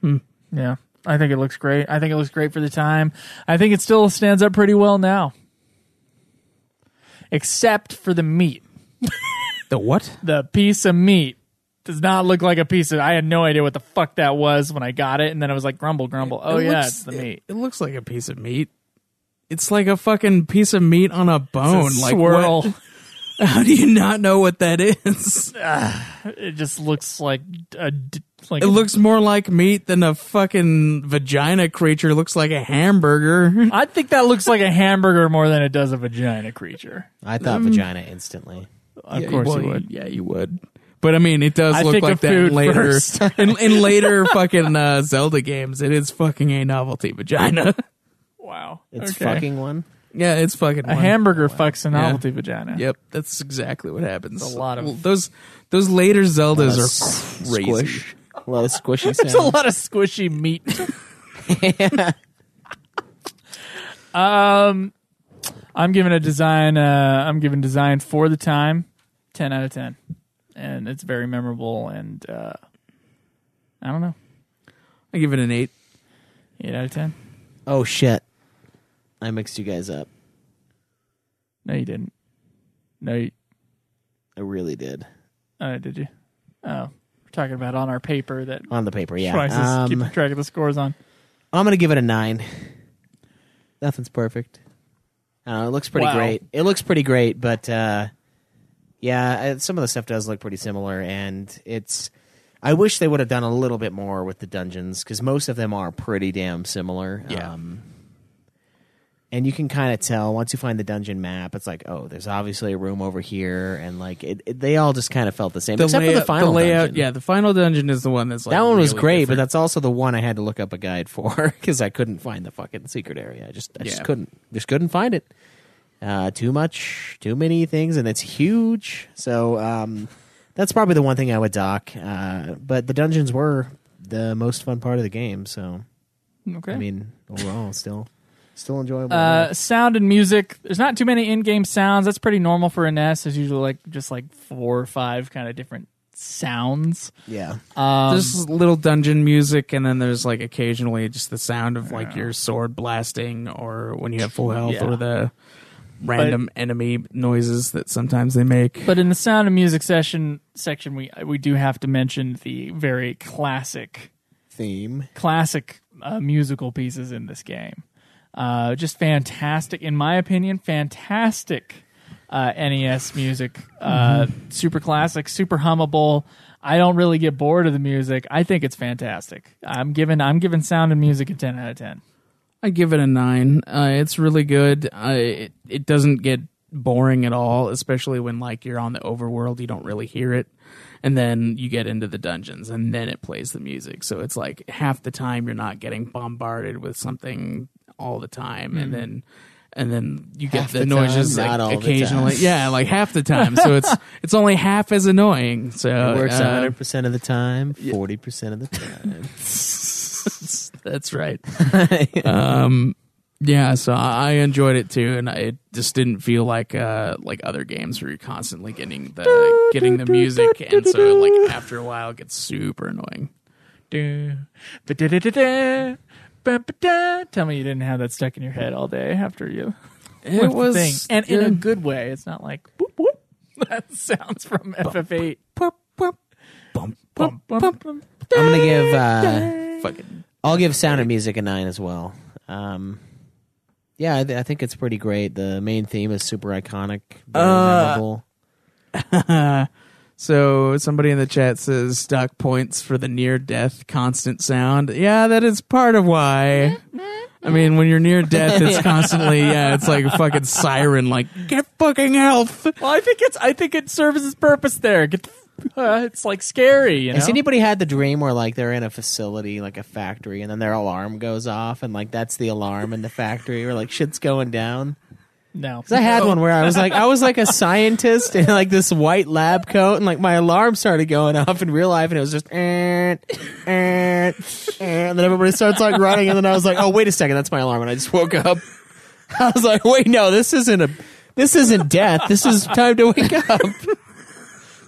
Speaker 2: Hmm. Yeah. I think it looks great. I think it looks great for the time. I think it still stands up pretty well now. Except for the meat.
Speaker 7: the what?
Speaker 2: The piece of meat does not look like a piece of I had no idea what the fuck that was when I got it and then I was like grumble grumble. Oh
Speaker 7: It
Speaker 2: yeah,
Speaker 7: looks-
Speaker 2: it's the meat.
Speaker 7: It, it looks like a piece of meat. It's like a fucking piece of meat on a bone.
Speaker 2: It's a
Speaker 7: like
Speaker 2: swirl.
Speaker 7: what- How do you not know what that is?
Speaker 2: It just looks like a d- like
Speaker 7: It looks more like meat than a fucking vagina creature. It looks like a hamburger.
Speaker 2: I think that looks like a hamburger more than it does a vagina creature.
Speaker 6: I thought
Speaker 2: Mm.
Speaker 6: vagina instantly.
Speaker 2: Of course you would.
Speaker 7: Yeah, you would. But I mean, it does
Speaker 2: I
Speaker 7: look
Speaker 2: think
Speaker 7: like
Speaker 2: of
Speaker 7: that
Speaker 2: food
Speaker 7: later.
Speaker 2: first.
Speaker 7: in, in later fucking uh, Zelda games, it is fucking a novelty vagina.
Speaker 2: Wow.
Speaker 6: It's
Speaker 2: Okay.
Speaker 6: fucking one.
Speaker 7: yeah, it's fucking
Speaker 2: a
Speaker 7: one.
Speaker 2: hamburger fucks a novelty vagina.
Speaker 7: Yep, that's exactly what happens.
Speaker 2: It's a lot of-
Speaker 7: Well, those those later Zeldas are crazy.
Speaker 6: Squish. A lot of squishy
Speaker 2: There's a
Speaker 6: sounds.
Speaker 2: lot of squishy meat. um I'm giving a design. Uh, I'm giving design for the time, ten out of ten, and it's very memorable. And uh, I don't know,
Speaker 7: I give it an eight.
Speaker 2: eight out of ten.
Speaker 6: Oh shit! I mixed you guys up.
Speaker 2: No, you didn't. No, you,
Speaker 6: I really did
Speaker 2: oh, did you? Oh, we're talking about on our paper that
Speaker 6: on the paper. Yeah.
Speaker 2: Prices
Speaker 6: Um,
Speaker 2: keep track of the scores on.
Speaker 6: I'm gonna give it a nine. Nothing's perfect. I don't know, it looks pretty
Speaker 2: Wow.
Speaker 6: great. It looks pretty great, but uh, yeah, uh, some of the stuff does look pretty similar, and it's. I wish they would have done a little bit more with the dungeons because most of them are pretty damn similar. Yeah. Um, and you can kind of tell once you find the dungeon map, it's like, oh, there's obviously a room over here, and like it, it- they all just kind of felt the same, except for the final
Speaker 7: layout.
Speaker 6: dungeon.
Speaker 7: Yeah, the final dungeon is the one that's like
Speaker 6: That one was
Speaker 7: really
Speaker 6: great, but
Speaker 7: different.
Speaker 6: that's also the one I had to look up a guide for because I couldn't find the fucking secret area. I just, I just
Speaker 7: Yeah.
Speaker 6: couldn't, just couldn't find it. Uh, too much, too many things, and it's huge. So um, that's probably the one thing I would dock. Uh, but the dungeons were the most fun part of the game. So
Speaker 2: Okay.
Speaker 6: I mean, overall, still, still enjoyable.
Speaker 2: Uh, sound and music. There's not too many in-game sounds. That's pretty normal for a NES. There's usually like just like four or five kind of different sounds.
Speaker 6: yeah,
Speaker 2: Um,
Speaker 7: there's little dungeon music, and then there's like occasionally just the sound of like your sword blasting, or when you have full health,
Speaker 2: Yeah.
Speaker 7: or the random enemy noises that sometimes they make.
Speaker 2: but in the sound and music session section, we we do have to mention the very classic
Speaker 6: theme.
Speaker 2: classic uh, musical pieces in this game. Uh, just fantastic, in my opinion, fantastic uh, NES music. Uh, Super classic, super hummable. I don't really get bored of the music. I think it's fantastic. I'm giving I'm giving sound and music a ten out of ten.
Speaker 7: I give it a nine. Uh, it's really good. Uh, it it doesn't get boring at all, especially when like you're on the overworld, you don't really hear it, and then you get into the dungeons, and then it plays the music. So it's like half the time you're not getting bombarded with something all the time, and then and then you get
Speaker 6: Hmm. Half
Speaker 7: the,
Speaker 6: the
Speaker 7: noises
Speaker 6: time,
Speaker 7: like,
Speaker 6: not all the
Speaker 7: occasionally.
Speaker 6: time.
Speaker 7: yeah, like half the time. So it's it's only half as annoying. So
Speaker 6: It works
Speaker 7: uh,
Speaker 6: hundred percent of the time, forty percent of the time.
Speaker 7: That's right. um, yeah, so I I enjoyed it too, and I- it just didn't feel like uh, like other games where you're constantly getting the getting the music, and so like after a while, it gets super annoying.
Speaker 2: Tell me you didn't have that stuck in your head all day after you.
Speaker 7: It was
Speaker 2: thing. and in a
Speaker 7: good-
Speaker 2: good way. It's not like whoop whoop. That sounds from FF8. Bum, bum, bum.
Speaker 6: I'm gonna give. Uh,
Speaker 7: fucking
Speaker 6: I'll give sound and music a nine as well. Um, yeah, I, th- I think it's pretty great. The main theme is super iconic, very memorable.
Speaker 7: So somebody in the chat says stock points for the near death constant sound. Yeah, that is part of why. I mean, when you're near death, it's constantly yeah, it's like a fucking siren, like get fucking health.
Speaker 2: Well, I think it's I think it serves its purpose there. Get the, uh, it's like scary, you know.
Speaker 6: Has anybody had the dream where like they're in a facility, like a factory, and then their alarm goes off, and like that's the alarm in the factory, or like shit's going down?
Speaker 2: no,
Speaker 6: 'Cause I had one where I was like, I was like a scientist in like this white lab coat, and like my alarm started going off in real life, and it was just, eh, eh, eh, and then everybody starts like running, and then I was like, oh wait a second, that's my alarm, and I just woke up. I was like, wait, no, this isn't a, this isn't death. This is time to wake up.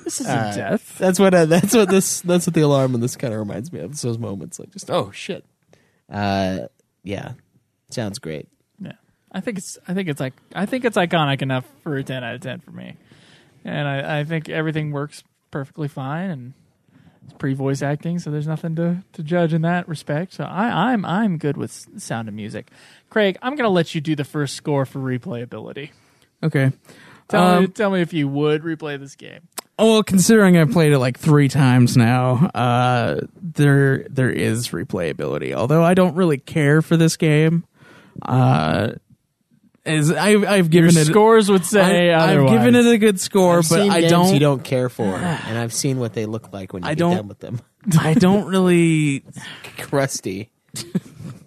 Speaker 2: this isn't death.
Speaker 6: That's what uh, that's what this that's what the alarm in this kind of reminds me of. It's those moments like just oh shit. Uh, yeah, sounds great.
Speaker 2: Yeah, I think it's I think it's like I think it's iconic enough for a ten out of ten for me, and I, I think everything works perfectly fine and. It's pre-voice acting, so there's nothing to, to judge in that respect. So I, I'm I'm good with s- sound and music. Craig, I'm gonna let you do the first score for replayability.
Speaker 7: Okay.
Speaker 2: Tell, me,
Speaker 7: Um,
Speaker 2: tell me if you would replay this game.
Speaker 7: Oh, well, considering I've played it like three times now, uh, there there is replayability. Although I don't really care for this game, uh, as I've I've given it
Speaker 2: Scores would say
Speaker 7: I, have
Speaker 2: otherwise.
Speaker 7: given it a good score,
Speaker 6: I've
Speaker 7: but
Speaker 6: seen
Speaker 7: I
Speaker 6: games
Speaker 7: don't,
Speaker 6: you don't care for, and I've seen what they look like when you
Speaker 7: I
Speaker 6: get
Speaker 7: don't-
Speaker 6: done with them.
Speaker 7: I don't really
Speaker 6: Crusty.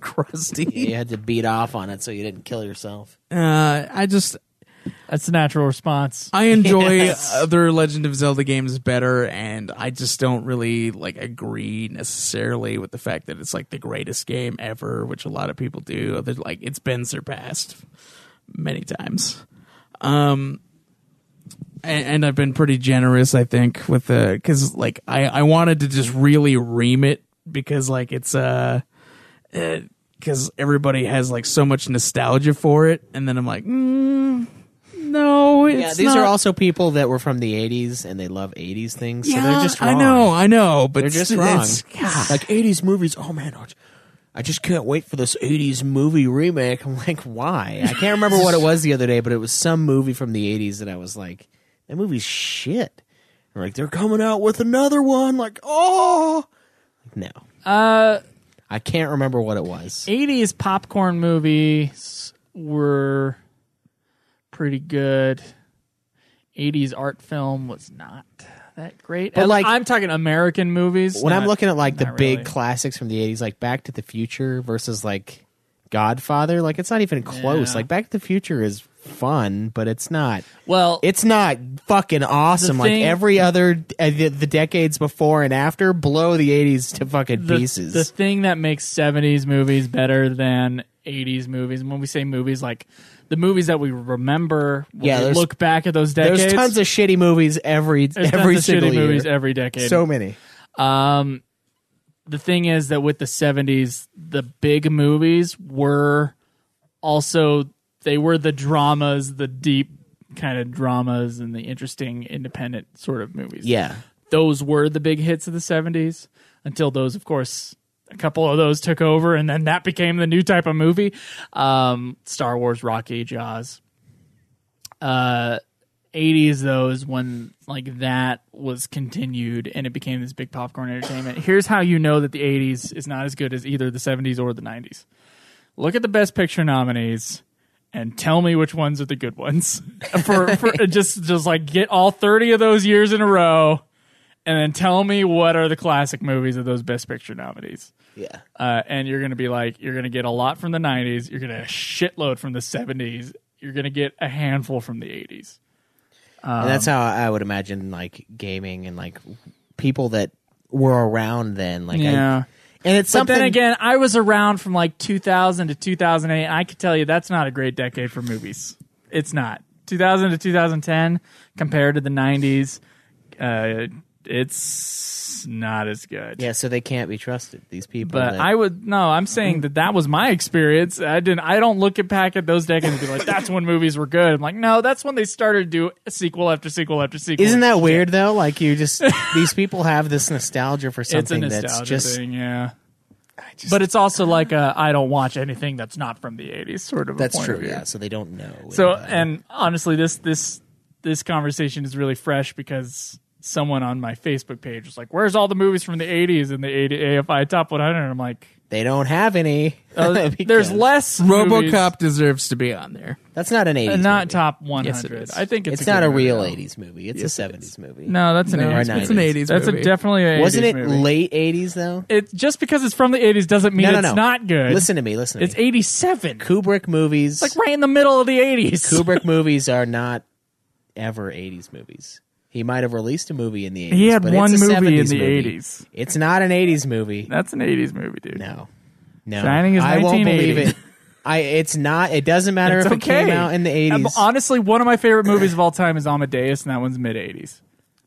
Speaker 7: crusty.
Speaker 6: You had to beat off on it so you didn't kill yourself.
Speaker 7: Uh, I just
Speaker 2: That's the natural response.
Speaker 7: I enjoy
Speaker 6: Yes.
Speaker 7: other Legend of Zelda games better, and I just don't really like agree necessarily with the fact that it's like the greatest game ever, which a lot of people do. That like it's been surpassed many times. Um, and, and I've been pretty generous, I think, with the because like I I wanted to just really ream it because like it's uh because everybody has like so much nostalgia for it, and then I'm like, mm, no, it's
Speaker 6: yeah, these
Speaker 7: not-
Speaker 6: are also people that were from the '80s and they love '80s things, so they're just wrong.
Speaker 7: I know, I know, but
Speaker 6: they're just
Speaker 7: it's-
Speaker 6: wrong.
Speaker 7: it's- God.
Speaker 6: Like '80s movies. Oh man, I- I just can't wait for this '80s movie remake. I'm like, why? I can't remember what it was the other day, but it was some movie from the '80s that I was like, that movie's shit. I'm like, they're coming out with another one. Like, oh, no,
Speaker 2: Uh,
Speaker 6: I can't remember what it was.
Speaker 2: 80s popcorn movies were pretty good. 80s art film was not that great.
Speaker 6: But,
Speaker 2: And
Speaker 6: like-
Speaker 2: I'm talking American movies.
Speaker 6: when I'm
Speaker 2: not-
Speaker 6: looking at like the
Speaker 2: not
Speaker 6: big
Speaker 2: really.
Speaker 6: classics from the 80s, like Back to the Future versus like Godfather, like it's not even close.
Speaker 2: Yeah.
Speaker 6: Like Back to the Future is fun, but it's not.
Speaker 2: well,
Speaker 6: It's not fucking awesome. like
Speaker 2: thing-
Speaker 6: every other uh, the, the decades before and after blow the 80s to fucking
Speaker 2: the,
Speaker 6: pieces.
Speaker 2: The thing that makes 70s movies better than 80s movies, and when we say movies, like the movies that we remember, when
Speaker 6: Yeah,
Speaker 2: we
Speaker 6: there's-
Speaker 2: look back at those decades.
Speaker 6: There's tons of shitty movies every
Speaker 2: there's tons
Speaker 6: every
Speaker 2: of
Speaker 6: single
Speaker 2: shitty
Speaker 6: year.
Speaker 2: movies every decade.
Speaker 6: so many.
Speaker 2: Um, the thing is that with the '70s, the big movies were also they were the dramas, the deep kind of dramas, and the interesting independent sort of movies.
Speaker 6: Yeah.
Speaker 2: those were the big hits of the '70s. Until those, of course, a couple of those took over, and then that became the new type of movie: um, Star Wars, Rocky, Jaws. Uh, 80s though is when like that was continued and it became this big popcorn entertainment here's how you know that the 80s is not as good as either the 70s or the 90s look at the best picture nominees and tell me which ones are the good ones for, for just just like get all 30 of those years in a row and then tell me what are the classic movies of those best picture nominees
Speaker 6: Yeah.
Speaker 2: uh, and you're gonna be like you're gonna get a lot from the 90s you're gonna a shitload from the 70s you're gonna get a handful from the 80s
Speaker 6: and
Speaker 2: Um,
Speaker 6: that's how I would imagine like gaming and like people that were around then like I-
Speaker 2: Yeah.
Speaker 6: and it's something
Speaker 2: But then again, I was around from like 2000 to 2008. And I could tell you that's not a great decade for movies. It's not. 2000 to 2010 compared to the 90s, uh, it's not as good.
Speaker 6: Yeah, so they can't be trusted. These people.
Speaker 2: But
Speaker 6: that-
Speaker 2: I would no. I'm saying that that was my experience. I didn't. I don't look at back at those decades and be like, "That's when movies were good." I'm like, no, that's when they started to do sequel after sequel after sequel.
Speaker 6: isn't that weird though? Like you just these people have this nostalgia for
Speaker 2: it's a
Speaker 6: something
Speaker 2: nostalgia
Speaker 6: that's just.
Speaker 2: thing? Yeah. but it's also like I I don't watch anything that's not from the '80s, sort of. a
Speaker 6: That's
Speaker 2: point of
Speaker 6: true.
Speaker 2: view.
Speaker 6: Yeah, so they don't know.
Speaker 2: So
Speaker 6: anybody.
Speaker 2: and honestly, this this this conversation is really fresh because someone on my Facebook page was like, "Where's all the movies from the '80s in the 80 AFI Top 100?" And I'm like,
Speaker 6: they don't have any.
Speaker 2: uh,
Speaker 6: because
Speaker 2: "There's less movies,
Speaker 7: RoboCop deserves to be on there.
Speaker 6: That's not an
Speaker 2: uh,
Speaker 6: '80s.
Speaker 2: not
Speaker 6: movie.
Speaker 2: top
Speaker 7: Yes, it
Speaker 2: 100."
Speaker 7: is.
Speaker 2: I think it's,
Speaker 6: It's, not
Speaker 2: good
Speaker 6: a
Speaker 2: movie,
Speaker 6: real
Speaker 2: though.
Speaker 6: '80s movie. It's a '70s movie.
Speaker 2: No, that's an
Speaker 7: No,
Speaker 2: 80s.
Speaker 7: it's
Speaker 6: not.
Speaker 2: movie.
Speaker 7: it's an
Speaker 6: 90s.
Speaker 7: eighties.
Speaker 2: That's a
Speaker 7: movie.
Speaker 2: definitely an 80s
Speaker 6: Wasn't it
Speaker 2: movie.
Speaker 6: late '80s though?
Speaker 2: It just because it's from the 80s doesn't mean
Speaker 6: no, no,
Speaker 2: it's
Speaker 6: no.
Speaker 2: not good.
Speaker 6: Listen to me. Listen to
Speaker 2: it's
Speaker 6: me.
Speaker 2: 87.
Speaker 6: Kubrick movies.
Speaker 2: It's like right in the middle of the 80s.
Speaker 6: Kubrick movies are not ever '80s movies. He might have released a movie in the 80s.
Speaker 2: He had
Speaker 6: but
Speaker 2: one
Speaker 6: it's a
Speaker 2: movie in
Speaker 6: 70s
Speaker 2: the
Speaker 6: movie.
Speaker 2: 80s.
Speaker 6: It's not an '80s movie.
Speaker 2: That's an 80s movie, dude.
Speaker 6: No, no.
Speaker 2: Shining is
Speaker 6: I won't believe
Speaker 2: 1980.
Speaker 6: it. I. It's not. It doesn't matter
Speaker 2: It's
Speaker 6: if
Speaker 2: okay.
Speaker 6: it came out in the
Speaker 2: Um,
Speaker 6: eighties.
Speaker 2: Honestly, one of my favorite movies of all time is Amadeus, and that one's mid '80s.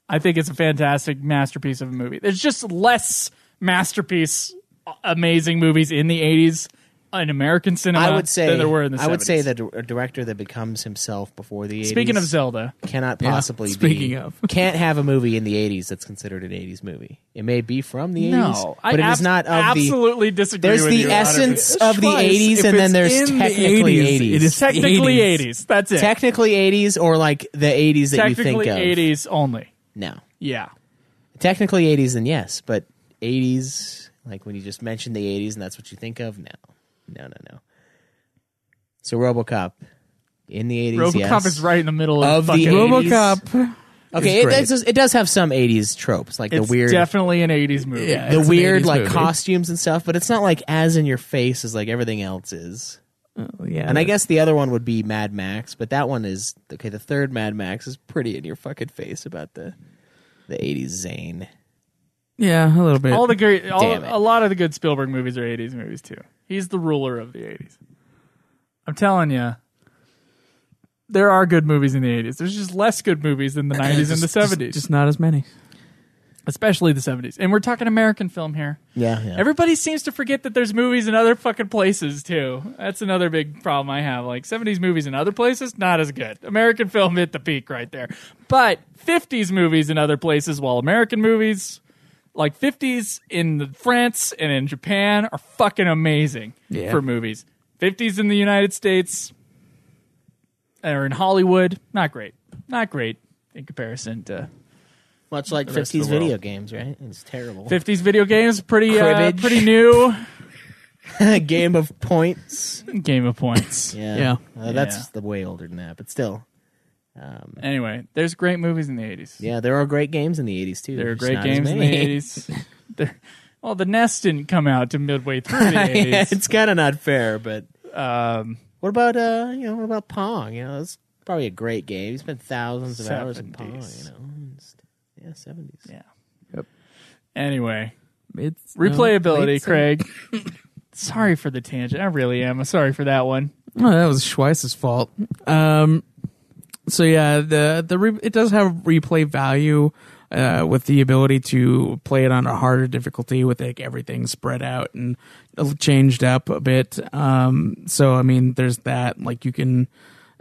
Speaker 2: I think it's a fantastic masterpiece of a movie. There's just less masterpiece, uh, amazing movies in the '80s in American cinema.
Speaker 6: I would say
Speaker 2: than there were in the
Speaker 6: I would say
Speaker 2: 70s.
Speaker 6: that a director that becomes himself before the 80s
Speaker 2: Speaking of Zelda,
Speaker 6: cannot possibly be-
Speaker 7: speaking of.
Speaker 6: can't have a movie in the 80s that's considered an 80s movie. It may be from the 80s,
Speaker 2: no, I
Speaker 6: but it is
Speaker 2: abs-
Speaker 6: not of the
Speaker 2: absolutely disagree.
Speaker 6: There's
Speaker 2: with
Speaker 6: the
Speaker 2: you, 100%.
Speaker 6: essence of the
Speaker 7: Twice.
Speaker 6: 80s
Speaker 7: If
Speaker 6: and then
Speaker 7: it's
Speaker 6: there's
Speaker 7: in the
Speaker 6: technically 80s.
Speaker 7: It is
Speaker 2: technically
Speaker 7: 80s.
Speaker 2: 80s. That's it.
Speaker 6: technically 80s or like the 80s that you think
Speaker 2: technically
Speaker 6: of.
Speaker 2: 80s only.
Speaker 6: No.
Speaker 2: Yeah.
Speaker 6: Technically 80s then yes, but 80s like when you just mentioned the 80s and that's what you think of? No. No, no, no. So RoboCop in the 80s
Speaker 2: RoboCop
Speaker 6: yes.
Speaker 2: is right in the middle of,
Speaker 6: Of the
Speaker 2: fucking 80s.
Speaker 7: RoboCop.
Speaker 6: Okay, it,
Speaker 7: great.
Speaker 6: it does, it does have some '80s tropes, like
Speaker 2: It's
Speaker 6: the weird,
Speaker 2: definitely an 80s movie.
Speaker 7: Yeah.
Speaker 6: the
Speaker 7: it's an
Speaker 6: weird
Speaker 7: 80s
Speaker 6: like
Speaker 7: movie.
Speaker 6: costumes and stuff. But it's not like as in your face as like everything else is.
Speaker 7: Yeah,
Speaker 6: And I guess the other one would be Mad Max, but that one is okay. The third Mad Max is pretty in your fucking face about the the '80s Zane.
Speaker 7: yeah, a little bit.
Speaker 2: all the great, all,
Speaker 6: Damn it.
Speaker 2: a lot of the good Spielberg movies are '80s movies too. He's the ruler of the '80s. I'm telling you, there are good movies in the 80s. There's just less good movies than the 90s and the 70s,
Speaker 7: Just, just not as many.
Speaker 2: especially the 70s. And we're talking American film here.
Speaker 8: Yeah, yeah.
Speaker 2: Everybody seems to forget that there's movies in other fucking places too. That's another big problem I have. Like 70s movies in other places, not as good. American film hit the peak right there. But 50s movies in other places, while American movies, like 50s in France and in Japan, are fucking amazing
Speaker 7: Yeah.
Speaker 2: for movies. 50s in the United States or in Hollywood, not great. Not great in comparison to
Speaker 6: Much like
Speaker 2: rest of
Speaker 6: 50s
Speaker 2: the world.
Speaker 6: video games, right? It's terrible.
Speaker 2: 50s video games. Pretty, uh,
Speaker 6: Cribbage.
Speaker 2: pretty new
Speaker 6: game of points.
Speaker 2: game of points.
Speaker 6: Yeah.
Speaker 7: Yeah.
Speaker 6: Uh,
Speaker 2: Yeah.
Speaker 6: that's the way older than that, but still. Um,
Speaker 2: Anyway, there's great movies in the 80s.
Speaker 6: yeah, there are great games in the 80s, too.
Speaker 2: there are
Speaker 6: Just
Speaker 2: great
Speaker 6: not as
Speaker 2: games in the
Speaker 6: many.
Speaker 2: 80s. there, well, The Nest didn't come out to midway through the
Speaker 6: yeah,
Speaker 2: 80s.
Speaker 6: it's kind of not fair, but
Speaker 2: um,
Speaker 6: what about, uh, you know, what about Pong? You know, it's probably a great game. You spent thousands of hours in Pong, you know.
Speaker 2: 70s.
Speaker 6: It's- yeah, 70s.
Speaker 2: yeah.
Speaker 7: Yep.
Speaker 2: Anyway,
Speaker 7: It's uh,
Speaker 2: replayability,
Speaker 7: it's-
Speaker 2: Craig. sorry for the tangent. I really am. I'm sorry for that one.
Speaker 7: No, Oh, that was Schweiss's fault. Um, so yeah, the the re- it does have replay value uh, with the ability to play it on a harder difficulty with like everything spread out and changed up a bit. Um, so I mean, there's that. Like you can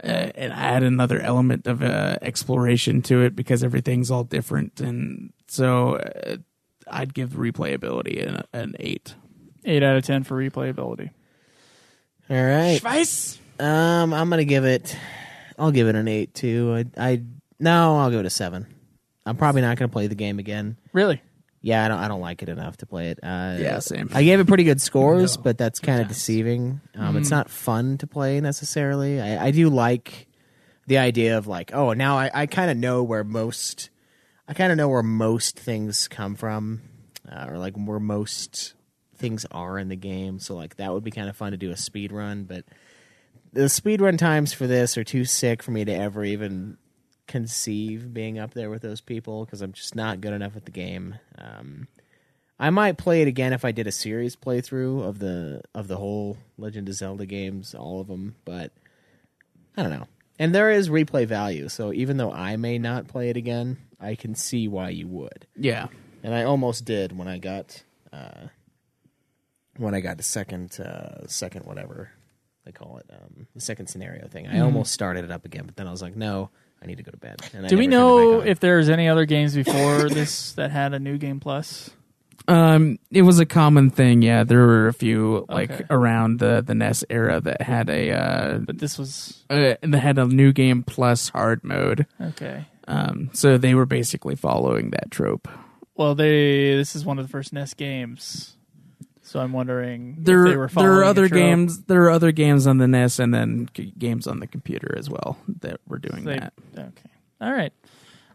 Speaker 7: uh, and add another element of uh, exploration to it because everything's all different. And so uh, I'd give replayability an, an eight.
Speaker 2: 8 out of 10 for replayability.
Speaker 6: All right.
Speaker 2: Schweiss!
Speaker 6: Um, I'm gonna give it. I'll give it an eight too. I, I no, I'll go to seven. I'm probably not gonna play the game again.
Speaker 2: Really?
Speaker 6: Yeah, I don't. I don't like it enough to play it. Uh,
Speaker 7: Yeah, same.
Speaker 6: I gave it pretty good scores, but that's kind of deceiving. Um, It's not fun to play necessarily. I, I do like the idea of like, oh, now I, I kind of know where most. I kind of know where most things come from, uh, or like where most things are in the game. So like that would be kind of fun to do a speed run, but the speed run times for this are too sick for me to ever even conceive being up there with those people because I'm just not good enough at the game. Um, I might play it again if I did a series playthrough of the of the whole Legend of Zelda games, all of them, but I don't know. And there is replay value, so even though I may not play it again, I can see why you would
Speaker 7: Yeah.
Speaker 6: and I almost did when I got uh, when I got the second uh, second whatever they call it um, the second scenario thing.
Speaker 2: Mm-hmm.
Speaker 6: I almost started it up again, but then I was like, no, I need to go to bed. And I
Speaker 2: Do we
Speaker 6: never turned it
Speaker 2: know
Speaker 6: back on.
Speaker 2: if there's any other games before this that had a new game plus?
Speaker 7: Um, it was a common thing. Yeah, there were a few like
Speaker 2: Okay.
Speaker 7: around the the NES era that had a uh,
Speaker 2: But this was
Speaker 7: uh that had a new game plus hard mode.
Speaker 2: okay.
Speaker 7: Um, so they were basically following that trope.
Speaker 2: Well, they this is one of the first NES games, so I'm wondering
Speaker 7: There,
Speaker 2: if they were
Speaker 7: there
Speaker 2: following
Speaker 7: are
Speaker 2: a
Speaker 7: other
Speaker 2: trope.
Speaker 7: games. There are other games on the NES and then c- games on the computer as well that were doing
Speaker 2: They-
Speaker 7: that.
Speaker 2: Okay, all right.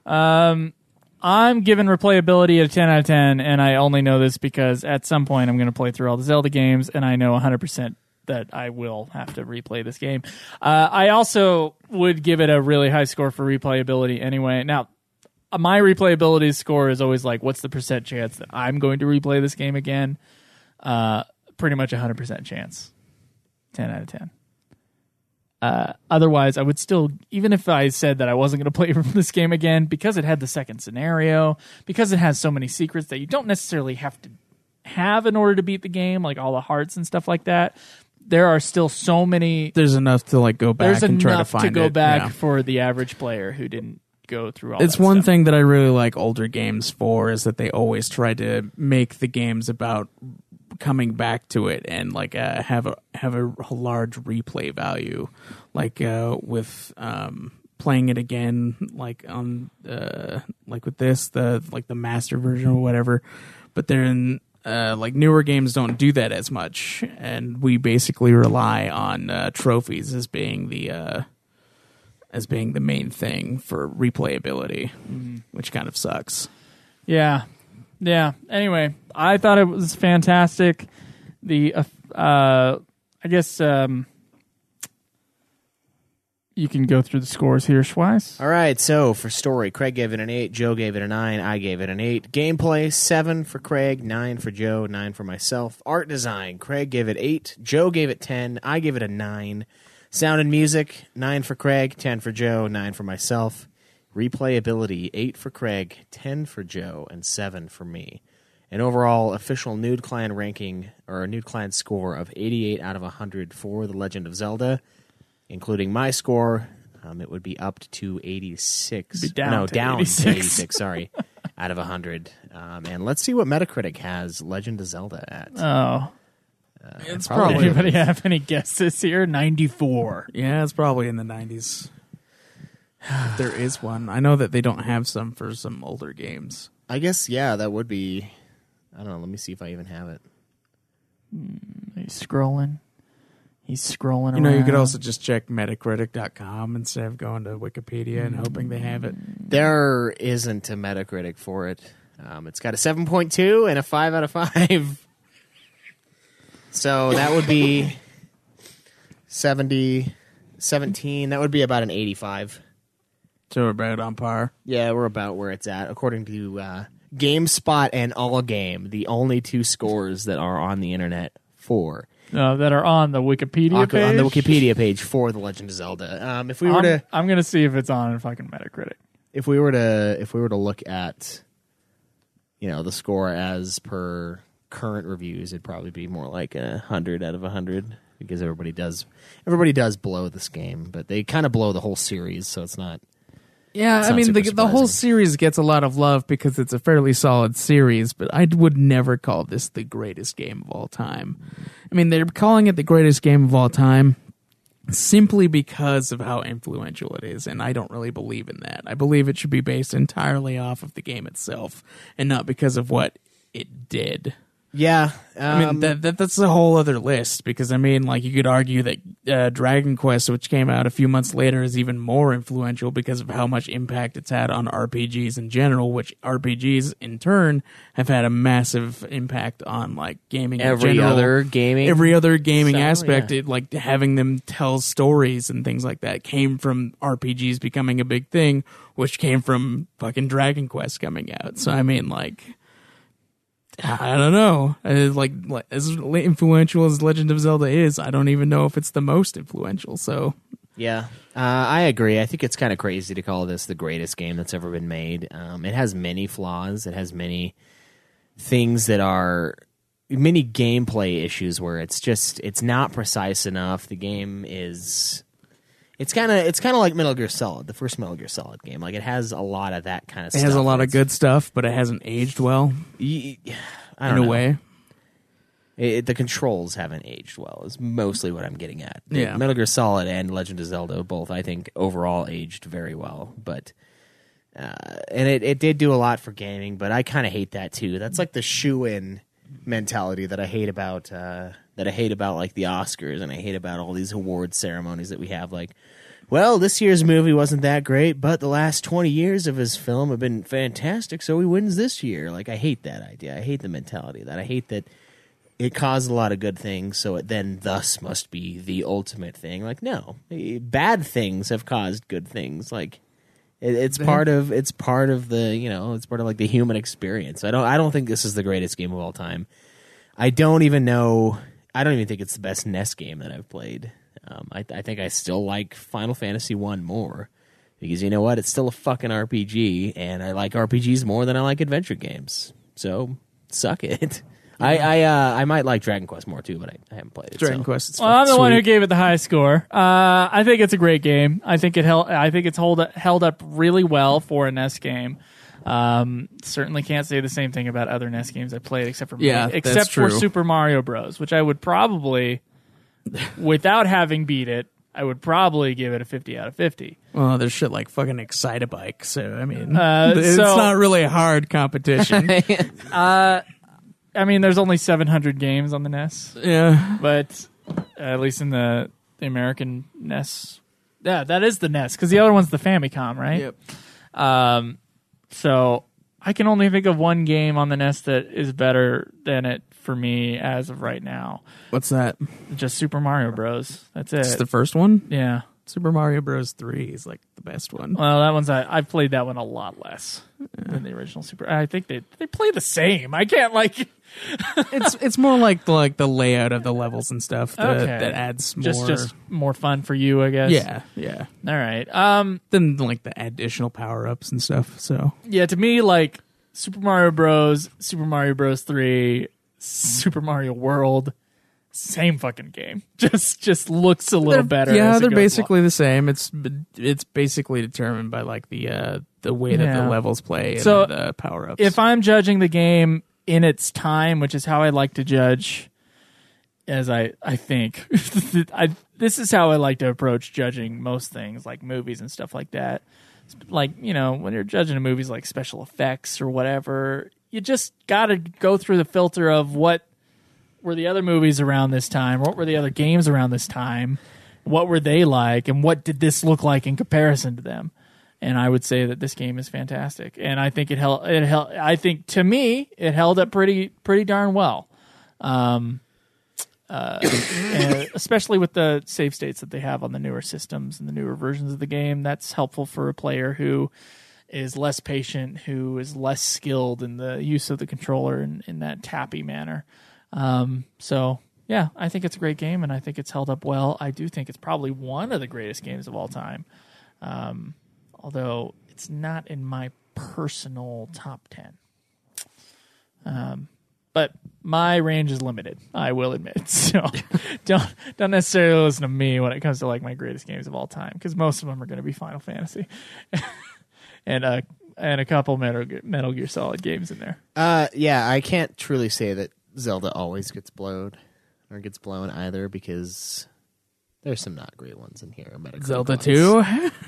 Speaker 2: Um, I'm giving replayability a 10 out of 10, and I only know this because at some point I'm going to play through all the Zelda games, and I know 100 percent that I will have to replay this game. Uh, I also would give it a really high score for replayability anyway. Now, my replayability score is always like, what's the percent chance that I'm going to replay this game again? Uh, pretty much 100% chance. 10 out of 10. Uh, otherwise, I would still, even if I said that I wasn't going to play this game again, because it had the second scenario, because it has so many secrets that you don't necessarily have to have in order to beat the game, like all the hearts and stuff like that, there are still so many
Speaker 7: There's enough to like go back
Speaker 2: there's
Speaker 7: and try to
Speaker 2: enough to,
Speaker 7: find
Speaker 2: go
Speaker 7: it.
Speaker 2: back
Speaker 7: Yeah.
Speaker 2: for the average player who didn't go through all.
Speaker 7: It's
Speaker 2: that
Speaker 7: one
Speaker 2: stuff.
Speaker 7: thing that I really like older games for is that they always try to make the games about coming back to it and like uh, have a have a large replay value, like uh, with um, playing it again, like on uh, like with this the like the master version or whatever. But then uh, like newer games don't do that as much, and we basically rely on uh, trophies as being the uh, as being the main thing for replayability, which kind of sucks.
Speaker 2: Yeah, yeah. Anyway, I thought it was fantastic. The uh, uh, I guess um, you can go through the scores here, Schweiss.
Speaker 6: All right, so for story, Craig gave it an eight, Joe gave it a nine, I gave it an eight. Gameplay seven for Craig, nine for Joe, nine for myself. Art design, Craig gave it eight, Joe gave it ten, I gave it a nine.
Speaker 8: Sound and music, nine for Craig, ten for Joe, nine for myself. Replayability, eight for Craig, ten for Joe, and seven for me. An overall official Nude Clan ranking or a Nude Clan score of 88 out of 100 for The Legend of Zelda, including my score. Um, it would be up to 86.
Speaker 2: Be down
Speaker 8: no,
Speaker 2: to
Speaker 8: down
Speaker 2: 86.
Speaker 8: to 86, sorry, out of 100. Um, and let's see what Metacritic has Legend of Zelda at.
Speaker 2: Oh,
Speaker 7: It's
Speaker 8: probably-
Speaker 7: probably
Speaker 2: anybody have any guesses here? Ninety four.
Speaker 7: yeah, it's probably in the nineties. if there is one, I know that they don't have some for some older games.
Speaker 8: I guess, yeah, that would be. I don't know. Let me see if I even have it.
Speaker 2: He's scrolling. He's scrolling.
Speaker 7: You know, you could
Speaker 2: around.
Speaker 7: also just check Metacritic.com instead of going to Wikipedia and hoping they have it.
Speaker 8: There isn't a Metacritic for it. Um, it's got a 7.2 and a 5 out of 5. So that would be 70, 17. That would be about an 85.
Speaker 7: So we're about on par.
Speaker 8: Yeah, we're about where it's at, according to uh, GameSpot and All Game, the only two scores that are on the internet for.
Speaker 2: uh, that are on the Wikipedia
Speaker 8: On
Speaker 2: page.
Speaker 8: the Wikipedia page for The Legend of Zelda. Um, if we were
Speaker 2: I'm,
Speaker 8: to.
Speaker 2: I'm gonna see if it's on fucking Metacritic.
Speaker 8: if we were to if we were to look at you know the score as per current reviews it'd probably be more like a 100 out of a 100 because everybody does everybody does blow this game but they kind of blow the whole series so it's not
Speaker 7: Yeah,
Speaker 8: It's not
Speaker 7: I mean
Speaker 8: super
Speaker 7: the the whole series gets a lot of love because it's a fairly solid series, but I would never call this the greatest game of all time. I mean, they're calling it the greatest game of all time simply because of how influential it is, and I don't really believe in that. I believe it should be based entirely off of the game itself and not because of what it did.
Speaker 8: yeah
Speaker 7: I
Speaker 8: Um,
Speaker 7: mean that, that that's a whole other list because I mean like you could argue that uh, Dragon Quest, which came out a few months later, is even more influential because of how much impact it's had on RPGs in general. Which RPGs in turn have had a massive impact on like gaming. in
Speaker 8: Every
Speaker 7: general.
Speaker 8: other gaming
Speaker 7: every other gaming
Speaker 8: style,
Speaker 7: aspect.
Speaker 8: yeah.
Speaker 7: It, like having them tell stories and things like that came from RPGs becoming a big thing, which came from fucking Dragon Quest coming out. So I mean like. I don't know. Uh, Like, like as influential as Legend of Zelda is, I don't even know if it's the most influential. So
Speaker 8: yeah uh, i agree i think it's kind of crazy to call this the greatest game that's ever been made um, it has many flaws it has many things that are many gameplay issues where it's just it's not precise enough the game is it's kind of it's kind of like Metal Gear Solid, the first Metal Gear Solid game. Like it has a lot of that kind of.
Speaker 7: it has a lot of good stuff, but it hasn't aged well
Speaker 8: I
Speaker 7: in
Speaker 8: don't
Speaker 7: a
Speaker 8: know.
Speaker 7: way.
Speaker 8: It, the controls haven't aged well. Is mostly what I'm getting at. The
Speaker 7: Yeah.
Speaker 8: Metal Gear Solid and Legend of Zelda both, I think, overall aged very well. But uh, and it, it did do a lot for gaming, but I kind of hate that too. That's like the shoe in mentality that I hate about uh, that I hate about like the Oscars and I hate about all these award ceremonies that we have. Like, well, this year's movie wasn't that great, but the last twenty years of his film have been fantastic, so he wins this year. Like, I hate that idea. I hate the mentality of that I hate that it caused a lot of good things, so it then thus must be the ultimate thing. Like, no, eh, bad things have caused good things. Like, it, it's part of it's part of the you know it's part of like the human experience. I don't I don't think this is the greatest game of all time. I don't even know. I don't even think it's the best NES game that I've played. Um, I, I think I still like Final Fantasy One more because you know what? It's still a fucking RPG, and I like RPGs more than I like adventure games. So suck it. I I, uh, I might like Dragon Quest more too, but I, I haven't played it.
Speaker 7: Dragon
Speaker 8: so.
Speaker 7: Quest. It's
Speaker 2: Well, I'm the
Speaker 7: fucking
Speaker 2: one who
Speaker 7: sweet.
Speaker 2: gave it the high score. Uh, I think it's a great game. I think it held. I think it's hold held up really well for a NES game. Um, certainly can't say the same thing about other NES games I played, except for
Speaker 7: Yeah, that's
Speaker 2: except for
Speaker 7: true.
Speaker 2: Super Mario Bros, which I would probably, without having beat it, I would probably give it a 50 out of 50.
Speaker 7: Well, there's shit like fucking Excitebike. So I mean,
Speaker 2: Uh,
Speaker 7: it's
Speaker 2: so-
Speaker 7: not really hard competition.
Speaker 2: I mean, there's only 700 games on the NES.
Speaker 7: yeah,
Speaker 2: but uh, at least in the, the American NES, yeah, that is the NES because the other one's the Famicom, right? Um, so I can only think of one game on the NES that is better than it for me as of right now.
Speaker 7: What's that?
Speaker 2: Just Super Mario Bros. That's it.
Speaker 7: It's the first one.
Speaker 2: yeah.
Speaker 7: Super Mario Bros. Three is like the best one.
Speaker 2: Well, that one's I, I've played that one a lot less than the original Super. I think they they play the same. I can't like
Speaker 7: it's it's more like the, like the layout of the levels and stuff that,
Speaker 2: Okay.
Speaker 7: that adds more.
Speaker 2: Just just more fun for you, I guess.
Speaker 7: yeah, yeah.
Speaker 2: All right. Um.
Speaker 7: Then like the additional power ups and stuff. So
Speaker 2: Yeah. To me, like Super Mario Bros, Super Mario Bros Three, Super Mario World, same fucking game. Just just looks a little better.
Speaker 7: Yeah,
Speaker 2: as it
Speaker 7: they're
Speaker 2: goes along.
Speaker 7: basically the same. It's it's basically determined by like the uh, the way that
Speaker 2: Yeah.
Speaker 7: the levels play and
Speaker 2: So,
Speaker 7: the uh, power ups.
Speaker 2: if I'm judging the game in its time, which is how I like to judge, as I I think, I this is how I like to approach judging most things, like movies and stuff like that. Like you know, when you're judging a movie's like special effects or whatever, you just got to go through the filter of what were the other movies around this time, what were the other games around this time, what were they like, and what did this look like in comparison to them and I would say that this game is fantastic. And I think it held it held I think to me it held up pretty pretty darn well. Um uh, and especially with the save states that they have on the newer systems and the newer versions of the game, that's helpful for a player who is less patient, who is less skilled in the use of the controller in, in that tappy manner. Um, so yeah, I think it's a great game, and I think it's held up well. I do think it's probably one of the greatest games of all time although it's not in my personal top 10. Um, but my range is limited, I will admit. So don't don't necessarily listen to me when it comes to like my greatest games of all time because most of them are going to be Final Fantasy and uh and a couple Metal Gear, Metal Gear Solid games in there.
Speaker 8: Uh, yeah, I can't truly say that Zelda always gets blowed or gets blown either because there's some not great ones in here. Metacritic
Speaker 7: Zelda
Speaker 8: ones.
Speaker 7: Two,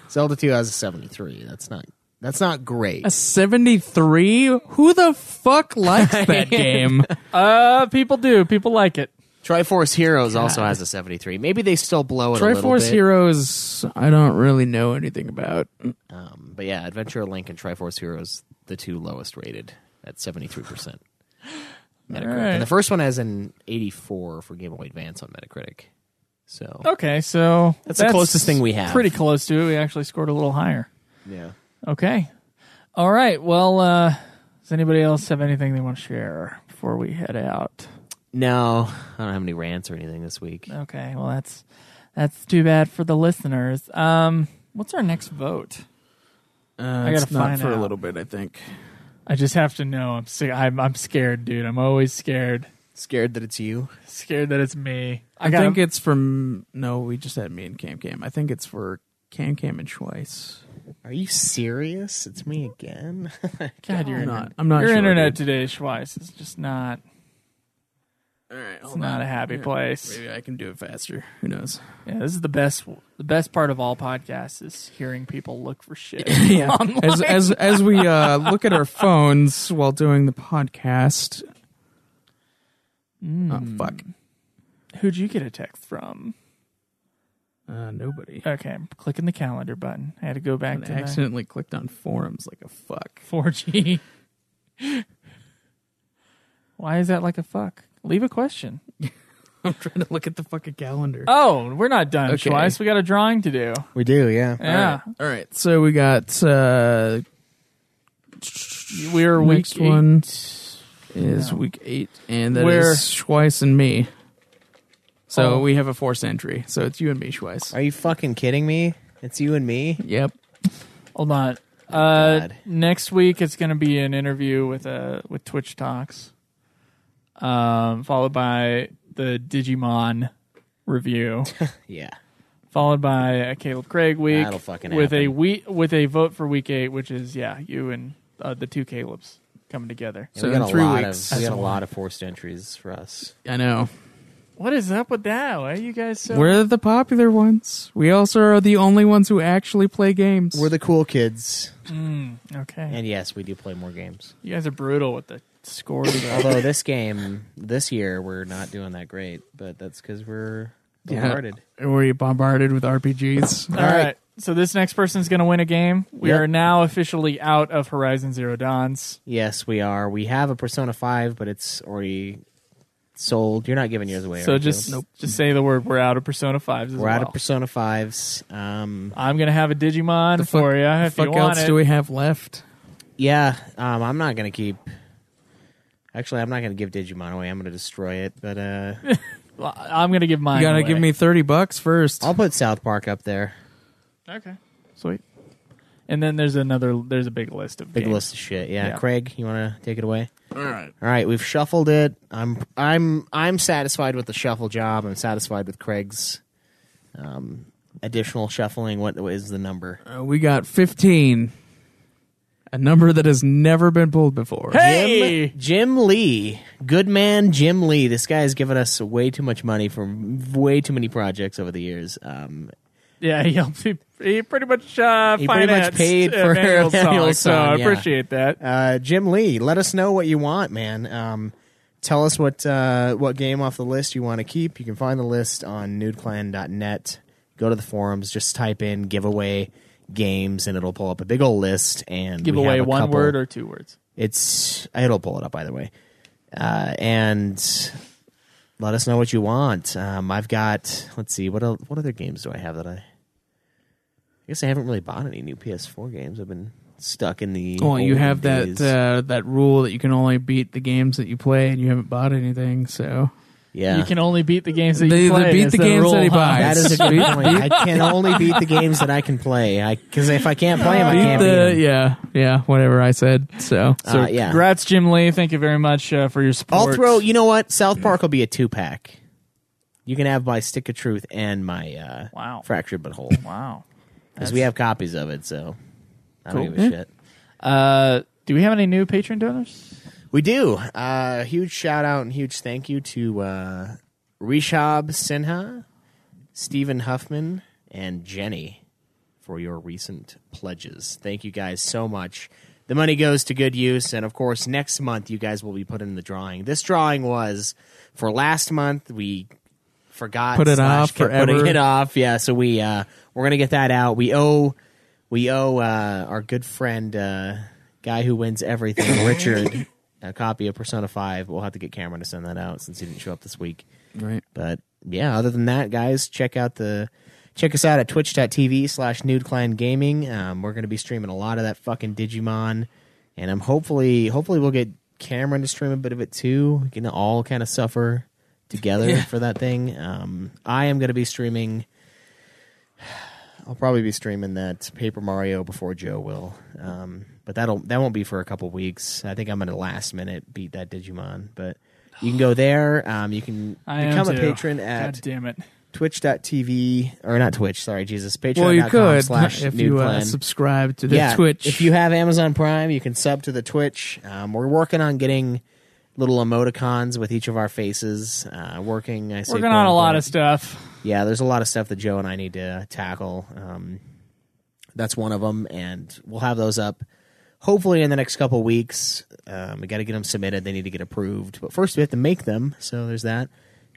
Speaker 8: Zelda Two has a seventy three. That's not that's not great.
Speaker 7: seventy three. Who the fuck likes that game?
Speaker 2: Uh people do, people like it.
Speaker 8: Triforce Heroes also has a seventy three. Maybe they still blow it. a little
Speaker 7: Triforce
Speaker 8: bit.
Speaker 7: Heroes. I don't really know anything about.
Speaker 8: Um, but yeah, Adventure Link and Triforce Heroes, the two lowest rated at seventy three percent. Metacritic.
Speaker 2: All right.
Speaker 8: And the first one has an eighty four for Game Boy Advance on Metacritic. So
Speaker 2: Okay, so
Speaker 8: That's the closest thing we have.
Speaker 2: Pretty close to it. We actually scored a little higher.
Speaker 8: yeah.
Speaker 2: Okay. All right. Well, uh, does anybody else have anything they want to share before we head out?
Speaker 8: No, I don't have any rants or anything this week.
Speaker 2: Okay. Well, that's that's too bad for the listeners. Um, what's our next vote? I
Speaker 7: Uh,
Speaker 2: gotta
Speaker 7: it's not
Speaker 2: find
Speaker 7: for
Speaker 2: out.
Speaker 7: a little bit. I think.
Speaker 2: I just have to know. I'm sick. I'm I'm scared, dude. I'm always scared.
Speaker 8: Scared that it's you.
Speaker 2: Scared that it's me.
Speaker 7: I,
Speaker 2: gotta-
Speaker 7: think it's from. No, we just had me and Cam Cam. I think it's for Cam Cam and Schweiss.
Speaker 8: Are you serious? It's me again.
Speaker 2: God, your
Speaker 7: I'm
Speaker 2: internet,
Speaker 7: not. I'm not
Speaker 2: your
Speaker 7: sure,
Speaker 2: internet
Speaker 7: dude.
Speaker 2: today, Schweiss, is just not.
Speaker 7: All right,
Speaker 2: It's not a happy place.
Speaker 7: Maybe I can do it faster. Who knows?
Speaker 2: Yeah, this is the best. The best part of all podcasts is hearing people look for shit.
Speaker 7: yeah. As as as we uh, look at our phones while doing the podcast.
Speaker 2: Hmm.
Speaker 7: Oh fuck!
Speaker 2: Who'd you get a text from?
Speaker 7: Uh, nobody.
Speaker 2: Okay, I'm clicking the calendar button. I had to go back
Speaker 7: And
Speaker 2: to
Speaker 7: I
Speaker 2: my
Speaker 7: accidentally clicked on forums like a fuck.
Speaker 2: 4G. Why is that like a fuck? Leave a question.
Speaker 7: I'm trying to look at the fucking calendar.
Speaker 2: Oh, we're not done,
Speaker 7: Okay.
Speaker 2: Schweiss. We got a drawing to do.
Speaker 8: we do, yeah.
Speaker 2: Yeah.
Speaker 7: All right. So we got uh
Speaker 2: We're week
Speaker 7: next one
Speaker 2: eight.
Speaker 7: is
Speaker 2: No.
Speaker 7: week eight, and that is
Speaker 2: Where-
Speaker 7: Schweiss and me. So
Speaker 2: Oh.
Speaker 7: we have a force entry. So it's you and me, Schweiss.
Speaker 8: Are you fucking kidding me? It's you and me.
Speaker 7: Yep.
Speaker 2: Hold on. Uh,
Speaker 8: God.
Speaker 2: next week it's going to be an interview with uh, with Twitch Talks, um, followed by the Digimon review.
Speaker 8: Yeah.
Speaker 2: followed by a Caleb Craig week
Speaker 8: That'll fucking
Speaker 2: with a
Speaker 8: happen.
Speaker 2: week with a vote for week eight, which is yeah, you and uh, the two Calebs coming together.
Speaker 7: So
Speaker 8: we
Speaker 7: in
Speaker 8: got a
Speaker 7: three
Speaker 8: lot
Speaker 7: weeks-
Speaker 8: of we got a lot of forced entries for us.
Speaker 7: I know.
Speaker 2: What is up with that? Why are you guys so?
Speaker 7: We're the popular ones. We also are the only ones who actually play games.
Speaker 8: We're the cool kids.
Speaker 2: okay,
Speaker 8: And yes, we do play more games.
Speaker 2: you guys are brutal with the scores. though.
Speaker 8: Although this game this year we're not doing that great, but that's because we're
Speaker 7: Yeah.
Speaker 8: bombarded.
Speaker 7: Were you bombarded with RPGs?
Speaker 2: All right. So this next person's going to win a game. We
Speaker 8: Yep.
Speaker 2: are now officially out of Horizon Zero Dawn's.
Speaker 8: Yes, we are. We have a Persona Five, but it's already sold. You're not giving yours away.
Speaker 2: So
Speaker 8: are you?
Speaker 2: just just say the word. We're out of Persona Fives. As
Speaker 8: we're
Speaker 2: well.
Speaker 8: out of Persona Fives. Um,
Speaker 2: I'm gonna have a Digimon for you if
Speaker 7: fuck
Speaker 2: you
Speaker 7: else
Speaker 2: want it.
Speaker 7: do we have left?
Speaker 8: yeah, um, I'm not gonna keep.
Speaker 6: Actually, I'm not going to give Digimon away. I'm going to destroy it. But uh,
Speaker 2: Well, I'm gonna give mine.
Speaker 7: You gotta
Speaker 2: away.
Speaker 7: give me thirty bucks first.
Speaker 6: I'll put South Park up there.
Speaker 2: okay.
Speaker 7: Sweet.
Speaker 2: And then there's another. There's a big list of
Speaker 6: Big
Speaker 2: games.
Speaker 6: list of shit. Yeah.
Speaker 2: Yeah.
Speaker 6: Craig, you want to take it away?
Speaker 7: All right.
Speaker 6: All right, we've shuffled it. I'm I'm I'm satisfied with the shuffle job. I'm satisfied with Craig's um, additional shuffling. What is the number?
Speaker 7: Uh, we got fifteen, a number that has never been pulled before.
Speaker 2: Hey,
Speaker 6: Jim, Jim Lee, good man, Jim Lee. This guy has given us way too much money for way too many projects over the years. Um,
Speaker 2: yeah, he helped. He, he pretty much uh,
Speaker 6: He pretty much
Speaker 2: financed
Speaker 6: paid for
Speaker 2: Emmanuel's song,
Speaker 6: Emmanuel's
Speaker 2: so I
Speaker 6: song, yeah.
Speaker 2: appreciate that.
Speaker 6: uh, Jim Lee, let us know what you want, man. Um, tell us what uh, what game off the list you want to keep. You can find the list on nudeclan.net. Go to the forums, just type in giveaway games, and it'll pull up a big old list. And
Speaker 2: Give
Speaker 6: we have
Speaker 2: away
Speaker 6: a
Speaker 2: one
Speaker 6: couple-
Speaker 2: word or two words.
Speaker 6: It's it'll pull it up either way, uh, and let us know what you want. Um, I've got let's see what el what other games do I have that I? I guess I haven't really bought any new PS4 games. I've been stuck in the.
Speaker 7: Well, Oh, you
Speaker 6: old
Speaker 7: have that
Speaker 6: days.
Speaker 7: uh, that rule that you can only beat the games that you play, and you haven't bought anything. So
Speaker 6: yeah.
Speaker 2: You can only beat the games that you
Speaker 7: They- they
Speaker 2: play.
Speaker 7: beat
Speaker 2: is
Speaker 7: the games
Speaker 2: rule,
Speaker 7: that he
Speaker 2: huh?
Speaker 7: buys.
Speaker 6: that is a good point. I can only beat the games that I can play. I because if I can't play them, I can't beat
Speaker 7: the,
Speaker 6: 'em.
Speaker 7: Uh, yeah, yeah, whatever I said. So
Speaker 2: So
Speaker 6: Uh, yeah.
Speaker 2: congrats, Jim Lee. Thank you very much uh, for your support.
Speaker 6: I'll throw. You know what? South Park will be a two pack. You can have my Stick of Truth and my uh,
Speaker 2: Wow.
Speaker 6: fractured but whole.
Speaker 2: Wow.
Speaker 6: because we have copies of it. So I don't
Speaker 2: Cool.
Speaker 6: give a shit.
Speaker 2: Uh, do we have any new patron donors?
Speaker 6: We do. Uh, huge shout out and huge thank you to uh, Rishab Sinha, Stephen Huffman, and Jenny for your recent pledges. Thank you guys so much. The money goes to good use, and of course, next month you guys will be put in the drawing. This drawing was for last month. We forgot
Speaker 7: Put it
Speaker 6: slash
Speaker 7: off
Speaker 6: kept putting
Speaker 7: forever.
Speaker 6: it off. Yeah, so we uh, we're gonna get that out. We owe we owe uh, our good friend uh, guy who wins everything, Richard, a copy of Persona Five. We'll have to get Cameron to send that out since he didn't show up this week.
Speaker 7: right.
Speaker 6: But yeah, other than that, guys, check out the check us out at twitch.tv slash nudeclan gaming. Um, we're gonna be streaming a lot of that fucking Digimon. And I'm hopefully hopefully we'll get Cameron to stream a bit of it too. We can all kind of suffer together for that thing. Um, I am gonna be streaming I'll probably be streaming that Paper Mario before Joe will. Um, but that'll that won't be for a couple weeks. I think I'm gonna last minute beat that Digimon, but you can go there. Um, you can
Speaker 2: I am
Speaker 6: become a
Speaker 2: too.
Speaker 6: patron
Speaker 2: God
Speaker 6: at
Speaker 2: damn it.
Speaker 6: twitch.tv or not twitch sorry jesus patreon.com
Speaker 7: Well, you could
Speaker 6: slash
Speaker 7: if you uh,
Speaker 6: nudeplan.
Speaker 7: subscribe to the
Speaker 6: yeah,
Speaker 7: Twitch.
Speaker 6: if you have amazon prime you can sub to the twitch um, we're working on getting little emoticons with each of our faces uh, working i say
Speaker 2: Working on a
Speaker 6: quote,
Speaker 2: lot of
Speaker 6: unquote.
Speaker 2: stuff.
Speaker 6: yeah there's a lot of stuff that joe and i need to tackle um, that's one of them and we'll have those up hopefully in the next couple weeks um, we got to get them submitted they need to get approved but first we have to make them so there's that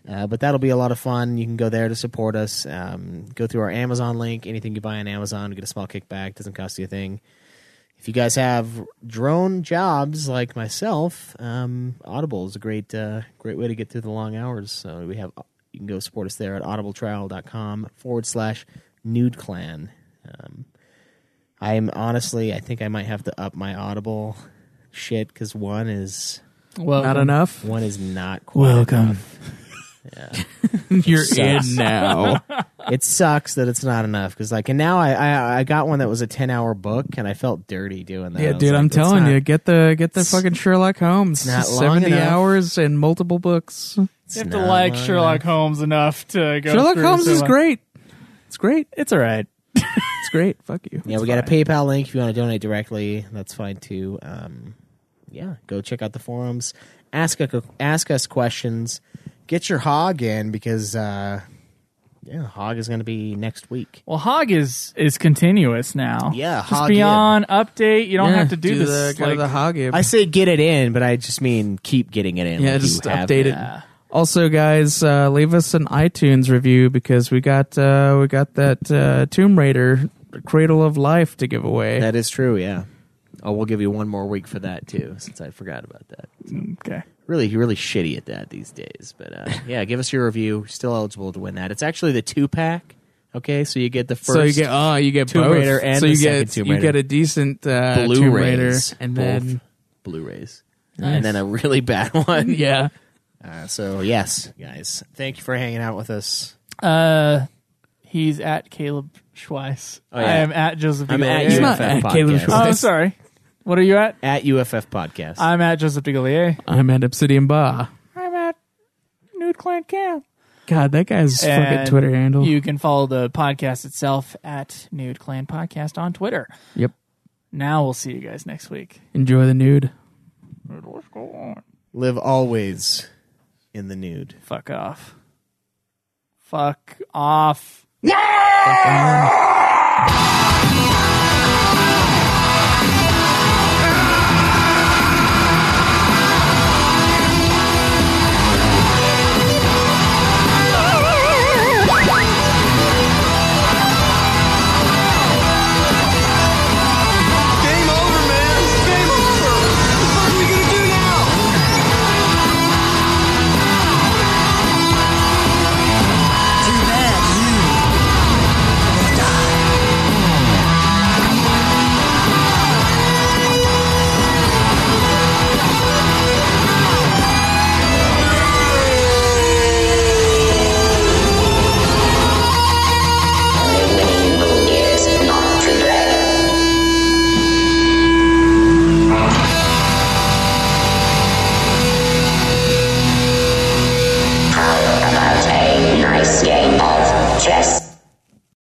Speaker 6: uh, but that'll be a lot of fun you can go there to support us um, go through our amazon link anything you buy on amazon get a small kickback doesn't cost you a thing if you guys have drone jobs like myself um, audible is a great uh, great way to get through the long hours so we have you can go support us there at audibletrial.com forward slash nude clan um, I'm honestly, I think I might have to up my Audible shit because one is
Speaker 2: Well,
Speaker 7: not enough,
Speaker 6: one is not quite enough.
Speaker 7: you're
Speaker 6: Sucks.
Speaker 7: in now.
Speaker 6: It sucks that it's not enough because like, and now I, I I got one that was a ten hour book and I felt dirty doing that. I
Speaker 7: yeah,
Speaker 6: was
Speaker 7: dude,
Speaker 6: like,
Speaker 7: I'm
Speaker 6: it's
Speaker 7: telling
Speaker 6: not-
Speaker 7: you, get the get the fucking Sherlock Holmes.
Speaker 6: not long
Speaker 7: Seventy
Speaker 6: enough.
Speaker 7: hours and multiple books.
Speaker 6: it's
Speaker 2: you have to
Speaker 6: not
Speaker 2: like
Speaker 6: long
Speaker 2: Sherlock
Speaker 6: enough.
Speaker 2: Holmes enough to go.
Speaker 7: Sherlock
Speaker 2: through
Speaker 7: Holmes
Speaker 2: so
Speaker 7: is
Speaker 2: much.
Speaker 7: great. It's great.
Speaker 2: It's all right.
Speaker 7: It's great. Fuck you.
Speaker 6: Yeah, we got a PayPal link if you want to donate directly. That's fine too. Um, yeah, go check out the forums. Ask a, ask us questions. Get your hog in because uh, yeah, hog is going to be next week.
Speaker 2: Well, Hog is is continuous now.
Speaker 6: Yeah,
Speaker 2: just
Speaker 6: Hog in.
Speaker 2: beyond update. You don't have to do,
Speaker 7: the,
Speaker 2: this.
Speaker 7: go to
Speaker 2: like,
Speaker 7: the hog
Speaker 6: I say get it in, but I just mean keep getting it in.
Speaker 7: Yeah,
Speaker 6: like you
Speaker 7: just
Speaker 6: have
Speaker 7: update it. Also, guys, uh, leave us an iTunes review because we got uh, we got that uh, Tomb Raider Cradle of Life to give away.
Speaker 6: That is true. Yeah. Oh, we'll give you one more week for that too, since I forgot about that.
Speaker 2: okay.
Speaker 6: Really, you're really shitty at that these days. But uh, yeah, give us your review. Still eligible to win that. It's actually the two pack. Okay, so you get the first.
Speaker 7: so you get oh you get
Speaker 6: Tomb
Speaker 7: both.
Speaker 6: Raider and
Speaker 7: so
Speaker 6: the
Speaker 7: you
Speaker 6: second
Speaker 7: get
Speaker 6: Tomb
Speaker 7: you
Speaker 6: Raider.
Speaker 7: get a decent uh, Tomb Raider
Speaker 6: Blu-rays,
Speaker 7: and
Speaker 6: Both
Speaker 7: then
Speaker 6: Blu-rays. and then a really bad one.
Speaker 7: Yeah.
Speaker 8: Uh, so
Speaker 6: So yes, guys, thank you for hanging out with us.
Speaker 2: Uh, he's at Caleb Schweiss.
Speaker 6: yeah.
Speaker 2: I am at Joseph.
Speaker 6: I'm at
Speaker 2: DeGaulier.
Speaker 6: UFF
Speaker 7: not Oh, at
Speaker 6: podcast.
Speaker 7: Caleb Schwartz.
Speaker 2: Oh, sorry. What are you at?
Speaker 6: At UFF podcast.
Speaker 2: I'm at Joseph DeGaulier.
Speaker 7: I'm at Obsidian Bar.
Speaker 2: I'm at Nude Clan Cam.
Speaker 7: God, that guy's fucking
Speaker 2: And
Speaker 7: Twitter handle.
Speaker 2: You can follow the podcast itself at Nude Clan Podcast on Twitter.
Speaker 7: Yep.
Speaker 2: Now we'll see you guys next week.
Speaker 7: Enjoy the nude.
Speaker 8: live always in the nude.
Speaker 2: Fuck off. Fuck off.
Speaker 7: Fuck on.